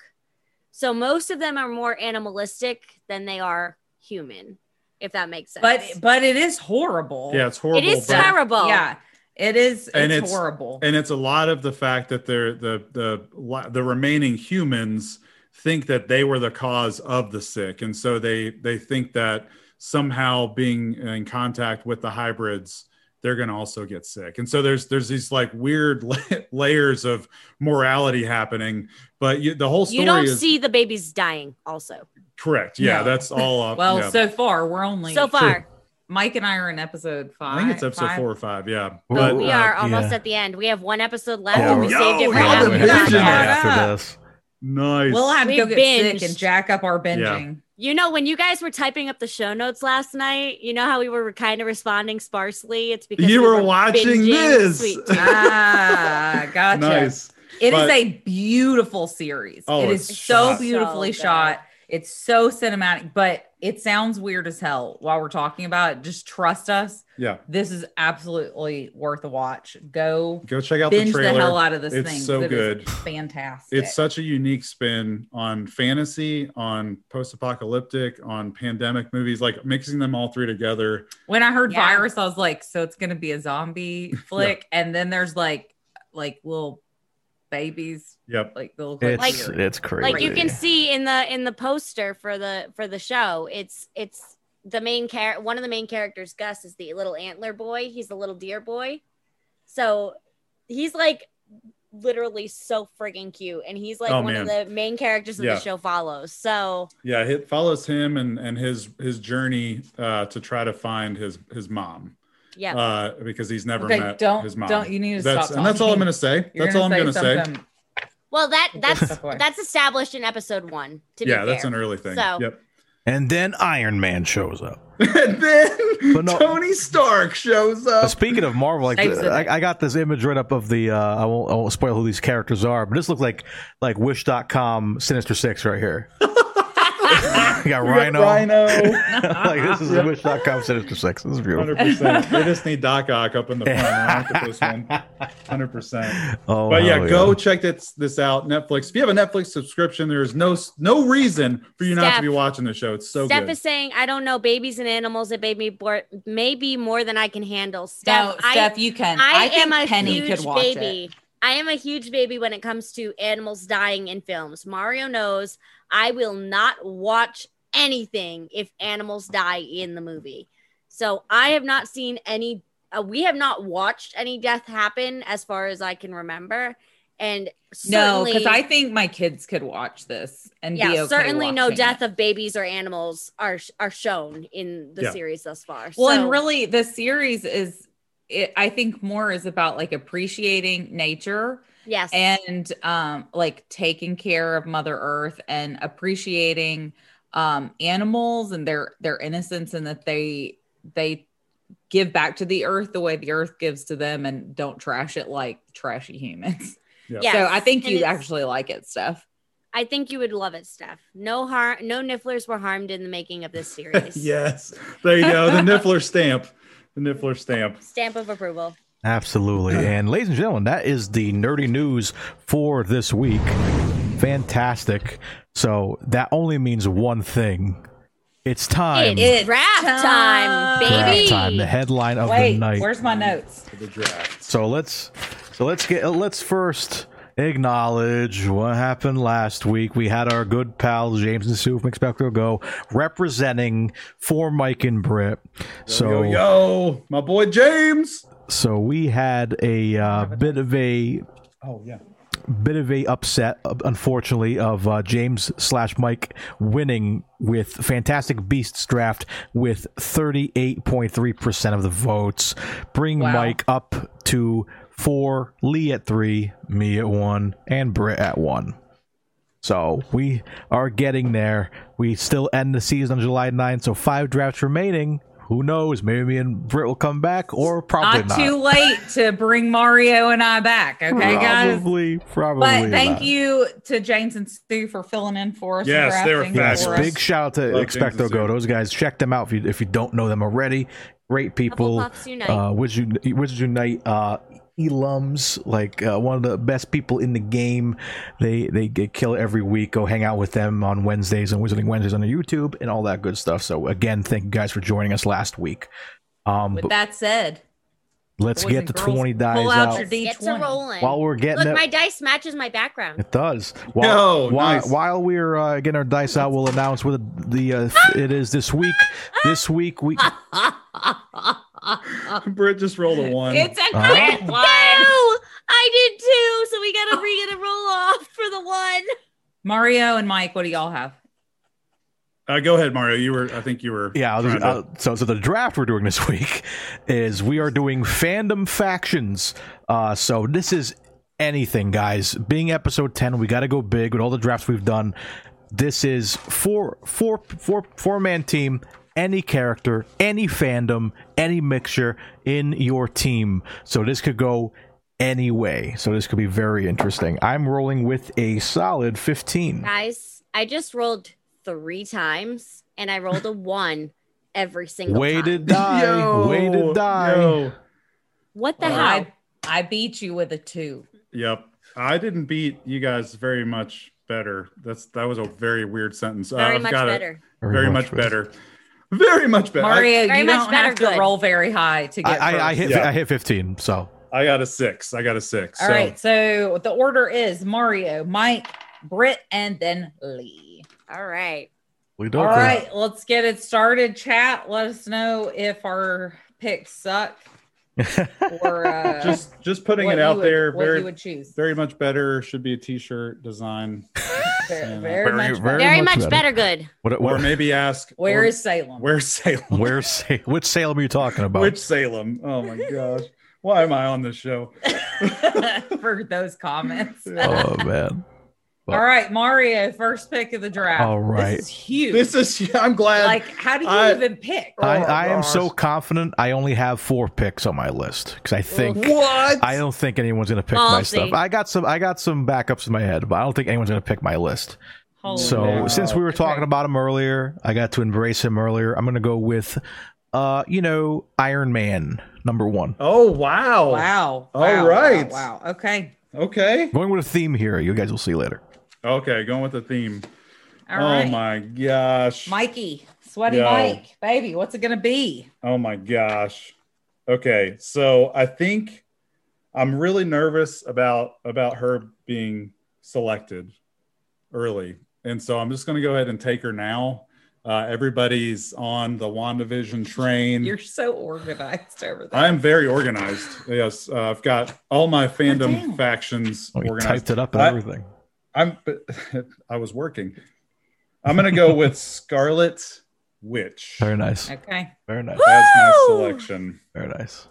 [SPEAKER 3] So most of them are more animalistic than they are human, if that makes sense.
[SPEAKER 4] but but it is horrible.
[SPEAKER 2] yeah, it's horrible.
[SPEAKER 3] it is
[SPEAKER 2] but-
[SPEAKER 3] terrible.
[SPEAKER 4] Yeah. It is it's,
[SPEAKER 2] And it's-
[SPEAKER 4] horrible.
[SPEAKER 2] and it's a lot of the fact that they're the the the remaining humans think that they were the cause of the sick and so they they think that somehow being in contact with the hybrids they're going to also get sick and so there's there's these like weird *laughs* la- layers of morality happening but you, the whole story
[SPEAKER 3] You don't
[SPEAKER 2] is
[SPEAKER 3] see the babies dying, also.
[SPEAKER 2] correct yeah
[SPEAKER 4] No.
[SPEAKER 2] that's
[SPEAKER 4] *laughs*
[SPEAKER 2] all up
[SPEAKER 4] well,
[SPEAKER 2] yeah.
[SPEAKER 4] so far we're only
[SPEAKER 3] so far.
[SPEAKER 4] Mike and I are in episode five.
[SPEAKER 2] i think it's episode
[SPEAKER 4] five.
[SPEAKER 2] four or five yeah
[SPEAKER 1] Well,
[SPEAKER 3] But we
[SPEAKER 2] uh,
[SPEAKER 3] are almost
[SPEAKER 1] yeah.
[SPEAKER 3] at the end. We have one episode left.
[SPEAKER 1] Oh,
[SPEAKER 3] we
[SPEAKER 1] yo,
[SPEAKER 3] saved it for
[SPEAKER 2] We're
[SPEAKER 1] Yeah,
[SPEAKER 2] on
[SPEAKER 3] after
[SPEAKER 1] we
[SPEAKER 2] the
[SPEAKER 1] have
[SPEAKER 3] the
[SPEAKER 1] some
[SPEAKER 2] vision.
[SPEAKER 3] podcast.
[SPEAKER 1] after
[SPEAKER 4] Yeah.
[SPEAKER 1] this.
[SPEAKER 2] nice
[SPEAKER 4] We'll have to
[SPEAKER 3] We
[SPEAKER 4] go get sick and
[SPEAKER 3] binged.
[SPEAKER 4] jack up our binging.
[SPEAKER 3] You know, when you guys were typing up the show notes last night, you know how we were kind of responding sparsely. It's because
[SPEAKER 2] You
[SPEAKER 3] we
[SPEAKER 2] were watching
[SPEAKER 3] binging
[SPEAKER 2] this.
[SPEAKER 3] Sweet Tea.
[SPEAKER 2] *laughs*
[SPEAKER 4] ah, gotcha.
[SPEAKER 2] nice
[SPEAKER 4] It is
[SPEAKER 2] But-
[SPEAKER 4] a beautiful series.
[SPEAKER 2] Oh,
[SPEAKER 4] it
[SPEAKER 2] it's
[SPEAKER 4] is so
[SPEAKER 2] shot.
[SPEAKER 4] beautifully
[SPEAKER 3] So good.
[SPEAKER 4] shot. It's so cinematic, but it sounds weird as hell while we're talking about it. Just trust us.
[SPEAKER 2] yeah
[SPEAKER 4] This is absolutely worth a watch. Go
[SPEAKER 2] go check out
[SPEAKER 4] binge
[SPEAKER 2] the
[SPEAKER 4] the,
[SPEAKER 2] trailer
[SPEAKER 4] hell out of this
[SPEAKER 2] It's
[SPEAKER 4] thing.
[SPEAKER 2] so
[SPEAKER 4] It is
[SPEAKER 2] good.
[SPEAKER 4] fantastic.
[SPEAKER 2] it's such a unique spin on fantasy, on post-apocalyptic, on pandemic movies, like mixing them all three together.
[SPEAKER 4] when I heard
[SPEAKER 3] Yeah.
[SPEAKER 4] virus, I was like, so it's gonna be a
[SPEAKER 2] *laughs*
[SPEAKER 4] zombie flick, and then there's like like little babies,
[SPEAKER 2] Yep.
[SPEAKER 4] like the little
[SPEAKER 1] It's
[SPEAKER 4] weird.
[SPEAKER 1] it's crazy.
[SPEAKER 3] Like you can see in the in the poster for the for the show, it's it's the main character. One of the main characters, Gus, is the little antler boy. He's the little deer boy. So he's like literally so friggin' cute, and he's like
[SPEAKER 2] Oh,
[SPEAKER 3] one of the main characters that
[SPEAKER 2] Yeah.
[SPEAKER 3] the show follows. So
[SPEAKER 2] Yeah, it follows him and and his his journey uh, to try to find his his mom
[SPEAKER 3] yeah,
[SPEAKER 2] uh, because he's never
[SPEAKER 4] Okay,
[SPEAKER 2] met
[SPEAKER 4] don't-
[SPEAKER 2] his mom.
[SPEAKER 4] don't- you need to
[SPEAKER 2] that's,
[SPEAKER 4] stop
[SPEAKER 2] And that's all I'm
[SPEAKER 4] talking.
[SPEAKER 2] going to say.
[SPEAKER 4] You're
[SPEAKER 2] that's all I'm going to say.
[SPEAKER 4] something-
[SPEAKER 3] Well,
[SPEAKER 2] *laughs*
[SPEAKER 3] that
[SPEAKER 4] Put this
[SPEAKER 3] that's
[SPEAKER 4] stuff away.
[SPEAKER 3] that's established in episode one. To
[SPEAKER 2] Yeah,
[SPEAKER 3] be
[SPEAKER 2] that's
[SPEAKER 3] fair.
[SPEAKER 2] an early thing.
[SPEAKER 3] So-
[SPEAKER 2] Yep. *laughs*
[SPEAKER 1] And then Iron Man shows up.
[SPEAKER 2] and then
[SPEAKER 1] But no-
[SPEAKER 2] Tony Stark shows
[SPEAKER 1] But
[SPEAKER 2] up.
[SPEAKER 1] speaking of Marvel, like
[SPEAKER 4] Saves it.
[SPEAKER 1] I, I got this image right up of the uh, I won't I won't spoil who these characters are, but this looks like like Wish.com Sinister Six right here. *laughs* you got
[SPEAKER 2] We got
[SPEAKER 1] Rhino.
[SPEAKER 2] Rhino.
[SPEAKER 1] *laughs*
[SPEAKER 4] *laughs*
[SPEAKER 1] like this is
[SPEAKER 2] Yep.
[SPEAKER 1] Wish.com Sinister Six. This is beautiful.
[SPEAKER 2] 100%. They just need Doc Ock up in the front. I like this one.
[SPEAKER 1] *laughs*
[SPEAKER 2] 100%.
[SPEAKER 1] Oh,
[SPEAKER 2] but yeah,
[SPEAKER 1] hell
[SPEAKER 2] go check this this out. Netflix. If you have a Netflix subscription, there is no no reason for you not to
[SPEAKER 3] Steph.
[SPEAKER 2] be watching the show. It's so
[SPEAKER 3] Steph
[SPEAKER 2] good.
[SPEAKER 3] is saying, "I don't know, babies and animals. It made me bored, maybe more than I can handle." Steph,
[SPEAKER 4] No, Steph, you
[SPEAKER 3] I,
[SPEAKER 4] can.
[SPEAKER 3] I,
[SPEAKER 4] I, think
[SPEAKER 3] am a
[SPEAKER 4] Penny
[SPEAKER 3] huge
[SPEAKER 4] could watch
[SPEAKER 3] baby. I am a huge baby when it comes to animals dying in films. Mario knows I will not watch anything if animals die in the movie. So I have not seen any. Uh, we have not watched any death happen as far as I can remember. And
[SPEAKER 4] it. No, because
[SPEAKER 3] certainly-
[SPEAKER 4] I think my kids could watch this and
[SPEAKER 3] yeah,
[SPEAKER 4] be okay
[SPEAKER 3] certainly no
[SPEAKER 4] watching
[SPEAKER 3] death
[SPEAKER 4] it.
[SPEAKER 3] of babies or animals are are shown in the
[SPEAKER 2] Yeah.
[SPEAKER 3] series thus far.
[SPEAKER 4] Well,
[SPEAKER 3] So-
[SPEAKER 4] and really, the series is. It, I think more is about like appreciating nature
[SPEAKER 3] yes,
[SPEAKER 4] and um like taking care of mother earth and appreciating um animals and their their innocence and that they they give back to the earth the way the earth gives to them and don't trash it like trashy humans *laughs*
[SPEAKER 2] Yeah.
[SPEAKER 4] so i think
[SPEAKER 3] And
[SPEAKER 4] you
[SPEAKER 3] it's-
[SPEAKER 4] actually like it stuff
[SPEAKER 3] I think you would love it, Steph. No harm, no nifflers were harmed in the making of
[SPEAKER 4] *laughs*
[SPEAKER 3] this
[SPEAKER 2] *laughs*
[SPEAKER 3] series.
[SPEAKER 2] yes, there you
[SPEAKER 3] *laughs*
[SPEAKER 2] go. The Niffler stamp. The Niffler stamp.
[SPEAKER 3] Stamp of approval.
[SPEAKER 1] Absolutely. And ladies and gentlemen, that is the nerdy news for this week. Fantastic. So that only means one thing. It's time.
[SPEAKER 3] It's draft time,
[SPEAKER 4] time.
[SPEAKER 3] baby.
[SPEAKER 1] Draft time. The headline of
[SPEAKER 4] Wait,
[SPEAKER 1] the night.
[SPEAKER 4] where's my notes?
[SPEAKER 2] for the draft.
[SPEAKER 1] So let's so let's get let's first acknowledge what happened last week. We had our good pals James and Sue from Expecto Go representing for Mike and Britt. So
[SPEAKER 2] Yo, yo, my boy James.
[SPEAKER 1] so we had a uh, bit of a
[SPEAKER 2] Oh yeah.
[SPEAKER 1] bit of a upset, uh, unfortunately, of uh, James slash Mike winning with Fantastic Beasts draft with thirty eight point three percent of the votes, bring
[SPEAKER 4] Wow.
[SPEAKER 1] Mike up to four, Lee at three, me at one, and Britt at one. So we are getting there. We still end the season on July 9th, so five drafts remaining. Who knows? Maybe me and Britt will come back, or probably
[SPEAKER 4] Not,
[SPEAKER 1] not.
[SPEAKER 4] too late to bring Mario and I back, okay, guys?
[SPEAKER 1] probably, probably.
[SPEAKER 4] But thank
[SPEAKER 1] not.
[SPEAKER 4] you to James and Stu for filling in for us. and
[SPEAKER 2] Yes, they were
[SPEAKER 4] drafting
[SPEAKER 1] Yes,
[SPEAKER 4] for us.
[SPEAKER 1] big shout out to
[SPEAKER 2] Love James
[SPEAKER 1] Expecto
[SPEAKER 2] and
[SPEAKER 1] Go.
[SPEAKER 2] Sue.
[SPEAKER 1] Those guys, check them out if you if you don't know them already. Great people.
[SPEAKER 3] Hufflepuffs unite.
[SPEAKER 1] Uh, Wizard Wizard Unite uh, elums, like uh, one of the best people in the game. They they get kill every week. Go hang out with them on Wednesdays and Wizarding Wednesdays on their YouTube and all that good stuff. So again, thank you guys for joining us last week. Um,
[SPEAKER 4] With
[SPEAKER 1] but
[SPEAKER 4] that said,
[SPEAKER 1] let's
[SPEAKER 4] boys
[SPEAKER 1] get
[SPEAKER 4] and
[SPEAKER 1] the
[SPEAKER 4] girls,
[SPEAKER 1] twenty
[SPEAKER 4] pull
[SPEAKER 1] dice
[SPEAKER 4] out
[SPEAKER 1] out.
[SPEAKER 4] your
[SPEAKER 3] Let's get to
[SPEAKER 4] D20.
[SPEAKER 3] rolling.
[SPEAKER 1] While we're getting
[SPEAKER 3] Look,
[SPEAKER 1] it,
[SPEAKER 3] my dice matches my
[SPEAKER 1] *laughs*
[SPEAKER 3] background. *laughs*
[SPEAKER 1] It does.
[SPEAKER 2] Yo,
[SPEAKER 1] while,
[SPEAKER 2] nice.
[SPEAKER 1] while we're uh, getting our dice out, we'll announce what the uh, it is this week. This week
[SPEAKER 3] *laughs*
[SPEAKER 1] we
[SPEAKER 2] Britt just rolled a one.
[SPEAKER 4] it's a
[SPEAKER 1] Uh,
[SPEAKER 3] *laughs*
[SPEAKER 4] crit
[SPEAKER 3] Two!
[SPEAKER 4] one.
[SPEAKER 3] I did too. So
[SPEAKER 4] *laughs*
[SPEAKER 3] we gotta re get a roll off for the one.
[SPEAKER 4] Mario and Mike, what do y'all have?
[SPEAKER 2] uh, go ahead, Mario. You were. I think you were.
[SPEAKER 1] yeah. I was-
[SPEAKER 2] trying to-
[SPEAKER 1] uh, so so the draft we're doing this *laughs* week is we are doing fandom factions. Uh, so this is anything, guys. Being episode ten, we got to go big with all the drafts we've done. This is four four four four man team. Any character, any fandom, any mixture in your team. So this could go any way. So this could be very interesting. I'm rolling with a solid 15.
[SPEAKER 3] Guys, I just rolled three times and I
[SPEAKER 4] *laughs*
[SPEAKER 3] rolled a one every single
[SPEAKER 1] Way to
[SPEAKER 3] time.
[SPEAKER 1] die.
[SPEAKER 2] *laughs* Yo,
[SPEAKER 1] Way to die.
[SPEAKER 2] yo.
[SPEAKER 3] What the
[SPEAKER 2] All
[SPEAKER 3] hell?
[SPEAKER 4] I, I beat you with a two.
[SPEAKER 2] Yep. I didn't beat you guys very much better. That's that was a very weird sentence. Uh,
[SPEAKER 3] Very
[SPEAKER 2] I've
[SPEAKER 3] much
[SPEAKER 2] got it.
[SPEAKER 3] better.
[SPEAKER 2] Very much better. Very much better. I,
[SPEAKER 4] Mario,
[SPEAKER 3] Very
[SPEAKER 4] you
[SPEAKER 3] much
[SPEAKER 4] don't
[SPEAKER 3] better
[SPEAKER 4] have to
[SPEAKER 3] good.
[SPEAKER 4] roll very high to
[SPEAKER 1] I,
[SPEAKER 4] get
[SPEAKER 1] I, I
[SPEAKER 4] first.
[SPEAKER 1] hit
[SPEAKER 2] Yeah.
[SPEAKER 1] I hit 15. So
[SPEAKER 2] I got a six. I got a six.
[SPEAKER 4] All
[SPEAKER 2] so
[SPEAKER 4] right, so the order is Mario, Mike, Britt, and then Lee.
[SPEAKER 3] All right.
[SPEAKER 1] we
[SPEAKER 4] All right, let's get it started. Chat, let us know if our
[SPEAKER 1] *laughs*
[SPEAKER 4] picks suck or uh,
[SPEAKER 2] just just putting
[SPEAKER 4] what
[SPEAKER 2] it out
[SPEAKER 4] you would-
[SPEAKER 2] there.
[SPEAKER 4] What
[SPEAKER 2] Very
[SPEAKER 4] you would choose.
[SPEAKER 2] very much better. Should be a t-shirt design.
[SPEAKER 4] Very,
[SPEAKER 2] saying
[SPEAKER 4] very
[SPEAKER 1] that.
[SPEAKER 4] much.
[SPEAKER 1] Very
[SPEAKER 4] better.
[SPEAKER 3] Very
[SPEAKER 1] much
[SPEAKER 3] much,
[SPEAKER 1] better.
[SPEAKER 3] better. good.
[SPEAKER 1] What,
[SPEAKER 2] Or
[SPEAKER 1] *laughs* what,
[SPEAKER 2] maybe ask
[SPEAKER 4] Where
[SPEAKER 2] or-
[SPEAKER 4] is Salem?
[SPEAKER 2] where's Salem?
[SPEAKER 1] *laughs* where's Sa- which Salem are you talking about?
[SPEAKER 2] Which Salem? Oh my
[SPEAKER 4] *laughs*
[SPEAKER 2] gosh. Why am I on this show?
[SPEAKER 4] *laughs* for those
[SPEAKER 1] *laughs*
[SPEAKER 4] comments? *laughs*
[SPEAKER 1] oh man.
[SPEAKER 4] All right, Mario, first pick of the draft.
[SPEAKER 1] All right.
[SPEAKER 4] this is huge.
[SPEAKER 2] This is I'm glad
[SPEAKER 4] like, how do you
[SPEAKER 2] I-
[SPEAKER 4] even pick?
[SPEAKER 1] I,
[SPEAKER 2] Oh,
[SPEAKER 1] I am so
[SPEAKER 2] gosh.
[SPEAKER 1] confident I only have four picks on my list because I think
[SPEAKER 2] what?
[SPEAKER 1] I don't think anyone's gonna pick my
[SPEAKER 3] Ballsy.
[SPEAKER 1] stuff. I got some I got some backups in my head, but I don't think anyone's gonna pick my list.
[SPEAKER 4] Holy
[SPEAKER 1] So
[SPEAKER 2] Wow.
[SPEAKER 4] moly.
[SPEAKER 1] since we were talking
[SPEAKER 4] Okay.
[SPEAKER 1] about him earlier, I got to embrace him earlier. I'm gonna go with, uh, you know, Iron Man number one.
[SPEAKER 2] Oh wow.
[SPEAKER 4] wow,
[SPEAKER 2] All
[SPEAKER 4] wow,
[SPEAKER 2] right.
[SPEAKER 4] wow, wow. Okay,
[SPEAKER 2] Okay.
[SPEAKER 1] Going with a theme here. You guys will see later.
[SPEAKER 2] Okay, going with the theme.
[SPEAKER 4] All
[SPEAKER 2] oh
[SPEAKER 4] right.
[SPEAKER 2] my gosh.
[SPEAKER 4] Mikey, sweaty
[SPEAKER 2] Yo.
[SPEAKER 4] Mike, baby, what's it gonna be?
[SPEAKER 2] Oh my gosh. Okay, so I think I'm really nervous about about her being selected early, and so I'm just going to go ahead and take her now. Uh, everybody's on the Wandavision train.
[SPEAKER 4] You're so organized over there.
[SPEAKER 2] I'm very organized. Yes, uh, I've got all my fandom
[SPEAKER 4] damn.
[SPEAKER 2] factions
[SPEAKER 1] Oh, you
[SPEAKER 2] organized.
[SPEAKER 1] typed it up and
[SPEAKER 2] I-
[SPEAKER 1] everything.
[SPEAKER 2] I'm *laughs* but I was working. I'm gonna go with Scarlet Witch.
[SPEAKER 1] Very nice.
[SPEAKER 4] okay.
[SPEAKER 1] Very nice.
[SPEAKER 2] That's my
[SPEAKER 3] Woo!
[SPEAKER 2] selection.
[SPEAKER 1] Very nice.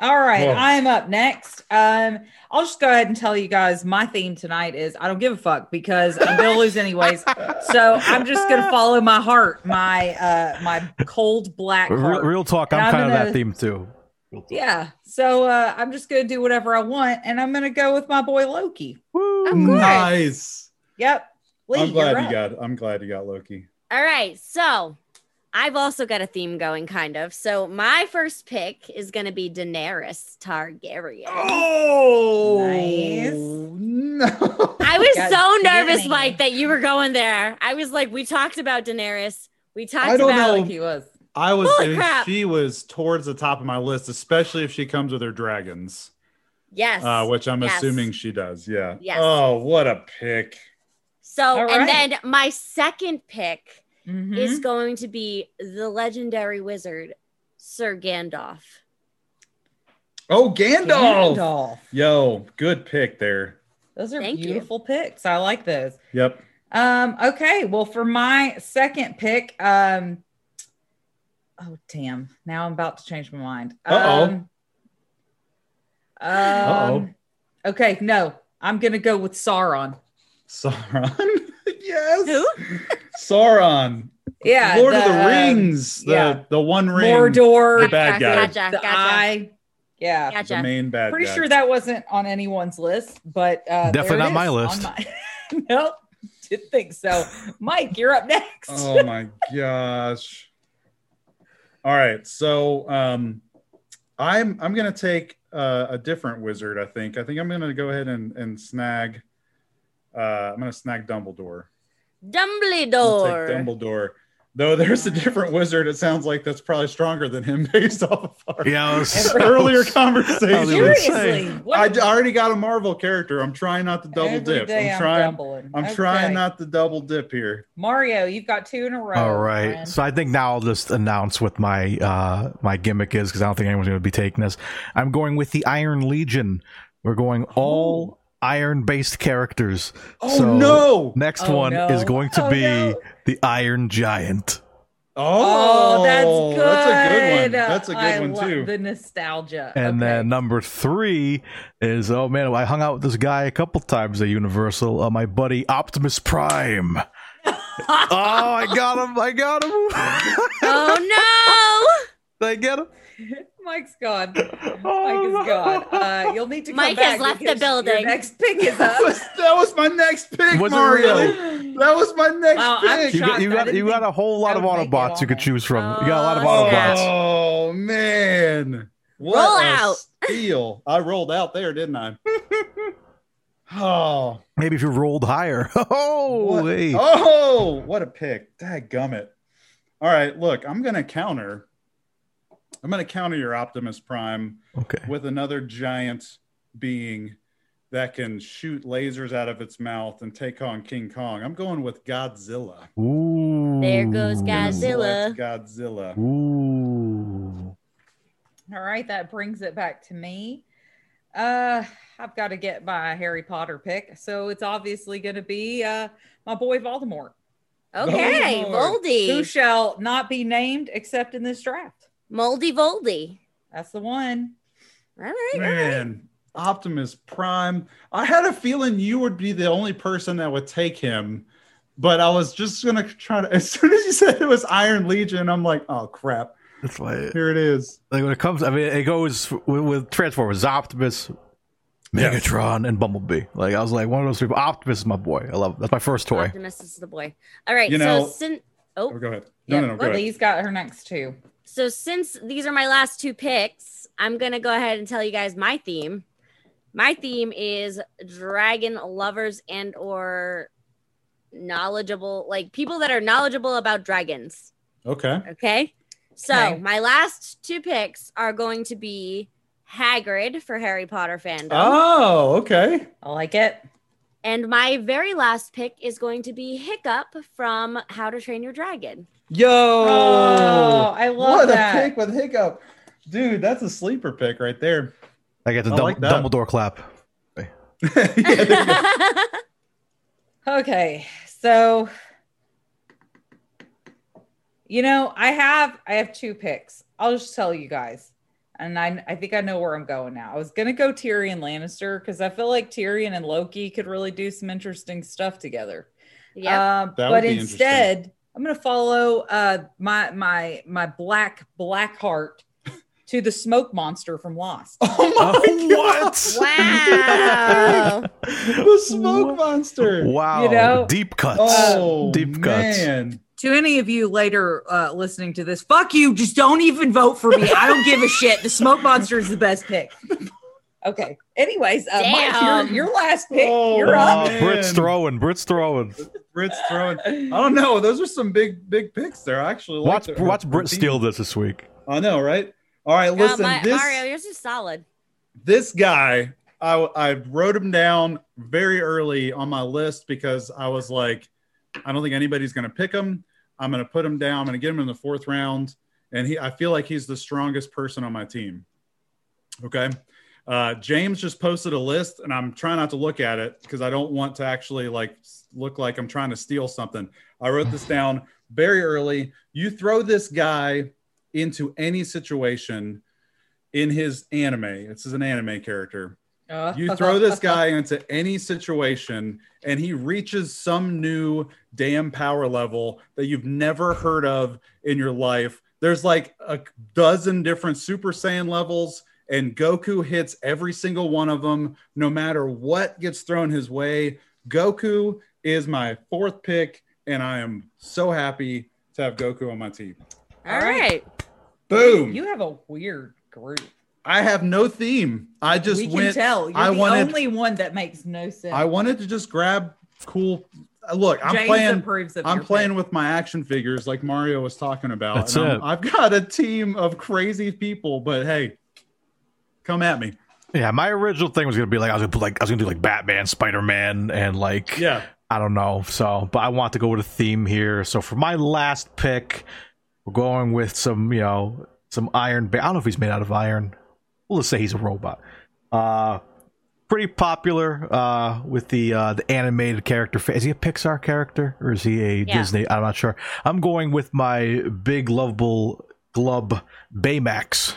[SPEAKER 4] All right,
[SPEAKER 2] Whoa.
[SPEAKER 4] I'm up next. Um, I'll just go ahead and tell you guys my theme tonight is I don't give a fuck because I'm gonna lose anyways.
[SPEAKER 2] *laughs*
[SPEAKER 4] So I'm just gonna follow my heart, my uh, my cold black
[SPEAKER 1] Real,
[SPEAKER 4] heart.
[SPEAKER 1] real talk. I'm,
[SPEAKER 4] And I'm
[SPEAKER 1] kind of
[SPEAKER 4] gonna-
[SPEAKER 1] that theme too.
[SPEAKER 4] Yeah. So uh, I'm just gonna do whatever I want, and I'm gonna go with my boy Loki.
[SPEAKER 3] Of course.
[SPEAKER 2] Nice.
[SPEAKER 4] Yep. Lee,
[SPEAKER 2] I'm glad
[SPEAKER 4] you're
[SPEAKER 2] you
[SPEAKER 4] up.
[SPEAKER 2] got. I'm glad you got Loki.
[SPEAKER 3] All right. So I've also got a theme going, kind of. So my first pick is going to be Daenerys Targaryen.
[SPEAKER 2] Oh,
[SPEAKER 4] Nice.
[SPEAKER 2] no.
[SPEAKER 3] I was
[SPEAKER 4] God
[SPEAKER 3] so
[SPEAKER 4] damn
[SPEAKER 3] nervous,
[SPEAKER 4] it.
[SPEAKER 3] Mike, that you were going there. I was like, we talked about Daenerys. We talked
[SPEAKER 2] I don't
[SPEAKER 3] about
[SPEAKER 2] know.
[SPEAKER 4] Like he was.
[SPEAKER 2] *laughs* I was
[SPEAKER 3] Holy
[SPEAKER 2] and
[SPEAKER 3] crap.
[SPEAKER 2] she was towards the top of my list, especially if she comes with her dragons,
[SPEAKER 3] yes.
[SPEAKER 2] uh, which I'm
[SPEAKER 3] Yes.
[SPEAKER 2] assuming she does. Yeah.
[SPEAKER 3] Yes.
[SPEAKER 2] Oh, what a pick!
[SPEAKER 3] so,
[SPEAKER 4] All
[SPEAKER 3] and
[SPEAKER 4] right.
[SPEAKER 3] then my second pick
[SPEAKER 4] Mhm.
[SPEAKER 2] Mm-hmm.
[SPEAKER 3] is going to be the legendary wizard Sir Gandalf.
[SPEAKER 2] Oh, Gandalf.
[SPEAKER 4] Gandalf.
[SPEAKER 2] Yo, good pick there.
[SPEAKER 4] Those are
[SPEAKER 3] Thank you.
[SPEAKER 4] beautiful picks. I like those.
[SPEAKER 2] Yep.
[SPEAKER 4] Um, okay. Well, for my second pick, um, oh damn, now I'm about to change my mind.
[SPEAKER 2] Uh-oh.
[SPEAKER 4] Um, um, okay, no, I'm gonna go with Sauron.
[SPEAKER 2] Sauron. *laughs* yes.
[SPEAKER 3] Who?
[SPEAKER 2] Sauron.
[SPEAKER 4] Yeah,
[SPEAKER 2] Lord of the
[SPEAKER 4] um,
[SPEAKER 2] Rings. The
[SPEAKER 4] yeah.
[SPEAKER 2] the one ring. The
[SPEAKER 4] Mordor,
[SPEAKER 2] bad guy.
[SPEAKER 3] Gotcha.
[SPEAKER 4] the
[SPEAKER 3] Gotcha.
[SPEAKER 4] eye. Yeah,
[SPEAKER 2] The
[SPEAKER 3] Gotcha.
[SPEAKER 2] main bad
[SPEAKER 4] pretty
[SPEAKER 2] guy.
[SPEAKER 4] sure that wasn't on anyone's list, but uh,
[SPEAKER 1] Definitely
[SPEAKER 4] there it
[SPEAKER 1] not my
[SPEAKER 4] is on
[SPEAKER 1] list.
[SPEAKER 4] my- *laughs* nope, didn't think so. Mike, you're up next.
[SPEAKER 2] oh my gosh. All right, so um, I'm I'm gonna take uh, a different wizard. I think I think I'm gonna go ahead and and snag. Uh, I'm gonna snag Dumbledore. I'll
[SPEAKER 3] Dumbledore.
[SPEAKER 2] Take Dumbledore. Though there's a different wizard. It sounds like that's probably stronger than him *laughs* based off of our
[SPEAKER 1] Yeah, I was- *laughs* I
[SPEAKER 2] earlier
[SPEAKER 1] was
[SPEAKER 2] conversation.
[SPEAKER 1] gonna say.
[SPEAKER 4] Seriously, what
[SPEAKER 2] I d- already got a Marvel character. I'm trying not to double
[SPEAKER 4] Every
[SPEAKER 2] dip.
[SPEAKER 4] day
[SPEAKER 2] I'm trying.
[SPEAKER 4] doubling.
[SPEAKER 2] I'm
[SPEAKER 4] Okay.
[SPEAKER 2] trying not to double dip here.
[SPEAKER 4] Mario, you've got two in a row.
[SPEAKER 1] All right.
[SPEAKER 4] man.
[SPEAKER 1] So I think now I'll just announce what my uh my gimmick is because I don't think anyone's going to be taking this. I'm going with the Iron Legion. We're going all iron based characters.
[SPEAKER 2] Oh
[SPEAKER 1] So,
[SPEAKER 2] no!
[SPEAKER 1] Next
[SPEAKER 4] Oh,
[SPEAKER 1] one
[SPEAKER 4] no.
[SPEAKER 1] is going to
[SPEAKER 4] Oh,
[SPEAKER 1] be
[SPEAKER 4] no.
[SPEAKER 1] the Iron Giant.
[SPEAKER 4] Oh, that's good.
[SPEAKER 2] That's a good one. That's a good
[SPEAKER 4] I
[SPEAKER 2] one
[SPEAKER 4] love
[SPEAKER 2] too.
[SPEAKER 4] The nostalgia.
[SPEAKER 1] And
[SPEAKER 4] Okay.
[SPEAKER 1] then number three is oh man, I hung out with this guy a couple times at Universal. Uh, my buddy Optimus
[SPEAKER 4] *laughs*
[SPEAKER 1] Prime. oh, I got him! I got
[SPEAKER 4] *laughs*
[SPEAKER 1] him!
[SPEAKER 3] oh
[SPEAKER 1] Did I get him?
[SPEAKER 4] Mike's gone.
[SPEAKER 1] Oh,
[SPEAKER 4] Mike
[SPEAKER 1] no.
[SPEAKER 4] is gone. Uh, you'll need to come
[SPEAKER 3] Mike
[SPEAKER 4] back
[SPEAKER 3] has left the
[SPEAKER 4] because
[SPEAKER 3] building.
[SPEAKER 4] Your next pick is
[SPEAKER 2] *laughs* that, *laughs*
[SPEAKER 4] up.
[SPEAKER 2] was, that was my next pick,
[SPEAKER 1] Was it
[SPEAKER 2] Mario.
[SPEAKER 1] really?
[SPEAKER 2] That was my next
[SPEAKER 4] Wow, Oh, I'm
[SPEAKER 2] pick.
[SPEAKER 1] you got,
[SPEAKER 4] shocked.
[SPEAKER 1] you
[SPEAKER 4] I
[SPEAKER 1] got
[SPEAKER 4] didn't
[SPEAKER 1] you got
[SPEAKER 4] think
[SPEAKER 1] a whole lot
[SPEAKER 4] I
[SPEAKER 1] of
[SPEAKER 4] would make it
[SPEAKER 1] Autobots
[SPEAKER 4] on
[SPEAKER 1] you could
[SPEAKER 4] there.
[SPEAKER 1] choose from. you got a lot of
[SPEAKER 3] Oh,
[SPEAKER 1] Autobots.
[SPEAKER 2] oh man! What
[SPEAKER 3] Roll
[SPEAKER 2] a
[SPEAKER 3] out.
[SPEAKER 2] Steal! I rolled out there, didn't
[SPEAKER 4] *laughs*
[SPEAKER 2] I? oh,
[SPEAKER 1] Maybe if you rolled higher. *laughs* Oh,
[SPEAKER 2] what,
[SPEAKER 1] hey.
[SPEAKER 2] oh, what a pick! Dadgummit! All right, look, I'm gonna counter. I'm gonna counter your Optimus Prime
[SPEAKER 1] okay.
[SPEAKER 2] with another giant being that can shoot lasers out of its mouth and take on King Kong. I'm going with Godzilla.
[SPEAKER 1] Ooh.
[SPEAKER 3] There goes Godzilla.
[SPEAKER 2] Select Godzilla.
[SPEAKER 1] Ooh.
[SPEAKER 4] All right, that brings it back to me. Uh, I've got to get my Harry Potter pick, so it's obviously going to be uh, my boy Voldemort,
[SPEAKER 2] *laughs*
[SPEAKER 3] no! Okay,
[SPEAKER 2] Dumbledore.
[SPEAKER 4] who
[SPEAKER 3] Moldy,
[SPEAKER 4] shall not be named except in this draft.
[SPEAKER 3] Moldy Voldy.
[SPEAKER 4] That's the one.
[SPEAKER 3] All right.
[SPEAKER 2] Man, Optimus Prime. I had a feeling you would be the only person that would take him, but I was just going to try to. *laughs* As soon as you said it was Iron Legion, I'm like, oh crap,
[SPEAKER 1] It's like,
[SPEAKER 2] here it is.
[SPEAKER 1] like when it comes, I mean, it goes with, with Transformers, Optimus,
[SPEAKER 2] Yes.
[SPEAKER 1] Megatron, and Bumblebee. Like I was like one of those people. Optimus is my boy. I love that's my first toy.
[SPEAKER 3] Optimus is the boy. All right.
[SPEAKER 2] You
[SPEAKER 3] so
[SPEAKER 2] know-
[SPEAKER 3] sin-
[SPEAKER 2] Oh, go ahead. No, no, no, go ahead.
[SPEAKER 4] Lee's got her next two.
[SPEAKER 3] so since these are my last two picks, I'm gonna go ahead and tell you guys my theme. My theme is dragon lovers and or knowledgeable, like people that are knowledgeable about dragons.
[SPEAKER 2] Okay.
[SPEAKER 3] Okay. So
[SPEAKER 4] Okay.
[SPEAKER 3] my last two picks are going to be Hagrid for Harry Potter fandom.
[SPEAKER 2] Oh, okay.
[SPEAKER 4] I like it.
[SPEAKER 3] And my very last pick is going to be Hiccup from How to Train Your Dragon. *laughs*
[SPEAKER 2] Yo.
[SPEAKER 4] Oh, I love
[SPEAKER 2] what
[SPEAKER 4] that.
[SPEAKER 2] a pick with Hiccup. Dude, that's a sleeper pick right there. *laughs*
[SPEAKER 1] I get the
[SPEAKER 2] I
[SPEAKER 1] Dum-
[SPEAKER 2] like that.
[SPEAKER 1] Dumbledore clap.
[SPEAKER 2] Yeah, there you go.
[SPEAKER 4] Okay, so you know, I have I have two picks. I'll just tell you guys, and I I think I know where I'm going now. I was gonna go Tyrion Lannister because I feel like Tyrion and Loki could really do some interesting stuff together.
[SPEAKER 3] yeah.
[SPEAKER 4] Uh,
[SPEAKER 2] That
[SPEAKER 4] but
[SPEAKER 2] would be
[SPEAKER 4] instead, I'm gonna follow uh my my my black black heart
[SPEAKER 2] *laughs*
[SPEAKER 4] to the smoke monster from Lost.
[SPEAKER 2] Oh my
[SPEAKER 1] Oh,
[SPEAKER 2] god.
[SPEAKER 1] *laughs* what?
[SPEAKER 3] wow.
[SPEAKER 2] The smoke monster.
[SPEAKER 1] *laughs* Wow.
[SPEAKER 4] You know?
[SPEAKER 1] Deep cuts.
[SPEAKER 2] Oh,
[SPEAKER 1] Deep cuts.
[SPEAKER 2] man.
[SPEAKER 4] to any of you later uh, listening to this, fuck you. Just don't even vote for me. I don't give a shit. The smoke monster is the best pick. Okay. Anyways, uh, Mike, your,
[SPEAKER 3] Damn.
[SPEAKER 4] your last pick.
[SPEAKER 2] Oh,
[SPEAKER 4] you're up.
[SPEAKER 1] Wow, Uh, Brit's
[SPEAKER 2] Man.
[SPEAKER 1] throwing. Brit's throwing.
[SPEAKER 2] Brit's throwing. I don't know. Those are some big, big picks there. I actually like
[SPEAKER 1] Watch
[SPEAKER 2] their-
[SPEAKER 1] watch Britt steal this this week.
[SPEAKER 2] I know, right? All right,
[SPEAKER 3] Yeah,
[SPEAKER 2] listen.
[SPEAKER 3] my,
[SPEAKER 2] this
[SPEAKER 3] Mario, yours is solid.
[SPEAKER 2] this guy, I I wrote him down very early on my list because I was like, I don't think anybody's going to pick him. I'm going to put him down. I'm going to get him in the fourth round, and he I feel like he's the strongest person on my team. Okay. Uh, James just posted a list, and I'm trying not to look at it because I don't want to actually like s- look like I'm trying to steal something. I wrote this down very early. You throw this guy into any situation in his anime. This is an anime character.
[SPEAKER 4] Oh, *laughs*
[SPEAKER 2] You throw this guy into any situation, and he reaches some new damn power level that you've never heard of in your life. There's like a dozen different Super Saiyan levels, and Goku hits every single one of them, no matter what gets thrown his way. Goku is my fourth pick, and I am so happy to have Goku on my team.
[SPEAKER 3] All right.
[SPEAKER 2] Boom!
[SPEAKER 4] You have a weird group.
[SPEAKER 2] I have no theme. I just
[SPEAKER 4] we
[SPEAKER 2] went.
[SPEAKER 4] can tell. You're
[SPEAKER 2] I
[SPEAKER 4] the
[SPEAKER 2] wanted-
[SPEAKER 4] only one that makes no sense.
[SPEAKER 2] I wanted to just grab cool. uh, Look, I'm
[SPEAKER 4] James
[SPEAKER 2] playing.
[SPEAKER 4] Approves of
[SPEAKER 2] I'm
[SPEAKER 4] your
[SPEAKER 2] playing
[SPEAKER 4] pick.
[SPEAKER 2] with my action figures, like Mario was talking about.
[SPEAKER 1] That's
[SPEAKER 2] and I'm-
[SPEAKER 1] it.
[SPEAKER 2] I've got a team of crazy people, but hey, come at me.
[SPEAKER 1] Yeah, my original thing was gonna be like I was gonna put like I was gonna do like Batman, Spider Man, and like
[SPEAKER 2] Yeah,
[SPEAKER 1] I don't know. So, but I want to go with a theme here. So for my last pick, we're going with some, you know, some iron. Ba- I don't know if he's made out of iron. Well, let's say he's a robot. Uh, pretty popular uh, with the uh, the animated character. Is he a Pixar character or is he a
[SPEAKER 3] Yeah.
[SPEAKER 1] Disney? I'm not sure. I'm going with my big lovable glub Baymax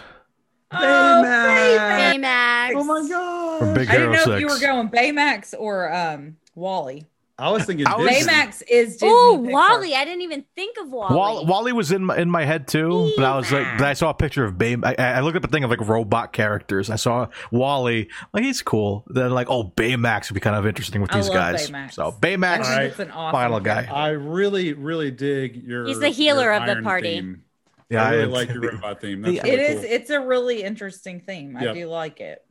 [SPEAKER 4] Oh,
[SPEAKER 2] Baymax.
[SPEAKER 4] Baymax.
[SPEAKER 3] Hey, Max.
[SPEAKER 2] Oh my god!
[SPEAKER 1] from Big
[SPEAKER 4] I didn't
[SPEAKER 1] Hero
[SPEAKER 4] know
[SPEAKER 1] Six.
[SPEAKER 4] if you were going Baymax or um, Wally.
[SPEAKER 2] I was thinking
[SPEAKER 1] I
[SPEAKER 4] Oh,
[SPEAKER 1] was-
[SPEAKER 2] Disney.
[SPEAKER 4] Baymax is Disney.
[SPEAKER 3] Oh,
[SPEAKER 4] Pixar.
[SPEAKER 3] Wally. I didn't even think of Wally.
[SPEAKER 1] Wall- Wally was in my, in my head too, but I was like, but I saw a picture of Bay. I, I looked up a thing of like robot characters. I saw Wally, like he's cool. Then like, oh, Baymax would be kind of interesting with
[SPEAKER 4] I
[SPEAKER 1] these
[SPEAKER 4] love
[SPEAKER 1] guys.
[SPEAKER 4] Baymax.
[SPEAKER 1] So
[SPEAKER 4] I
[SPEAKER 1] Baymax,
[SPEAKER 4] think
[SPEAKER 2] Alright.
[SPEAKER 4] it's an awesome
[SPEAKER 1] Final guy.
[SPEAKER 4] character.
[SPEAKER 2] I really, really dig your.
[SPEAKER 3] He's the healer
[SPEAKER 2] your
[SPEAKER 3] of the
[SPEAKER 2] iron
[SPEAKER 3] party.
[SPEAKER 2] theme.
[SPEAKER 1] yeah,
[SPEAKER 2] I really
[SPEAKER 1] it's-
[SPEAKER 2] like your robot theme.
[SPEAKER 1] the-
[SPEAKER 2] That's
[SPEAKER 4] It
[SPEAKER 2] really
[SPEAKER 4] is.
[SPEAKER 2] cool.
[SPEAKER 4] It's a really interesting theme. I
[SPEAKER 2] Yep.
[SPEAKER 4] do like it.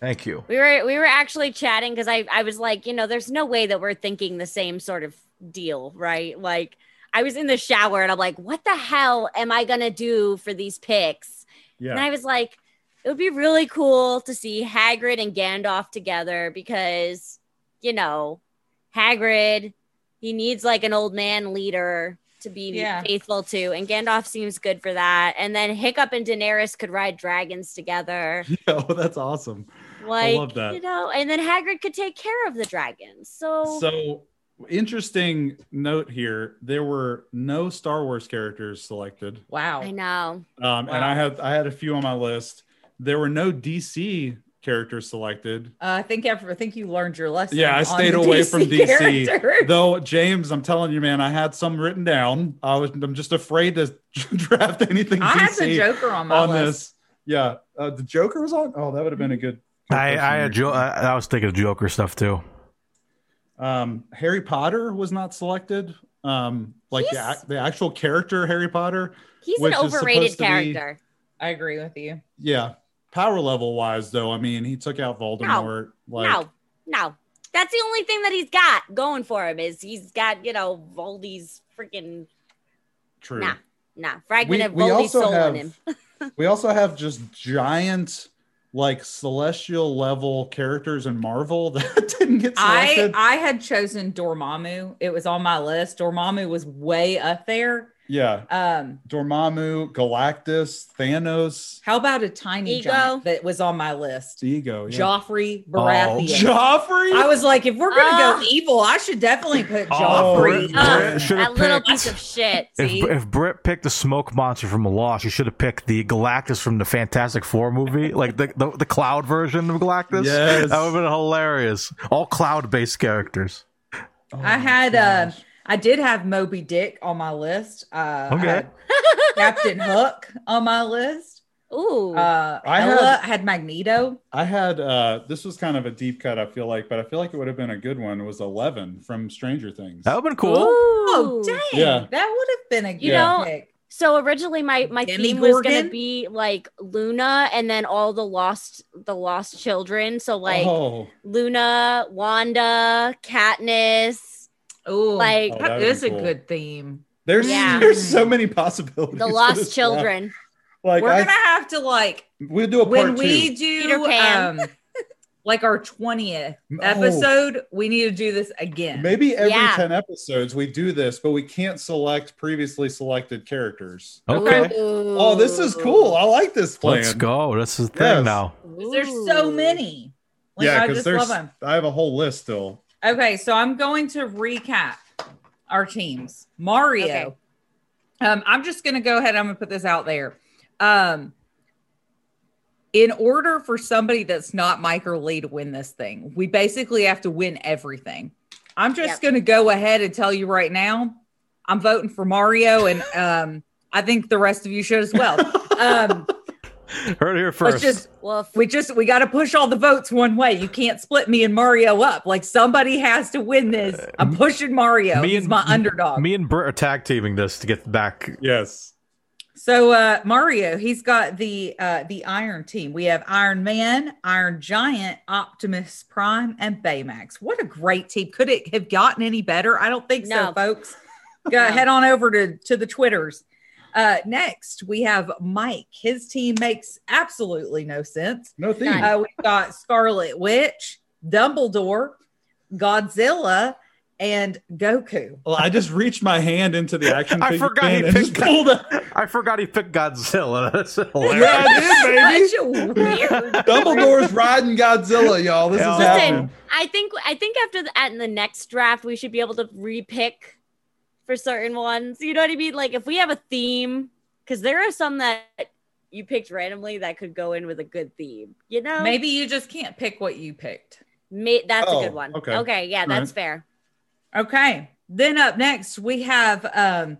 [SPEAKER 1] Thank you.
[SPEAKER 3] We were we were actually chatting because I I was like, you know, there's no way that we're thinking the same sort of deal, right? Like I was in the shower and I'm like, what the hell am I gonna do for these picks? And
[SPEAKER 2] yeah. *laughs*
[SPEAKER 3] I was like, it would be really cool to see Hagrid and Gandalf together because, you know, Hagrid, he needs like an old man leader to be
[SPEAKER 4] Yeah.
[SPEAKER 3] faithful to, and Gandalf seems good for that. And then Hiccup and Daenerys could ride
[SPEAKER 2] *laughs*
[SPEAKER 3] dragons together
[SPEAKER 2] Yeah, well, Oh, that's awesome.
[SPEAKER 3] like
[SPEAKER 2] love that.
[SPEAKER 3] you know and then hagrid could take care of the dragons so,
[SPEAKER 2] So interesting note here. There were no Star Wars characters selected.
[SPEAKER 4] Wow.
[SPEAKER 3] i know
[SPEAKER 2] Um, and
[SPEAKER 4] Wow.
[SPEAKER 2] I had I had a few on my list. There were no DC characters selected.
[SPEAKER 4] Uh, I think after, I think you learned your lesson.
[SPEAKER 2] Yeah, I
[SPEAKER 4] on
[SPEAKER 2] stayed
[SPEAKER 4] the *laughs*
[SPEAKER 2] away from DC.
[SPEAKER 4] characters.
[SPEAKER 2] Though James, I'm telling you, man, I had some written down. I was I'm just afraid to *laughs* draft anything
[SPEAKER 4] I had the
[SPEAKER 2] DC
[SPEAKER 4] Joker on my
[SPEAKER 2] on
[SPEAKER 4] list.
[SPEAKER 2] this. Yeah, uh, the Joker was on. Oh, that would have been a good. good
[SPEAKER 1] I
[SPEAKER 2] person
[SPEAKER 1] I, had
[SPEAKER 2] here.
[SPEAKER 1] jo- I I was thinking of Joker stuff too.
[SPEAKER 2] um, Harry Potter was not selected. Um, like the,
[SPEAKER 3] He's-
[SPEAKER 2] ac- the actual character Harry Potter.
[SPEAKER 3] he's
[SPEAKER 2] Which
[SPEAKER 3] an
[SPEAKER 2] is supposed
[SPEAKER 3] overrated
[SPEAKER 2] to be-
[SPEAKER 3] character
[SPEAKER 4] I agree with you.
[SPEAKER 2] Yeah, power level wise, though, I mean, he took out Voldemort. Like,
[SPEAKER 3] no no that's the only thing that he's got going for him is he's got you know voldy's freaking
[SPEAKER 2] true.
[SPEAKER 3] Nah. nah fragment of voldy's soul
[SPEAKER 2] *laughs*
[SPEAKER 3] in him
[SPEAKER 2] we also have just giant like celestial level characters in Marvel *laughs* that didn't get
[SPEAKER 4] I
[SPEAKER 2] selected.
[SPEAKER 4] I had chosen Dormammu. It was on my list. Dormammu was way up there.
[SPEAKER 2] yeah,
[SPEAKER 4] Um,
[SPEAKER 2] Dormammu, Galactus, Thanos,
[SPEAKER 4] how about a tiny
[SPEAKER 3] Ego.
[SPEAKER 4] giant that was on my list?
[SPEAKER 2] Ego, yeah. Oh,
[SPEAKER 4] Joffrey Baratheon.
[SPEAKER 2] Joffrey.
[SPEAKER 4] I was like, if we're gonna
[SPEAKER 3] Oh.
[SPEAKER 4] go evil, I should definitely put
[SPEAKER 1] Oh,
[SPEAKER 4] Joffrey.
[SPEAKER 1] Brit-
[SPEAKER 4] on
[SPEAKER 1] Brit
[SPEAKER 4] there.
[SPEAKER 1] should
[SPEAKER 3] *laughs* um,
[SPEAKER 1] have
[SPEAKER 3] that little
[SPEAKER 1] picked.
[SPEAKER 3] piece of shit
[SPEAKER 1] *laughs* If, if Britt picked the smoke monster from Lost, she should have picked the Galactus from the Fantastic Four
[SPEAKER 3] *laughs*
[SPEAKER 1] movie, like the the, the cloud version of Galactus.
[SPEAKER 2] Yes.
[SPEAKER 1] That would have been hilarious. All cloud based characters.
[SPEAKER 2] Oh
[SPEAKER 4] I
[SPEAKER 2] my
[SPEAKER 4] had, uh,
[SPEAKER 2] gosh.
[SPEAKER 4] I did have Moby Dick on my list. Uh,
[SPEAKER 1] Okay.
[SPEAKER 4] I had *laughs* Captain Hook on my list.
[SPEAKER 3] ooh
[SPEAKER 4] Uh,
[SPEAKER 2] I
[SPEAKER 4] I
[SPEAKER 2] had-
[SPEAKER 4] Ella had, Magneto.
[SPEAKER 2] I had uh this was kind of a deep cut I feel like but I feel like it would have been a good one was 11 from Stranger Things.
[SPEAKER 1] That would have been cool.
[SPEAKER 4] Oh,
[SPEAKER 3] Ooh.
[SPEAKER 4] dang.
[SPEAKER 2] Yeah.
[SPEAKER 4] That would have been a good
[SPEAKER 3] You know,
[SPEAKER 4] pick.
[SPEAKER 3] So originally my my theme was
[SPEAKER 4] Demigorgon?
[SPEAKER 3] gonna be like Luna and then all the lost the lost children. So like
[SPEAKER 2] oh, *laughs*
[SPEAKER 3] Luna, Wanda, Katniss,
[SPEAKER 4] Ooh,
[SPEAKER 3] Like-
[SPEAKER 2] Oh, that
[SPEAKER 4] that
[SPEAKER 2] would be
[SPEAKER 4] is a
[SPEAKER 2] cool.
[SPEAKER 4] good theme.
[SPEAKER 2] There's
[SPEAKER 3] Yeah.
[SPEAKER 2] there's so many possibilities.
[SPEAKER 3] The
[SPEAKER 2] for
[SPEAKER 3] Lost
[SPEAKER 2] this plot.
[SPEAKER 3] Children.
[SPEAKER 2] Like
[SPEAKER 4] We're
[SPEAKER 2] I,
[SPEAKER 4] gonna have to like
[SPEAKER 2] we'll do a part
[SPEAKER 4] when
[SPEAKER 2] two.
[SPEAKER 4] we
[SPEAKER 3] Peter
[SPEAKER 4] do
[SPEAKER 3] Pan.
[SPEAKER 4] um *laughs* like our 20th
[SPEAKER 2] No.
[SPEAKER 4] episode, we need to do this again.
[SPEAKER 2] Oh. Maybe every
[SPEAKER 3] Yeah.
[SPEAKER 2] ten episodes we do this, but we can't select previously selected characters.
[SPEAKER 1] Okay.
[SPEAKER 2] Oh, this is cool. I like this plan.
[SPEAKER 1] Let's go. That's the thing
[SPEAKER 2] Yes.
[SPEAKER 1] now.
[SPEAKER 4] 'Cause There's so many. Like
[SPEAKER 2] yeah,
[SPEAKER 4] I
[SPEAKER 2] because
[SPEAKER 4] just
[SPEAKER 2] there's
[SPEAKER 4] love them.
[SPEAKER 2] I have a whole list still.
[SPEAKER 4] Okay, so I'm going to recap our teams. Mario.
[SPEAKER 3] Okay.
[SPEAKER 4] Um, I'm just gonna go ahead. I'm gonna put this out there. Um, in order for somebody that's not Mike or Lee to win this thing, we basically have to win everything. I'm just
[SPEAKER 3] Yep.
[SPEAKER 4] gonna go ahead and tell you right now, I'm voting for Mario, and um, I think the rest of you should as
[SPEAKER 3] *laughs*
[SPEAKER 4] well. Um,
[SPEAKER 1] Heard it here
[SPEAKER 4] let's
[SPEAKER 1] first.
[SPEAKER 4] just
[SPEAKER 3] Well, f-
[SPEAKER 4] we just we got to push all the votes one way. You can't split me and Mario up. Like somebody has to win this. I'm pushing Mario.
[SPEAKER 1] Uh, me
[SPEAKER 4] He's
[SPEAKER 1] and-
[SPEAKER 4] my underdog.
[SPEAKER 1] Me and Britt are tag teaming this to get back.
[SPEAKER 2] Yes.
[SPEAKER 4] so uh Mario, he's got the uh the Iron Team. We have Iron Man, Iron Giant, Optimus Prime, and Baymax. What a great team! Could it have gotten any better? I don't think so,
[SPEAKER 3] No. *laughs*
[SPEAKER 4] folks. Go
[SPEAKER 3] No.
[SPEAKER 4] head on over to to the Twitters. Uh, next, we have Mike. His team makes absolutely no sense.
[SPEAKER 2] No theme.
[SPEAKER 3] None.
[SPEAKER 4] Uh, we've got Scarlet Witch, Dumbledore, Godzilla, and Goku.
[SPEAKER 2] Well, I just reached my hand into the
[SPEAKER 1] *laughs*
[SPEAKER 2] action
[SPEAKER 1] I
[SPEAKER 2] figure
[SPEAKER 1] forgot he
[SPEAKER 2] bin and just
[SPEAKER 1] picked-
[SPEAKER 2] pulled up.
[SPEAKER 1] *laughs* I forgot he picked Godzilla. *laughs* That's hilarious.
[SPEAKER 2] Yeah, I did,
[SPEAKER 4] *laughs* Such a weird.
[SPEAKER 2] baby. *laughs* Dumbledore's riding Godzilla, y'all. This
[SPEAKER 1] Yeah.
[SPEAKER 2] is
[SPEAKER 3] listen,
[SPEAKER 2] happening.
[SPEAKER 3] I think I think after the, at in the next draft we should be able to repick for certain ones. You know what I mean? Like if we have a theme, because there are some that you picked randomly that could go in with a good theme. You know,
[SPEAKER 4] Maybe you just can't pick what you picked.
[SPEAKER 3] Ma- that's
[SPEAKER 2] Oh,
[SPEAKER 3] a good one.
[SPEAKER 2] okay.
[SPEAKER 3] Okay, yeah, that's fair.
[SPEAKER 4] Okay. Then up next we have um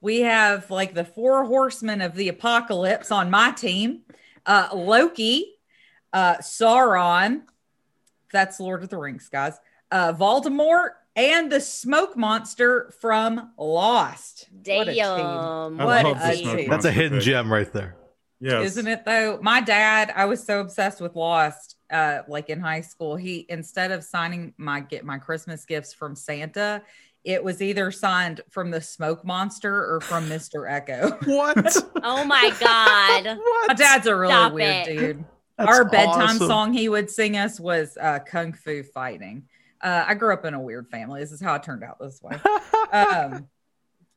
[SPEAKER 4] we have like the four horsemen of the apocalypse on my team. Uh Loki, uh Sauron, that's Lord of the Rings, guys. Uh Voldemort and the smoke monster from Lost. What a team.
[SPEAKER 3] Damn,
[SPEAKER 2] I
[SPEAKER 3] what
[SPEAKER 2] love
[SPEAKER 3] a
[SPEAKER 2] this
[SPEAKER 3] team.
[SPEAKER 2] movie.
[SPEAKER 1] That's a hidden gem right there.
[SPEAKER 2] Yes.
[SPEAKER 4] Isn't it though? My dad, I was so obsessed with Lost, uh, like in high school. He instead of signing my get my Christmas gifts from Santa, it was either signed from the Smoke Monster or from Mr. Echo. *laughs*
[SPEAKER 1] What? *laughs*
[SPEAKER 3] Oh my god.
[SPEAKER 1] what?
[SPEAKER 4] My dad's a really
[SPEAKER 3] Stop
[SPEAKER 4] weird
[SPEAKER 3] it.
[SPEAKER 4] dude.
[SPEAKER 1] *laughs* That's
[SPEAKER 4] Our bedtime
[SPEAKER 1] awesome.
[SPEAKER 4] song he would sing us was uh, Kung Fu Fighting. Uh, I grew up in a weird family. This is how I turned out this way. um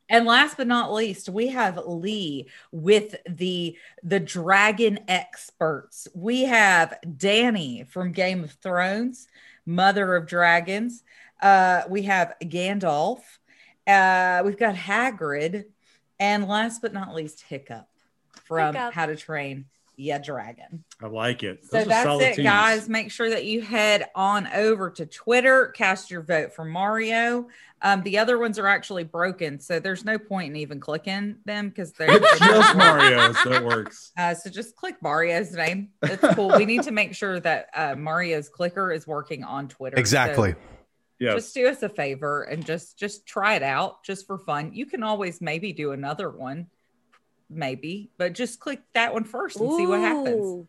[SPEAKER 4] and last but not least we have lee with the the dragon experts we have danny from game of thrones mother of dragons uh we have gandalf uh we've got hagrid and last but not least hiccup from
[SPEAKER 3] Hiccup.
[SPEAKER 4] how to train yeah dragon
[SPEAKER 2] I like it.
[SPEAKER 4] so
[SPEAKER 2] Those are
[SPEAKER 4] that's
[SPEAKER 2] solid
[SPEAKER 4] it,
[SPEAKER 2] teams.
[SPEAKER 4] guys. Make sure that you head on over to Twitter, cast your vote for Mario. Um, the other ones are actually broken, so there's no point in even clicking them
[SPEAKER 2] *laughs*
[SPEAKER 4] because they're
[SPEAKER 2] It's just Mario's that works.
[SPEAKER 4] Uh, so just click Mario's name. That's cool. we need to make sure that uh, Mario's clicker is working on Twitter.
[SPEAKER 1] *laughs*
[SPEAKER 4] So
[SPEAKER 1] Exactly.
[SPEAKER 2] Yes.
[SPEAKER 4] *laughs* just do us a favor and just just try it out just for fun. You can always maybe do another one, maybe, but just click that one first and see what happens.
[SPEAKER 3] Ooh.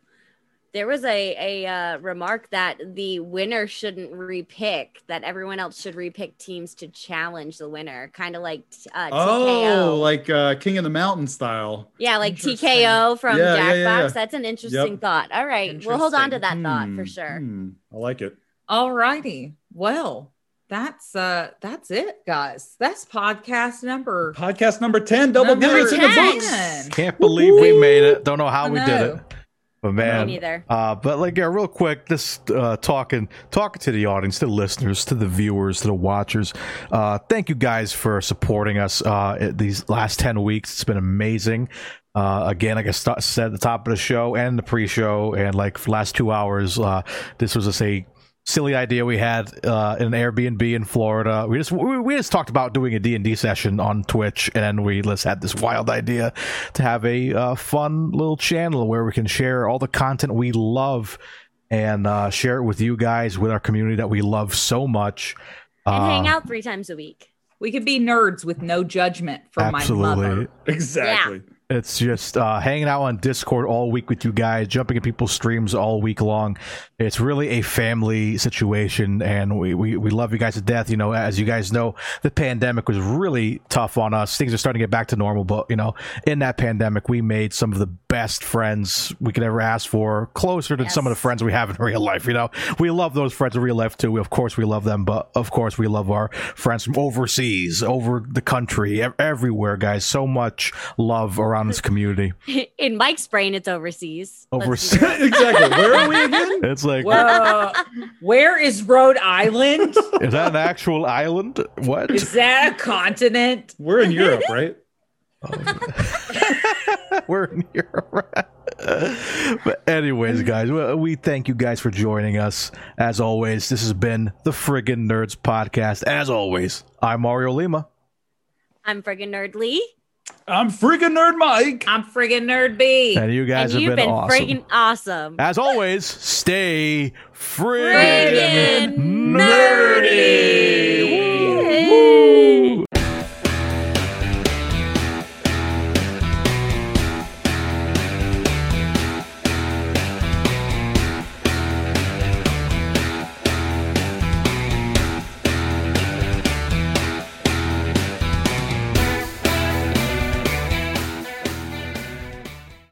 [SPEAKER 3] There was a a uh, remark that the winner shouldn't repick; that everyone else should repick teams to challenge the winner, kind of like uh, TKO.
[SPEAKER 2] oh, like uh, King of the Mountain style.
[SPEAKER 3] yeah, like
[SPEAKER 4] Interesting.
[SPEAKER 3] TKO from
[SPEAKER 2] Yeah, yeah,
[SPEAKER 3] Jackbox.
[SPEAKER 2] yeah, yeah.
[SPEAKER 3] That's an interesting thought. All right, we'll hold on to that thought
[SPEAKER 2] Hmm,
[SPEAKER 3] for sure.
[SPEAKER 2] hmm, I like it.
[SPEAKER 4] All righty. Well, that's uh that's it, guys. That's podcast number
[SPEAKER 2] Podcast number 10, double
[SPEAKER 4] number
[SPEAKER 2] digits in the
[SPEAKER 3] 10.
[SPEAKER 2] books.
[SPEAKER 1] Can't believe we made it. Don't know how
[SPEAKER 4] I
[SPEAKER 1] we did
[SPEAKER 4] know.
[SPEAKER 1] it. But
[SPEAKER 3] Me
[SPEAKER 1] man,
[SPEAKER 3] neither.
[SPEAKER 1] uh, but like yeah, real quick, just uh, talking, talking to the audience, to the listeners, to the viewers, to the watchers. Uh, thank you guys for supporting us uh, at these last ten weeks. It's been amazing. Uh, again, like I st- said at the top of the show and the pre-show, and like for the last two hours, uh, this was just a silly idea we had uh, in an Airbnb in Florida. We just we, we just talked about doing a D and D session on Twitch, and we just had this wild idea to have a uh, fun little channel where we can share all the content we love and uh, share it with you guys with our community that we love so much.
[SPEAKER 3] And
[SPEAKER 1] Uh,
[SPEAKER 3] hang out three times a week. *laughs*
[SPEAKER 4] We could be nerds with no judgment from my mother.
[SPEAKER 1] *laughs* absolutely.
[SPEAKER 2] *laughs* Exactly.
[SPEAKER 1] It's just uh, hanging out on Discord all week with you guys, jumping in people's streams all week long. It's really a family situation, and we, we, we love you guys to death. You know, as you guys know, the pandemic was really tough on us. Things are starting to get back to normal, but, you know, in that pandemic, we made some of the best friends we could ever ask for, closer than some of the
[SPEAKER 4] Yes.
[SPEAKER 1] friends we have in real life. You know, we love those friends in real life too. Of course, we love them, but of course, we love our friends from overseas, over the country, ev- everywhere, guys. So much love around this community.
[SPEAKER 3] In Mike's brain, it's overseas. Let's be
[SPEAKER 1] Overseas.
[SPEAKER 3] real.
[SPEAKER 2] *laughs* exactly. Where are we again?
[SPEAKER 1] It's like,
[SPEAKER 4] Whoa. Where is Rhode Island?
[SPEAKER 1] is that an actual island? What?
[SPEAKER 4] Is that a continent?
[SPEAKER 2] We're
[SPEAKER 3] *laughs*
[SPEAKER 2] in Europe, right?
[SPEAKER 1] *laughs* We're in Europe. but anyways, guys, we- we thank you guys for joining us. As always, this has been the Friggin' Nerds podcast. As always, I'm Mario Lima.
[SPEAKER 3] I'm friggin' Nerd Lee.
[SPEAKER 2] I'm freaking nerd Mike.
[SPEAKER 4] I'm friggin' Nerd B.
[SPEAKER 1] And you guys
[SPEAKER 3] and
[SPEAKER 1] have
[SPEAKER 3] you've
[SPEAKER 1] been, awesome.
[SPEAKER 3] friggin' awesome.
[SPEAKER 1] As always, stay friggin'
[SPEAKER 3] Friggin'
[SPEAKER 1] nerdy.